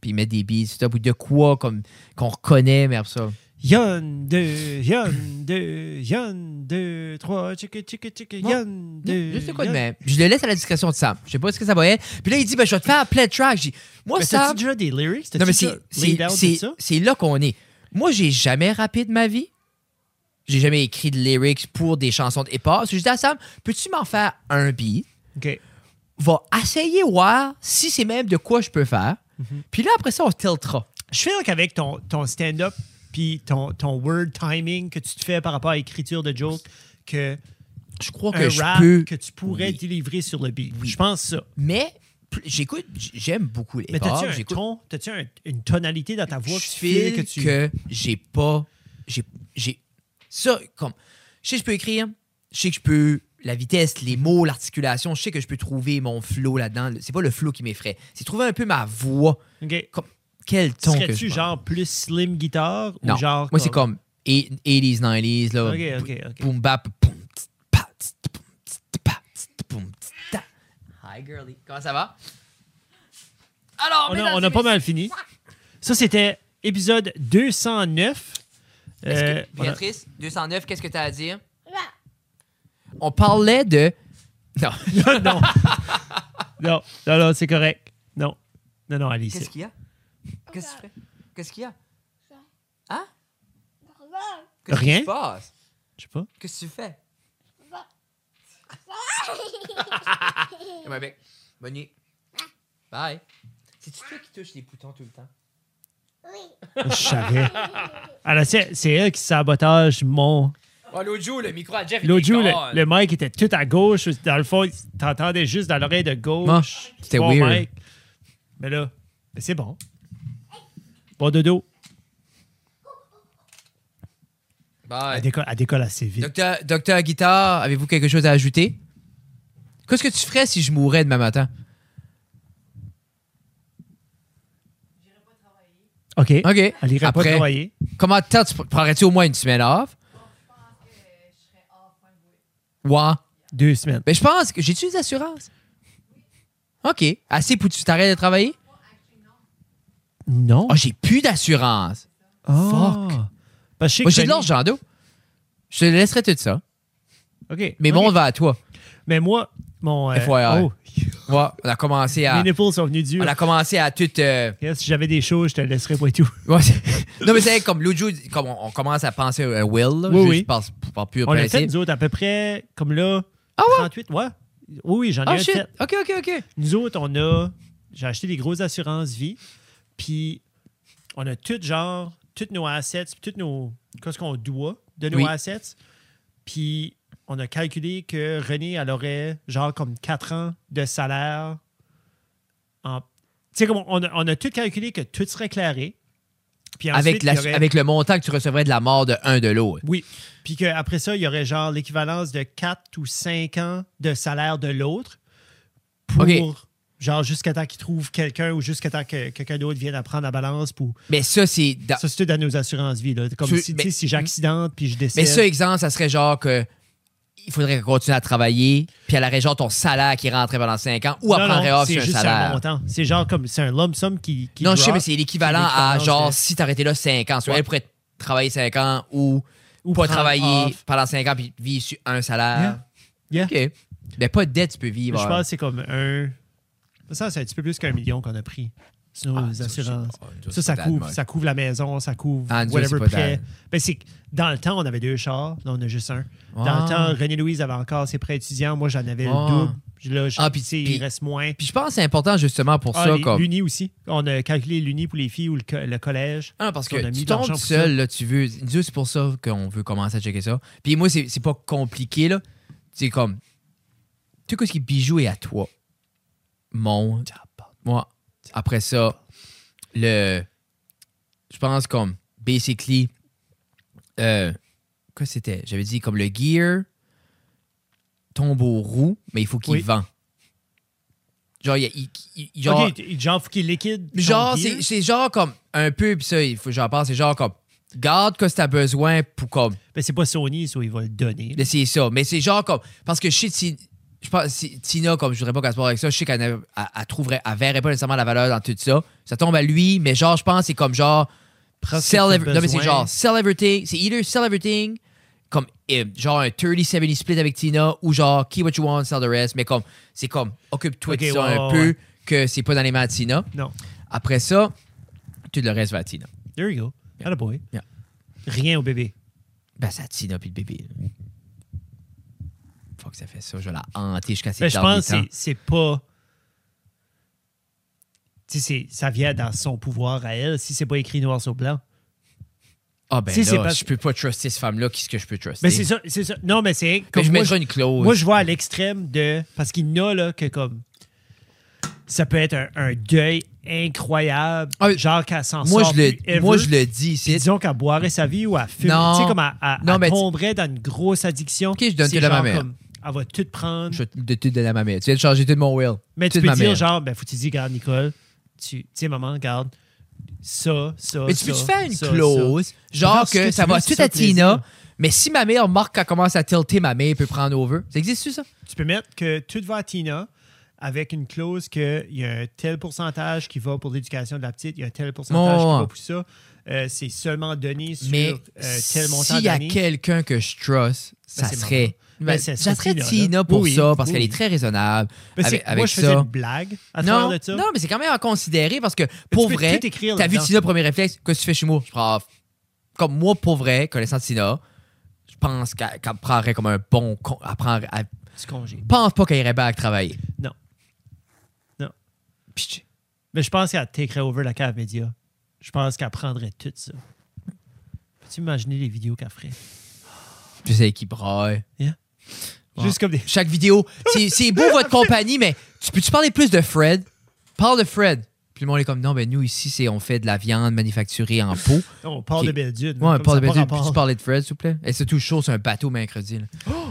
Speaker 3: Puis mettre des beats, tout ça, ou de quoi comme qu'on reconnaît, mais après ça.
Speaker 1: Yon, deux, yon, deux, yon, deux, trois, tchik, tchik, tchik,
Speaker 3: Ouais.
Speaker 1: yon, deux.
Speaker 3: Je sais quoi de
Speaker 1: yon.
Speaker 3: même. Je le laisse à la discrétion de Sam. Je sais pas ce que ça va être. Puis là, il dit, ben, je vais te faire plein de tracks. J'ai dit, moi,
Speaker 1: Mais
Speaker 3: Sam.
Speaker 1: t'as-tu déjà des lyrics?
Speaker 3: Non, mais
Speaker 1: T'as-tu
Speaker 3: c'est-
Speaker 1: déjà
Speaker 3: c'est
Speaker 1: laid out
Speaker 3: c'est-
Speaker 1: tout ça?
Speaker 3: c'est là qu'on est. Moi, j'ai jamais rappé de ma vie. J'ai jamais écrit de lyrics pour des chansons de hip-hop. Parce que Je dis à Sam, peux-tu m'en faire un beat?
Speaker 1: OK.
Speaker 3: va essayer voir si c'est même de quoi je peux faire.
Speaker 1: Mhm.
Speaker 3: Puis là, après ça, on se tiltera.
Speaker 1: Je fais qu'avec ton, ton stand-up puis ton, ton word timing que tu te fais par rapport à l'écriture de jokes, que
Speaker 3: Je crois que
Speaker 1: un
Speaker 3: je
Speaker 1: rap
Speaker 3: peux.
Speaker 1: que tu pourrais
Speaker 3: Oui.
Speaker 1: délivrer sur le beat.
Speaker 3: Oui.
Speaker 1: Je pense ça.
Speaker 3: Mais pl- j'écoute, j- j'aime beaucoup les
Speaker 1: Mais t'as-tu
Speaker 3: bars.
Speaker 1: un
Speaker 3: oh, J'écoute.
Speaker 1: ton, t'as-tu un- une tonalité dans ta voix que
Speaker 3: Je
Speaker 1: tu files,
Speaker 3: file
Speaker 1: que tu...
Speaker 3: que j'ai pas. J'ai. j'ai- Ça, comme. Je sais que je peux écrire. Je sais que je peux. La vitesse, les mots, l'articulation. Je sais que je peux trouver mon flow là-dedans. C'est pas le flow qui m'effraie. C'est trouver un peu ma voix.
Speaker 1: OK.
Speaker 3: Comme, quel ton que
Speaker 1: Serais-tu
Speaker 3: je prends.
Speaker 1: genre plus slim guitare
Speaker 3: Non.
Speaker 1: ou genre...
Speaker 3: Moi, c'est comme 80s, 90s. Là,
Speaker 1: OK, OK, OK.
Speaker 3: Boom bap, boum, tst, pa, tst, boum, tst, pa, tst, boum, tst, ta. Hi girly, comment ça va? Alors,
Speaker 1: On a,
Speaker 3: mesdames
Speaker 1: Oh on
Speaker 3: et
Speaker 1: a pas
Speaker 3: messieurs-
Speaker 1: mal fini. Ça, c'était épisode 209.
Speaker 3: Est-ce que-
Speaker 1: Euh, voilà.
Speaker 3: Béatrice, 209, qu'est-ce que t'as à dire? On parlait de. Non,
Speaker 1: non. non, non, non, c'est correct. Non. Non, non, Alice.
Speaker 3: qu'est-ce qu'il y a? Qu'est-ce que tu fais? Qu'est-ce qu'il y a? Hein? Qu'est-ce
Speaker 1: Rien.
Speaker 3: qui se passe?
Speaker 1: Je sais pas.
Speaker 3: Qu'est-ce que tu fais? Et ma bec. Bonne nuit. Bye. C'est-tu toi qui touches les boutons tout le temps?
Speaker 1: Je savais. Alors, c'est, c'est elle qui sabotage mon.
Speaker 3: Oh, l'autre jour, le micro à Jeff. il
Speaker 1: L'autre jour, le,
Speaker 3: déconne.
Speaker 1: le mic était tout à gauche. Dans le fond, t'entendais juste dans l'oreille de gauche.
Speaker 3: Moi, c'était
Speaker 1: Bon
Speaker 3: weird.
Speaker 1: mic. Mais là, mais c'est bon. Bon dodo.
Speaker 3: Bye.
Speaker 1: Elle décolle, elle décolle assez vite.
Speaker 3: Docteur, docteur Guitare, avez-vous quelque chose à ajouter? Qu'est-ce que tu ferais si je mourais demain matin?
Speaker 1: OK.
Speaker 3: OK.
Speaker 1: Elle irait pas
Speaker 3: Après,
Speaker 1: travailler.
Speaker 3: Comment de temps tu pr- prendrais-tu au moins une semaine off? Ouais.
Speaker 1: Deux semaines.
Speaker 3: Ben, Mais je pense que j'ai-tu des assurances? OK. Assez pour que tu t'arrêtes de travailler?
Speaker 1: Non.
Speaker 3: Ah, j'ai plus d'assurance.
Speaker 1: Ah.
Speaker 3: fuck.
Speaker 1: Parce que je sais
Speaker 3: Moi,
Speaker 1: que
Speaker 3: j'ai de
Speaker 1: Fanny-
Speaker 3: l'argent d'eau. Je te laisserai tout ça.
Speaker 1: OK.
Speaker 3: Mais
Speaker 1: OK.
Speaker 3: bon, on va à toi.
Speaker 1: Mais moi, mon. euh,
Speaker 3: FYI.
Speaker 1: oh,
Speaker 3: Ouais, on a commencé à.
Speaker 1: Mes nipples sont venus durs.
Speaker 3: On a commencé à tout. euh,
Speaker 1: Yes, si j'avais des choses, je te laisserais pas et tout.
Speaker 3: ouais, c'est- non, mais c'est comme l'autre jour, comme on, on commence à penser à Will, là,
Speaker 1: Oui,
Speaker 3: juste
Speaker 1: oui.
Speaker 3: par, par pur
Speaker 1: On a fait,
Speaker 3: principe.
Speaker 1: nous autres, à peu près comme là.
Speaker 3: Ah ouais?
Speaker 1: 38, ouais. Oui, oui, j'en ai
Speaker 3: Ah
Speaker 1: un de
Speaker 3: shit!
Speaker 1: fait.
Speaker 3: Ok, ok, ok.
Speaker 1: Nous autres, on a. J'ai acheté des grosses assurances vie. Puis, on a tout genre, toutes nos assets, puis toutes nos. Qu'est-ce qu'on doit de nos
Speaker 3: Oui.
Speaker 1: assets. Puis, on a calculé que Renée, elle aurait genre comme 4 ans de salaire. En... Tu sais, comme on a, on a tout calculé que tout serait clairé. Puis
Speaker 3: Avec,
Speaker 1: ensuite, il
Speaker 3: la-
Speaker 1: y aurait-
Speaker 3: avec le montant que tu recevrais de la mort de un de l'autre.
Speaker 1: Oui. Puis qu'après ça, il y aurait genre l'équivalence de 4 ou 5 ans de salaire de l'autre pour
Speaker 3: OK.
Speaker 1: genre jusqu'à temps qu'il trouve quelqu'un ou jusqu'à temps que quelqu'un d'autre vienne à prendre la balance pour.
Speaker 3: Mais ça, c'est. dans-
Speaker 1: Ça, c'est dans nos assurances vie. Là. Comme
Speaker 3: Ah. Tu-
Speaker 1: si,
Speaker 3: mais-
Speaker 1: tu sais, si j'accidente puis je décède.
Speaker 3: Mais ça, exemple, ça serait genre que. Il faudrait qu'elle continue à travailler, puis elle aurait genre ton salaire qui rentrait pendant 5 ans, ou
Speaker 1: Non,
Speaker 3: elle
Speaker 1: non,
Speaker 3: prendrait off
Speaker 1: c'est
Speaker 3: sur un
Speaker 1: juste
Speaker 3: salaire.
Speaker 1: un montant. C'est genre comme. C'est un lump sum qui. qui
Speaker 3: non, je sais,
Speaker 1: drop,
Speaker 3: mais c'est l'équivalent
Speaker 1: C'est
Speaker 3: à
Speaker 1: l'équivalent,
Speaker 3: genre
Speaker 1: c'est-
Speaker 3: si t'arrêtais là 5 ans. Soit
Speaker 1: Ouais.
Speaker 3: elle pourrait travailler 5 ans ou,
Speaker 1: Ou
Speaker 3: pas
Speaker 1: prendre
Speaker 3: travailler
Speaker 1: off.
Speaker 3: pendant 5 ans puis vivre sur un salaire.
Speaker 1: Yeah.
Speaker 3: OK. Mais pas de dette, tu peux vivre.
Speaker 1: Je pense que c'est comme un. Ça, c'est un petit peu plus qu'un million qu'on a pris sur nos
Speaker 3: Ah, ça, je sais
Speaker 1: assurances.
Speaker 3: pas. Nous autres,
Speaker 1: Ça,
Speaker 3: c'est
Speaker 1: ça
Speaker 3: pas
Speaker 1: couvre,
Speaker 3: dalle,
Speaker 1: ça couvre la maison, ça couvre
Speaker 3: Ah, nous autres,
Speaker 1: whatever
Speaker 3: c'est pas
Speaker 1: prêt.
Speaker 3: dalle.
Speaker 1: Ben, c'est que dans le temps, on avait deux chars. Là, on a juste un. Dans
Speaker 3: Ah.
Speaker 1: le temps, René-Louise avait encore ses prêts étudiants. Moi, j'en avais
Speaker 3: Ah.
Speaker 1: le double. Je- Là, je-
Speaker 3: Ah, puis-
Speaker 1: tu sais,
Speaker 3: puis-
Speaker 1: il reste moins.
Speaker 3: Puis je pense que c'est important justement pour
Speaker 1: Ah,
Speaker 3: ça.
Speaker 1: les-
Speaker 3: Comme...
Speaker 1: l'uni aussi. On a calculé l'uni pour les filles ou le, co- le collège.
Speaker 3: Ah, parce
Speaker 1: On
Speaker 3: que
Speaker 1: a mis
Speaker 3: tu
Speaker 1: de l'argent
Speaker 3: tombes
Speaker 1: pour
Speaker 3: seul, là, tu veux. Dieu, c'est pour ça qu'on veut commencer à checker ça. Puis moi, c'est c'est pas compliqué, là. C'est comme. Tu sais, ce qui est bijoux est à toi. Mon. Moi. Après ça, le. Je pense comme. Basically. Euh. Quoi c'était J'avais dit comme le gear tombe aux roues, mais il faut qu'il
Speaker 1: Oui.
Speaker 3: vend. Genre, il y a. il- il- genre,
Speaker 1: OK, t- genre, faut qu'il liquide. son
Speaker 3: Genre,
Speaker 1: gear.
Speaker 3: c'est c'est genre comme un peu, puis ça, il faut que j'en parle, c'est genre comme, garde que si t'as besoin pour comme,
Speaker 1: Ben, c'est pas Sony, ça, il va le donner.
Speaker 3: d'essayer ça. Mais c'est genre comme, parce que je sais, Ti- je pense, si- Tina, comme je voudrais pas qu'elle se barre avec ça, je sais qu'elle ne- elle- elle trouverait, elle verrait pas nécessairement la valeur dans tout ça. Ça tombe à lui, mais genre, je pense, c'est comme genre,
Speaker 1: Prends ce que
Speaker 3: sell
Speaker 1: t'as
Speaker 3: every- non, mais c'est
Speaker 1: besoin.
Speaker 3: genre, sell everything, c'est either sell everything, comme, eh, genre un 30-70 split avec Tina, ou genre, keep what you want, sell the rest, mais comme, c'est comme, occupe-toi de
Speaker 1: Ok,
Speaker 3: ça
Speaker 1: ouais,
Speaker 3: un
Speaker 1: ouais,
Speaker 3: peu,
Speaker 1: ouais.
Speaker 3: que c'est pas dans les mains de Tina.
Speaker 1: Non.
Speaker 3: Après ça, tout le reste va à Tina.
Speaker 1: There you go. Atta boy.
Speaker 3: Yeah.
Speaker 1: Rien au bébé.
Speaker 3: Ben, ça Tina puis le bébé. là. Faut que ça fait ça. Je vais la hanter jusqu'à ses
Speaker 1: Ben, je pense que
Speaker 3: derniers
Speaker 1: c'est- c'est pas. Tu sais, c'est- ça vient dans son pouvoir à elle, si c'est pas écrit noir sur blanc.
Speaker 3: temps. Ah, ben
Speaker 1: si, c'est
Speaker 3: là,
Speaker 1: pas-
Speaker 3: je peux pas truster cette femme-là. Qu'est-ce que je peux truster?
Speaker 1: Mais c'est ça, c'est ça. Non, mais c'est.
Speaker 3: Mais
Speaker 1: comme
Speaker 3: je
Speaker 1: moi,
Speaker 3: mettrais une clause.
Speaker 1: Moi, je vois à l'extrême de. Parce qu'il y en a, là, que comme. Ça peut être un, un deuil incroyable,
Speaker 3: Ah, mais
Speaker 1: genre qu'elle s'en
Speaker 3: Moi, je
Speaker 1: sort plus ever.
Speaker 3: le, moi, je le dis.
Speaker 1: Puis
Speaker 3: C'est...
Speaker 1: disons qu'elle boirait sa vie ou elle fume.
Speaker 3: Non.
Speaker 1: Tu sais, comme elle, elle-
Speaker 3: Non,
Speaker 1: elle
Speaker 3: mais tu-
Speaker 1: tomberait dans une grosse addiction.
Speaker 3: Ok, je donne
Speaker 1: C'est
Speaker 3: tout à ma
Speaker 1: genre
Speaker 3: mère.
Speaker 1: comme, Elle va tout prendre.
Speaker 3: Je vais te- de tout donner à ma mère. Tu viens de changer tout mon will.
Speaker 1: Mais
Speaker 3: Tout
Speaker 1: tu
Speaker 3: de
Speaker 1: peux
Speaker 3: ma
Speaker 1: dire,
Speaker 3: mère.
Speaker 1: genre, ben, faut que tu dis, regarde, Nicole, tu tu sais, maman, regarde, ça, ça.
Speaker 3: Mais tu peux-tu
Speaker 1: ça,
Speaker 3: faire une
Speaker 1: ça,
Speaker 3: clause,
Speaker 1: ça.
Speaker 3: genre
Speaker 1: Faire ce
Speaker 3: que,
Speaker 1: que
Speaker 3: ça
Speaker 1: tu
Speaker 3: va
Speaker 1: veux,
Speaker 3: tout
Speaker 1: ça
Speaker 3: à
Speaker 1: fait
Speaker 3: Tina,
Speaker 1: plaisir.
Speaker 3: mais si ma mère marque qu'elle commence à tilter, ma mère peut prendre over. Ça existe-tu, ça?
Speaker 1: ça? Tu peux mettre que tout va à Tina avec une clause qu'il y a un tel pourcentage qui va pour l'éducation de la petite, il y a un tel pourcentage
Speaker 3: Ouais, ouais.
Speaker 1: qui va pour ça. Euh, c'est seulement donné sur
Speaker 3: Mais
Speaker 1: euh, tel montant
Speaker 3: s'il y a
Speaker 1: d'années.
Speaker 3: quelqu'un que je trust, ça
Speaker 1: c'est
Speaker 3: serait.
Speaker 1: maman. Ben,
Speaker 3: Ben,
Speaker 1: ça
Speaker 3: ça
Speaker 1: serait
Speaker 3: serait
Speaker 1: Tina, là.
Speaker 3: Tina pour
Speaker 1: Oui,
Speaker 3: ça, parce
Speaker 1: oui.
Speaker 3: qu'elle est très raisonnable.
Speaker 1: Ben, c'est-
Speaker 3: avec avec
Speaker 1: moi, je faisais
Speaker 3: ça.
Speaker 1: une blague à
Speaker 3: Non,
Speaker 1: travers de ça. Ben,
Speaker 3: non, mais c'est quand même à considérer parce que pour
Speaker 1: peux
Speaker 3: vrai,
Speaker 1: tout écrire
Speaker 3: t'as vu
Speaker 1: là-dedans.
Speaker 3: Tina, premier réflexe, qu'est-ce que tu fais chez moi? Je prends off. Comme moi, pour vrai, connaissant Tina, je pense qu'elle qu'elle prendrait comme un bon. con- Elle, prend- elle
Speaker 1: Du congé.
Speaker 3: pense pas qu'elle irait back travailler.
Speaker 1: Non. Non.
Speaker 3: Puis tu-
Speaker 1: Mais je pense qu'elle takerait over la cave média. Je pense qu'elle prendrait tout ça. Peux-tu imaginer les vidéos qu'elle ferait?
Speaker 3: tu sais qui braille. Ouais.
Speaker 1: Juste comme des.
Speaker 3: Chaque vidéo, c'est- c'est beau votre compagnie, mais tu peux-tu parler plus de Fred? Parle de Fred. Puis le monde est comme, non, ben nous ici, c'est on fait de la viande manufacturée en pot.
Speaker 1: On parle
Speaker 3: Ok.
Speaker 1: de Belledune.
Speaker 3: Moi, on
Speaker 1: comme
Speaker 3: parle
Speaker 1: ça,
Speaker 3: de
Speaker 1: pas
Speaker 3: Belgique. Peux-tu
Speaker 1: rapport.
Speaker 3: parler de Fred, s'il vous plaît? Et c'est tout chaud, c'est un bateau mercredi. là.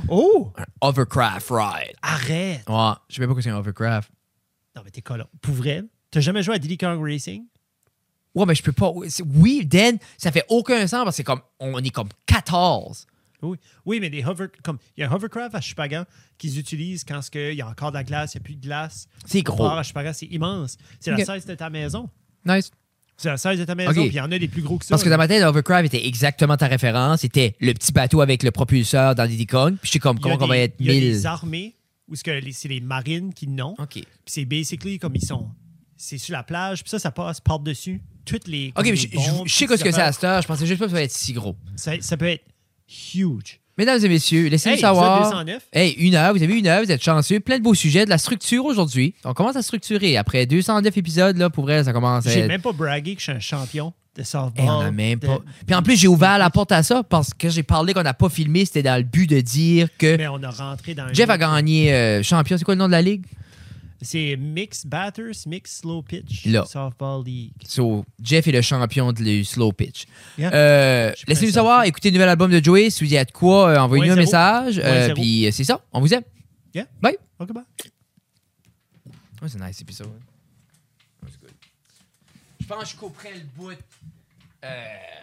Speaker 1: Oh!
Speaker 3: Un hovercraft ride.
Speaker 1: Arrête!
Speaker 3: Ouais, je sais même pas quoi c'est un hovercraft.
Speaker 1: Non, mais t'es collant. Pour vrai, t'as jamais joué à Diddy Kong Racing?
Speaker 3: Ouais, mais je peux pas. c'est- Oui, Dan, ça fait aucun sens parce que c'est comme, on est comme 14.
Speaker 1: Oui, oui mais des hover, comme il y a un hovercraft à Chupagan qu'ils utilisent quand ce que il y a encore de la glace, il n'y a plus de glace.
Speaker 3: C'est gros.
Speaker 1: Or, à Chupagan, c'est immense. C'est la
Speaker 3: Ok.
Speaker 1: 16 de ta maison.
Speaker 3: Nice.
Speaker 1: C'est la 16 de ta maison,
Speaker 3: Ok.
Speaker 1: puis il y en a des plus gros que ça.
Speaker 3: Parce que dans ma tête, Hovercraft était exactement ta référence. C'était le petit bateau avec le propulseur dans Diddy Kong. Puis je suis comme,
Speaker 1: Il y a
Speaker 3: comment on va
Speaker 1: des-
Speaker 3: être
Speaker 1: Il y a
Speaker 3: 1000?
Speaker 1: des armées où ce que les- c'est les marines qui n'ont.
Speaker 3: OK.
Speaker 1: Puis c'est basically comme ils sont. C'est sur la plage, puis ça, ça passe par-dessus toutes les.
Speaker 3: OK,
Speaker 1: comme
Speaker 3: mais
Speaker 1: les
Speaker 3: je, je-
Speaker 1: bombes,
Speaker 3: je sais
Speaker 1: toutes
Speaker 3: ce que
Speaker 1: ces
Speaker 3: c'est à
Speaker 1: affaires.
Speaker 3: cette heure. Je pensais juste pas que ça allait être si gros.
Speaker 1: ça, ça peut être huge.
Speaker 3: Mesdames et messieurs, laissez-nous
Speaker 1: Hey,
Speaker 3: savoir.
Speaker 1: épisode 209.
Speaker 3: Hey, une heure, vous avez une heure, vous êtes chanceux. Plein de beaux sujets, de la structure aujourd'hui. On commence à structurer. Après 209 épisodes, là, pour vrai, ça commence à
Speaker 1: J'ai
Speaker 3: être-
Speaker 1: même pas bragué que je suis un champion de softball.
Speaker 3: Hey, on a même
Speaker 1: de-
Speaker 3: Eh pas. Puis en plus, j'ai ouvert la porte à ça parce que j'ai parlé qu'on n'a pas filmé. C'était dans le but de dire que
Speaker 1: Mais on a rentré dans un
Speaker 3: Jeff a
Speaker 1: autre-
Speaker 3: gagné euh, champion. C'est quoi le nom de la ligue?
Speaker 1: C'est Mix Batters, Mix Slow Pitch,
Speaker 3: Là.
Speaker 1: Softball League.
Speaker 3: So, Jeff est le champion du slow pitch.
Speaker 1: Yeah.
Speaker 3: Euh,
Speaker 1: Je suis
Speaker 3: Laissez-nous
Speaker 1: pressé.
Speaker 3: savoir, écoutez le nouvel album de Joey. Si vous y êtes quoi, euh, envoyez-nous un
Speaker 1: Point
Speaker 3: message.
Speaker 1: Point
Speaker 3: euh,
Speaker 1: zéro.
Speaker 3: Puis euh, c'est ça, on vous aime.
Speaker 1: Yeah.
Speaker 3: Bye.
Speaker 1: OK, bye.
Speaker 3: Ouais, c'est nice épisode. Je pense que je couperais le bout. Euh...